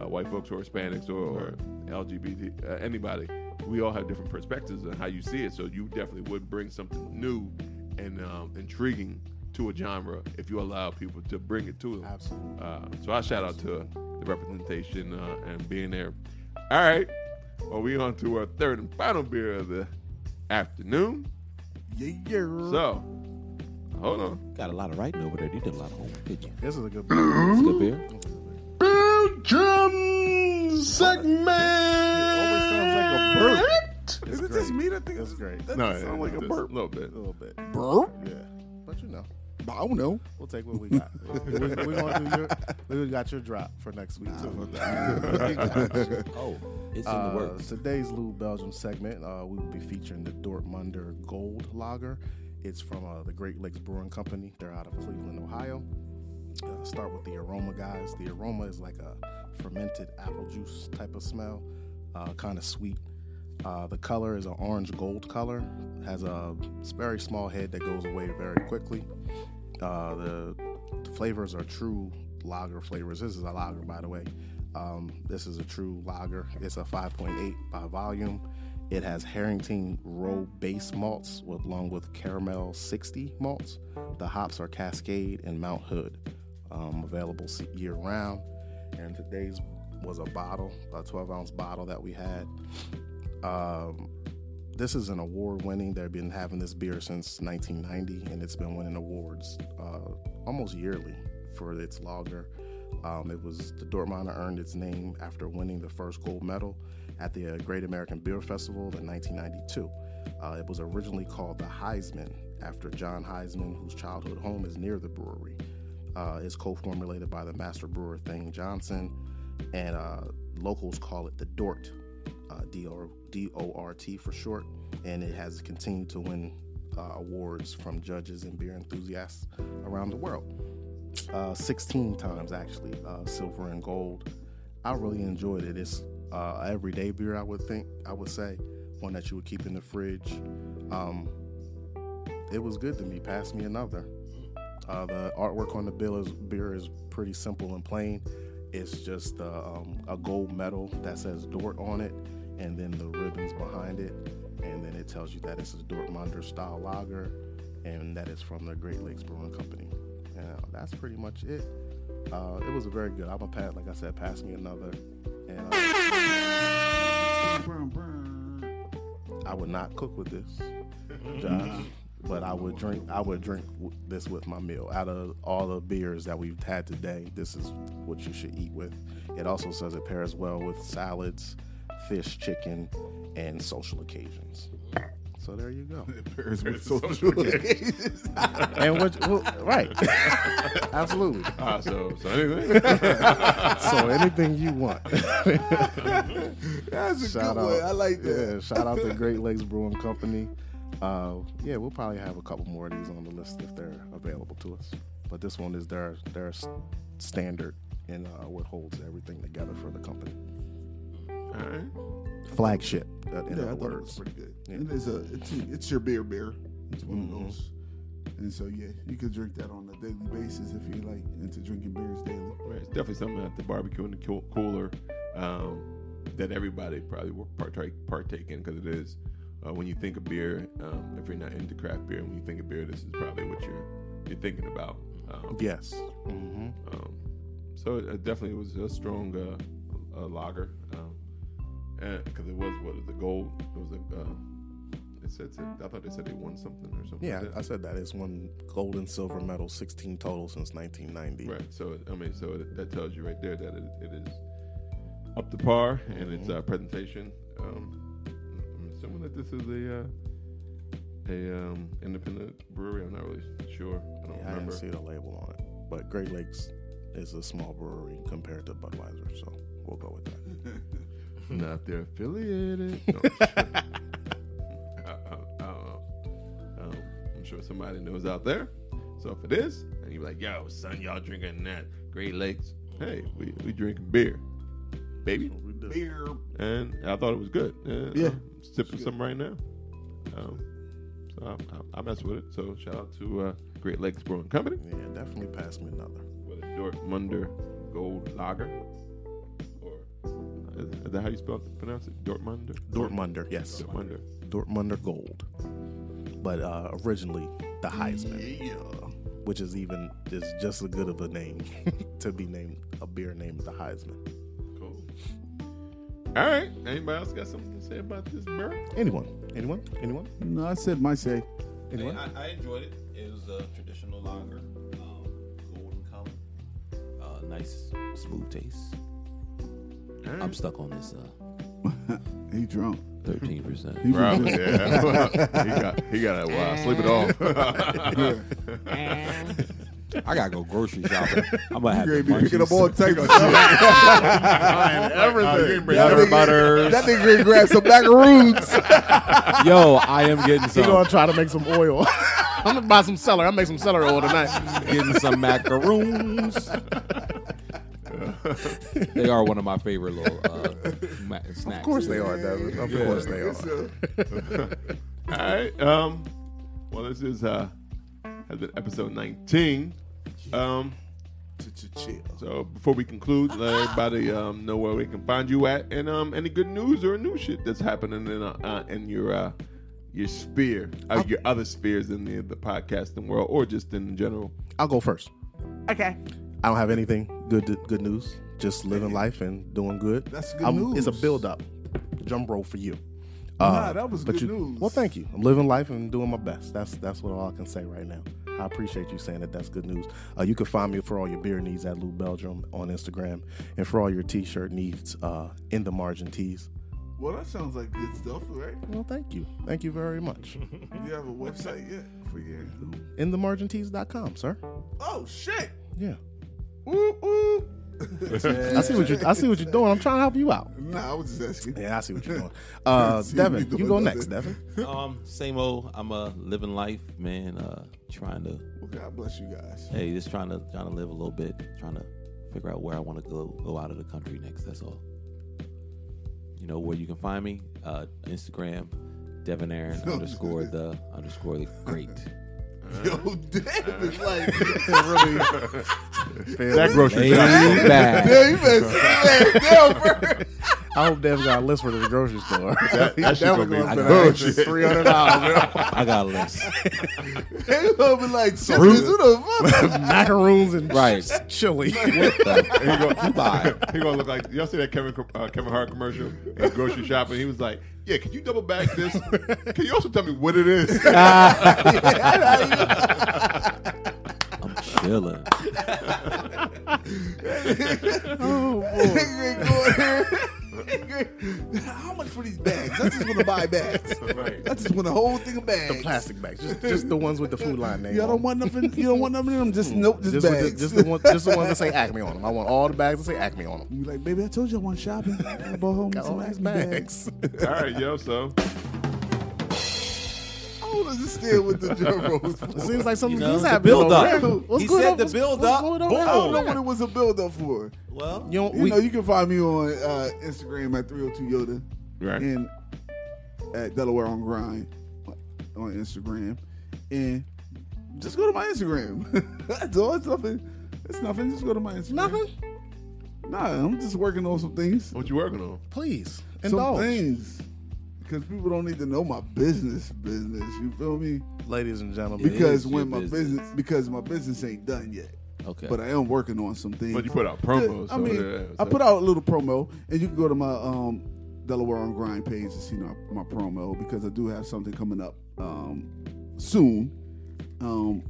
Speaker 6: uh, white folks or Hispanics or, or LGBT, uh, anybody. We all have different perspectives on how you see it, so you definitely would bring something new and um, intriguing to a genre if you allow people to bring it to them.
Speaker 5: Absolutely.
Speaker 6: Uh, so I shout out to the representation uh, and being there. All right. Well, we on to our third and final beer of the afternoon.
Speaker 5: Yeah, yeah.
Speaker 6: So, hold on.
Speaker 3: Got a lot of writing over there. You did a lot of homework, did you?
Speaker 5: This is
Speaker 2: [CLEARS THROAT]
Speaker 5: a good beer.
Speaker 2: Hmm?
Speaker 3: It's good beer.
Speaker 5: always sounds like a burp.
Speaker 2: Is it just me that thinks
Speaker 5: It's great.
Speaker 2: That
Speaker 6: No,
Speaker 2: just sound
Speaker 6: it-
Speaker 2: like a
Speaker 6: just
Speaker 2: burp.
Speaker 6: little bit.
Speaker 5: A little bit.
Speaker 2: Burp?
Speaker 5: Yeah. But you know,
Speaker 2: I don't know.
Speaker 5: we'll take what we
Speaker 2: [LAUGHS]
Speaker 5: got. we, we're going to do your, we got your drop for next week, [LAUGHS] too.
Speaker 2: [LAUGHS]
Speaker 3: Oh, it's in the
Speaker 5: Uh,
Speaker 3: works.
Speaker 5: today's Lou Belgium segment, uh, we will be featuring the Dortmunder Gold Lager. It's from uh, the Great Lakes Brewing Company. They're out of Cleveland, Ohio. Uh, start with the aroma, guys. The aroma is like a fermented apple juice type of smell, uh, kind of sweet. Uh, the color is an orange gold color. Has a very small head that goes away very quickly. Uh, the flavors are true lager flavors. This is a lager, by the way. Um, this is a true lager. It's a 5.8 by volume. It has Harrington Row base malts with, along with Caramel 60 malts. The hops are Cascade and Mount Hood. Um, available se- year round. And today's was a bottle, a 12 ounce bottle that we had. Um, this is an award winning. They've been having this beer since 1990, and it's been winning awards uh, almost yearly for its lager. Um, it was the Dortmunder earned its name after winning the first gold medal at the uh, Great American Beer Festival in 1992. Uh, it was originally called the Heisman after John Heisman, whose childhood home is near the brewery. Uh, it's co-formulated by the master brewer Thane Johnson, and uh, locals call it the Dort uh, D-O- DORT for short, and it has continued to win uh, awards from judges and beer enthusiasts around the world. Uh, 16 times, actually, uh, silver and gold. I really enjoyed it. It's uh, a everyday beer, I would think, I would say, one that you would keep in the fridge. Um, it was good to me. Pass me another. Uh, the artwork on the bill is, beer is pretty simple and plain. It's just uh, um, a gold medal that says Dort on it, and then the ribbons behind it, and then it tells you that it's a Dortmunder style lager, and that it's from the Great Lakes Brewing Company. Now, that's pretty much it. Uh, it was very good. I'm a pat, like I said, pass me another, and uh, I would not cook with this, Josh. Uh, But I would drink. I would drink w- this with my meal. Out of all the beers that we've had today, this is what you should eat with. It also says it pairs well with salads, fish, chicken, and social occasions. So there you go. [LAUGHS]
Speaker 2: Pairs with social occasions.
Speaker 5: And what? Well, right. [LAUGHS] Absolutely.
Speaker 6: Ah, so, so anyway. [LAUGHS]
Speaker 5: So anything you want. [LAUGHS]
Speaker 2: That's a
Speaker 5: Shout
Speaker 2: good one.
Speaker 5: out.
Speaker 2: I like
Speaker 5: Yeah,
Speaker 2: that.
Speaker 5: shout out to Great Lakes Brewing Company. Uh, yeah, we'll probably have a couple more of these on the list if they're available to us. But this one is their their s- standard and uh, what holds everything together for the company.
Speaker 6: All right.
Speaker 5: Flagship, uh,
Speaker 2: [LAUGHS] Yeah,
Speaker 5: in
Speaker 2: I
Speaker 5: other
Speaker 2: thought it was
Speaker 5: words.
Speaker 2: pretty good.
Speaker 5: Yeah. Mm-hmm.
Speaker 2: And it's a it's, it's your beer beer. It's one of those. And so yeah, you could drink that on a daily basis if you like into drinking beers daily.
Speaker 6: Right, It's definitely something at the barbecue and the cool- cooler um, that everybody probably will partake, partake in because it is uh, when you think of beer, um, if you're not into craft beer, when you think of beer, this is probably what you're you're thinking about. Um,
Speaker 5: Yes. Mm-hmm.
Speaker 6: um, so it, it definitely was a strong uh, uh, lager because it was what the gold. It was a. Uh, it said I thought they said they won something or something.
Speaker 5: Yeah,
Speaker 6: like that.
Speaker 5: I said that. It's won gold and silver medal, 16 total since 1990.
Speaker 6: Right. So I mean, so it, that tells you right there that it, it is up to par and
Speaker 5: Mm-hmm.
Speaker 6: its uh, presentation. Um, I'm assuming that this is a uh, a um, independent brewery. I'm not really sure. I don't
Speaker 5: Yeah, I
Speaker 6: remember.
Speaker 5: didn't see the label on it. But Great Lakes is a small brewery compared to Budweiser, so we'll go with that.
Speaker 2: Mm-hmm.
Speaker 6: not if
Speaker 5: [LAUGHS]
Speaker 6: they're affiliated. No, I'm just kidding. I, I- I don't know. Um, I'm sure somebody knows out there. So if it is, and you're like, yo, son, y'all drinking that Great Lakes? Hey, we we drinking beer, baby.
Speaker 2: Beer.
Speaker 6: and I thought it was good. And
Speaker 2: Yeah.
Speaker 6: I'm sipping some right now. Um, so I, I, I mess with it. So shout out to uh, Great Lakes Brewing Company
Speaker 5: Yeah, definitely pass me another.
Speaker 6: with a Dortmunder Gold Lager. Or is, is that how you spell it, pronounce it? Dortmunder.
Speaker 5: Dortmunder, yes.
Speaker 6: Dortmunder.
Speaker 5: Dortmunder Gold. But uh, originally, the Heisman,
Speaker 2: Yeah.
Speaker 5: which is even is just as good of a name [LAUGHS] to be named a beer named the Heisman.
Speaker 6: Cool. All right. Anybody else got something to say about this beer?
Speaker 5: Anyone? Anyone? Anyone?
Speaker 2: No, I said my say.
Speaker 5: Anyone?
Speaker 3: I, I enjoyed it. It was a traditional lager, um, golden color, uh, nice smooth taste. I'm stuck on this
Speaker 2: He drunk.
Speaker 3: 13 percent.
Speaker 2: He was
Speaker 6: Probably,
Speaker 2: [LAUGHS] just-
Speaker 6: yeah. [LAUGHS] he got he got a while. Sleep it off.
Speaker 3: I gotta go grocery shopping. I'm gonna have
Speaker 2: You
Speaker 3: to
Speaker 2: ain't be picking up all Texas.
Speaker 6: Everything.
Speaker 3: butter butters.
Speaker 2: That nigga gonna grab some macaroons.
Speaker 3: [LAUGHS] Yo, I am getting
Speaker 5: He's
Speaker 3: some
Speaker 5: gonna try to make some oil. [LAUGHS] I'm gonna buy some celery. I'll make some celery oil tonight.
Speaker 3: getting some
Speaker 5: [LAUGHS]
Speaker 3: macaroons. they are one of my favorite little uh, ma- snacks.
Speaker 5: Of course they are, Devin. Of
Speaker 3: Yeah.
Speaker 5: course they are.
Speaker 6: All right. Um, well, this is uh, has been episode 19. Um, so before we conclude, let everybody um, know where we can find you at, and um, any good news or new shit that's happening in uh, uh, in your uh, your sphere, uh, your other spheres in the the podcasting world, or just in general.
Speaker 5: I'll go first. Okay. I don't have anything good. Good news. Just living life and doing good.
Speaker 2: That's good
Speaker 5: It's a
Speaker 2: news.
Speaker 5: build up. Drum roll for you.
Speaker 2: Nah, that was
Speaker 5: Uh, but
Speaker 2: good
Speaker 5: you,
Speaker 2: news.
Speaker 5: Well, thank you. I'm living life and doing my best. That's that's what all I can say right now. I appreciate you saying that. That's good news. Uh, you can find me for all your beer needs at Lou Belgium on Instagram, and for all your T-shirt needs uh, in the margin tees.
Speaker 2: Well, that sounds like good stuff, right?
Speaker 5: Well, thank you. Thank you
Speaker 2: [LAUGHS]
Speaker 5: very much.
Speaker 2: You have a website yet for your?
Speaker 5: in the margin tees.com, sir.
Speaker 2: Oh shit!
Speaker 5: Yeah.
Speaker 2: Ooh ooh.
Speaker 5: [LAUGHS] I see what you. I see what you're doing. I'm trying to help you out.
Speaker 2: Nah, I was just asking.
Speaker 5: Yeah, I see what
Speaker 2: [LAUGHS]
Speaker 5: you're doing. Uh,
Speaker 2: See what
Speaker 5: Devin,
Speaker 2: you're doing
Speaker 5: you go
Speaker 2: out
Speaker 5: next,
Speaker 2: there.
Speaker 5: Devin.
Speaker 3: Um, same old. I'm uh, living life, man. Uh, trying to
Speaker 2: Well, God bless you guys.
Speaker 3: hey, just trying to trying to live a little bit, trying to figure out where I want to go go out of the country next. That's all. You know where you can find me? Uh, Instagram, Devin
Speaker 5: [LAUGHS]
Speaker 3: Aaron underscore the underscore the great.
Speaker 2: Yo, Dave is like really.
Speaker 6: That grocery
Speaker 3: Laid
Speaker 5: [LAUGHS]
Speaker 3: back.
Speaker 2: Dave is like, damn, bro.
Speaker 5: I hope Devin got a list for the grocery store.
Speaker 2: Uh,
Speaker 6: that shit gonna be bullshit.
Speaker 5: Three hundred dollars,
Speaker 3: I got a list.
Speaker 2: Dave gonna be like, "Chickens, who the fuck?"
Speaker 5: [LAUGHS] macaroons and
Speaker 3: Right.
Speaker 5: ch-
Speaker 2: [LAUGHS]
Speaker 5: chili.
Speaker 3: What the?
Speaker 6: He gonna, [LAUGHS]
Speaker 3: Bye.
Speaker 6: he gonna look like y'all see that Kevin uh, Kevin Hart commercial in grocery shopping. He was like, "Yeah, can you double back this? Can you also tell me what it is?"
Speaker 3: I'm chilling.
Speaker 2: Ain't going there. Ain't going- [LAUGHS] How much for these bags? I just want to buy
Speaker 5: [LAUGHS]
Speaker 2: bags.
Speaker 6: Right.
Speaker 2: I just want a whole thing of bags.
Speaker 5: The plastic bags, just, just the ones with the food line name.
Speaker 2: You
Speaker 5: on
Speaker 2: don't
Speaker 5: them.
Speaker 2: want nothing. You don't want nothing in them. Just
Speaker 3: Hmm.
Speaker 2: nope. Just,
Speaker 5: just, with the-
Speaker 2: bags.
Speaker 5: just the one, just the ones that say Acme on them. I want all the bags that say Acme on them.
Speaker 2: You like, baby, I told you I went shopping. I bought home
Speaker 5: Got all
Speaker 2: some
Speaker 5: these
Speaker 2: Acme
Speaker 5: bags.
Speaker 2: bags.
Speaker 6: All right, yo. So
Speaker 2: I don't understand what the [LAUGHS] drum rolls for.
Speaker 5: It seems like something
Speaker 3: You know,
Speaker 5: good's
Speaker 3: the
Speaker 5: happening.
Speaker 3: build
Speaker 5: over
Speaker 3: up.
Speaker 5: there. What's
Speaker 3: He
Speaker 5: good
Speaker 3: said
Speaker 5: up-
Speaker 3: the
Speaker 5: what's-
Speaker 3: build
Speaker 5: what's
Speaker 3: up.
Speaker 5: going on
Speaker 3: Boom.
Speaker 2: I
Speaker 5: over
Speaker 2: don't know
Speaker 5: there?
Speaker 2: what it was a build up for.
Speaker 3: Well,
Speaker 5: You don't,
Speaker 2: You
Speaker 5: we,
Speaker 2: know, you can find me on uh, Instagram at 302 Yoda
Speaker 6: Right.
Speaker 2: and at Delaware on Grind on Instagram. And just go to my Instagram. [LAUGHS] That's all. It's nothing. It's nothing. Just go to my Instagram.
Speaker 5: nothing.
Speaker 2: Nah, I'm just working on some things.
Speaker 6: what you working on?
Speaker 5: Please
Speaker 2: Some
Speaker 5: indulge.
Speaker 2: things. because people don't need to know my business. Business, you feel me?
Speaker 5: ladies and gentlemen.
Speaker 3: It
Speaker 2: Because
Speaker 3: is
Speaker 2: when my
Speaker 3: your business.
Speaker 2: business. because my business ain't done yet,
Speaker 3: Okay.
Speaker 2: but I am working on some things.
Speaker 6: But you put out promos.
Speaker 2: I mean, I put out a little promo, and you can go to my um, Delaware on Grind page to see my, my promo because I do have something coming up um, soon. Um,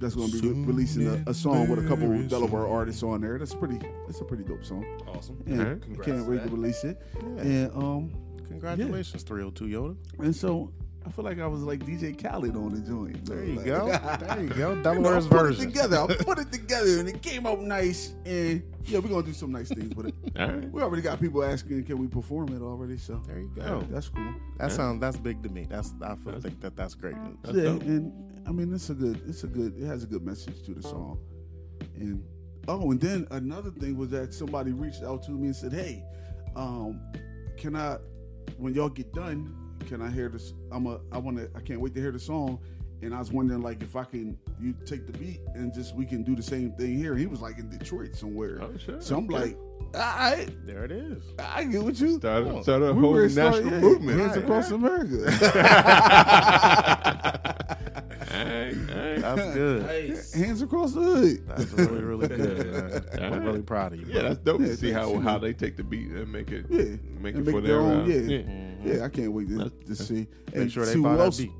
Speaker 2: that's going to be re- releasing a, a song with a couple of Delaware artists on there. That's pretty. That's a pretty dope song.
Speaker 4: Awesome.
Speaker 2: And
Speaker 6: Alright.
Speaker 2: I
Speaker 4: Congrats
Speaker 2: can't
Speaker 4: to
Speaker 2: wait
Speaker 4: that.
Speaker 2: to release it. And um,
Speaker 5: Congratulations, 302 Yoda.
Speaker 2: and so I feel like I was like DJ Khaled on the joint.
Speaker 5: There
Speaker 2: Like, [LAUGHS]
Speaker 5: you go. There you go.
Speaker 2: you know, I
Speaker 5: Delaware's
Speaker 2: put it
Speaker 5: version.
Speaker 2: together. I put it together, and it came out nice. And yeah, we're gonna do some nice things with it.
Speaker 6: All right.
Speaker 2: We already got people asking, can we perform it already? So
Speaker 5: There you go.
Speaker 2: that's cool.
Speaker 5: That sounds that's big to me. That's I feel think that that's great news.
Speaker 6: That's
Speaker 2: yeah,
Speaker 6: dope.
Speaker 2: and I mean, it's a good, it's a good, it has a good message to the song. And oh, and then another thing was that somebody reached out to me and said, hey, um, can I, when y'all get done, can I hear this? I'm a, I want to, I can't wait to hear the song. And I was wondering, like, if I can, you take the beat and just we can do the same thing here. He was like in Detroit somewhere.
Speaker 6: Oh, sure.
Speaker 2: So I'm
Speaker 6: Okay.
Speaker 2: like, all right,
Speaker 5: There it is.
Speaker 2: I get with you.
Speaker 6: Started, started a
Speaker 2: We
Speaker 6: whole
Speaker 2: were
Speaker 6: national
Speaker 2: starting- yeah,
Speaker 6: movement.
Speaker 2: Hands
Speaker 6: Right.
Speaker 2: across America.
Speaker 6: [LAUGHS] Alright, [LAUGHS] alright.
Speaker 5: That's good.
Speaker 4: Nice.
Speaker 2: Hands across the hood.
Speaker 5: That's really
Speaker 6: [LAUGHS]
Speaker 5: really good. man.
Speaker 6: All
Speaker 5: I'm
Speaker 6: right.
Speaker 5: really proud of you.
Speaker 6: Yeah,
Speaker 5: brother.
Speaker 6: that's dope
Speaker 2: Yeah,
Speaker 6: to see how
Speaker 2: thanks.
Speaker 6: how they take the beat and make it
Speaker 2: Yeah.
Speaker 6: make
Speaker 2: And
Speaker 6: it for
Speaker 2: their
Speaker 6: their
Speaker 2: own,
Speaker 6: uh,
Speaker 2: yeah. Yeah, I can't wait to, to see.
Speaker 5: Mm-hmm. Make sure they
Speaker 2: see
Speaker 5: buy
Speaker 2: who
Speaker 5: that
Speaker 2: else,
Speaker 5: beat.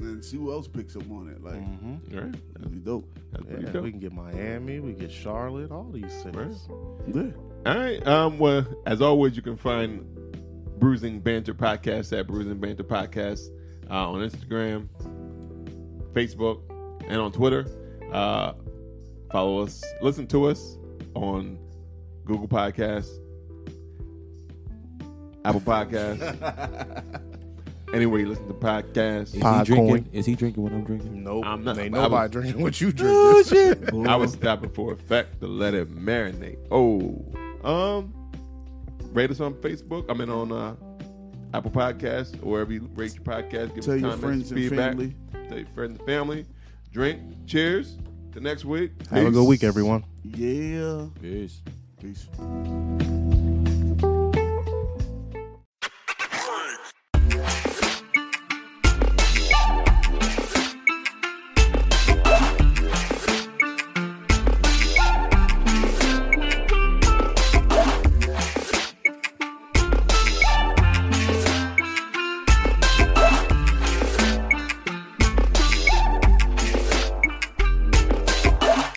Speaker 2: And see who else picks up on it. Like,
Speaker 6: Right.
Speaker 2: that'd be dope.
Speaker 6: That's Mm-hmm. pretty
Speaker 5: Yeah,
Speaker 6: dope.
Speaker 5: we can get Miami, we get Charlotte, all these cities.
Speaker 2: Yeah.
Speaker 6: All right. Um, well, as always, you can find Bruising Banter Podcast at Bruising Banter Podcast uh, on Instagram, Facebook, and on Twitter. Uh, follow us. Listen to us on Google Podcasts, Apple Podcasts,
Speaker 2: [LAUGHS]
Speaker 6: anywhere you listen to podcasts.
Speaker 3: Is he drinking?
Speaker 5: Podcoin.
Speaker 3: Is he drinking what I'm drinking?
Speaker 5: Nope.
Speaker 6: I'm not-
Speaker 5: Ain't
Speaker 6: I
Speaker 5: nobody
Speaker 6: was-
Speaker 5: drinking what
Speaker 6: [LAUGHS]
Speaker 5: you drink.
Speaker 6: I was stopping for effect to let it marinate. Oh, um, rate us on Facebook. I mean on uh, Apple Podcasts or wherever you rate your podcast. Give
Speaker 2: Tell your
Speaker 6: us comments,
Speaker 2: friends and
Speaker 6: feedback.
Speaker 2: family.
Speaker 6: Tell your friends and family. Drink. Cheers. To next week.
Speaker 5: Have a good
Speaker 6: Peace.
Speaker 5: week, everyone.
Speaker 2: Yeah.
Speaker 3: Peace.
Speaker 2: Peace.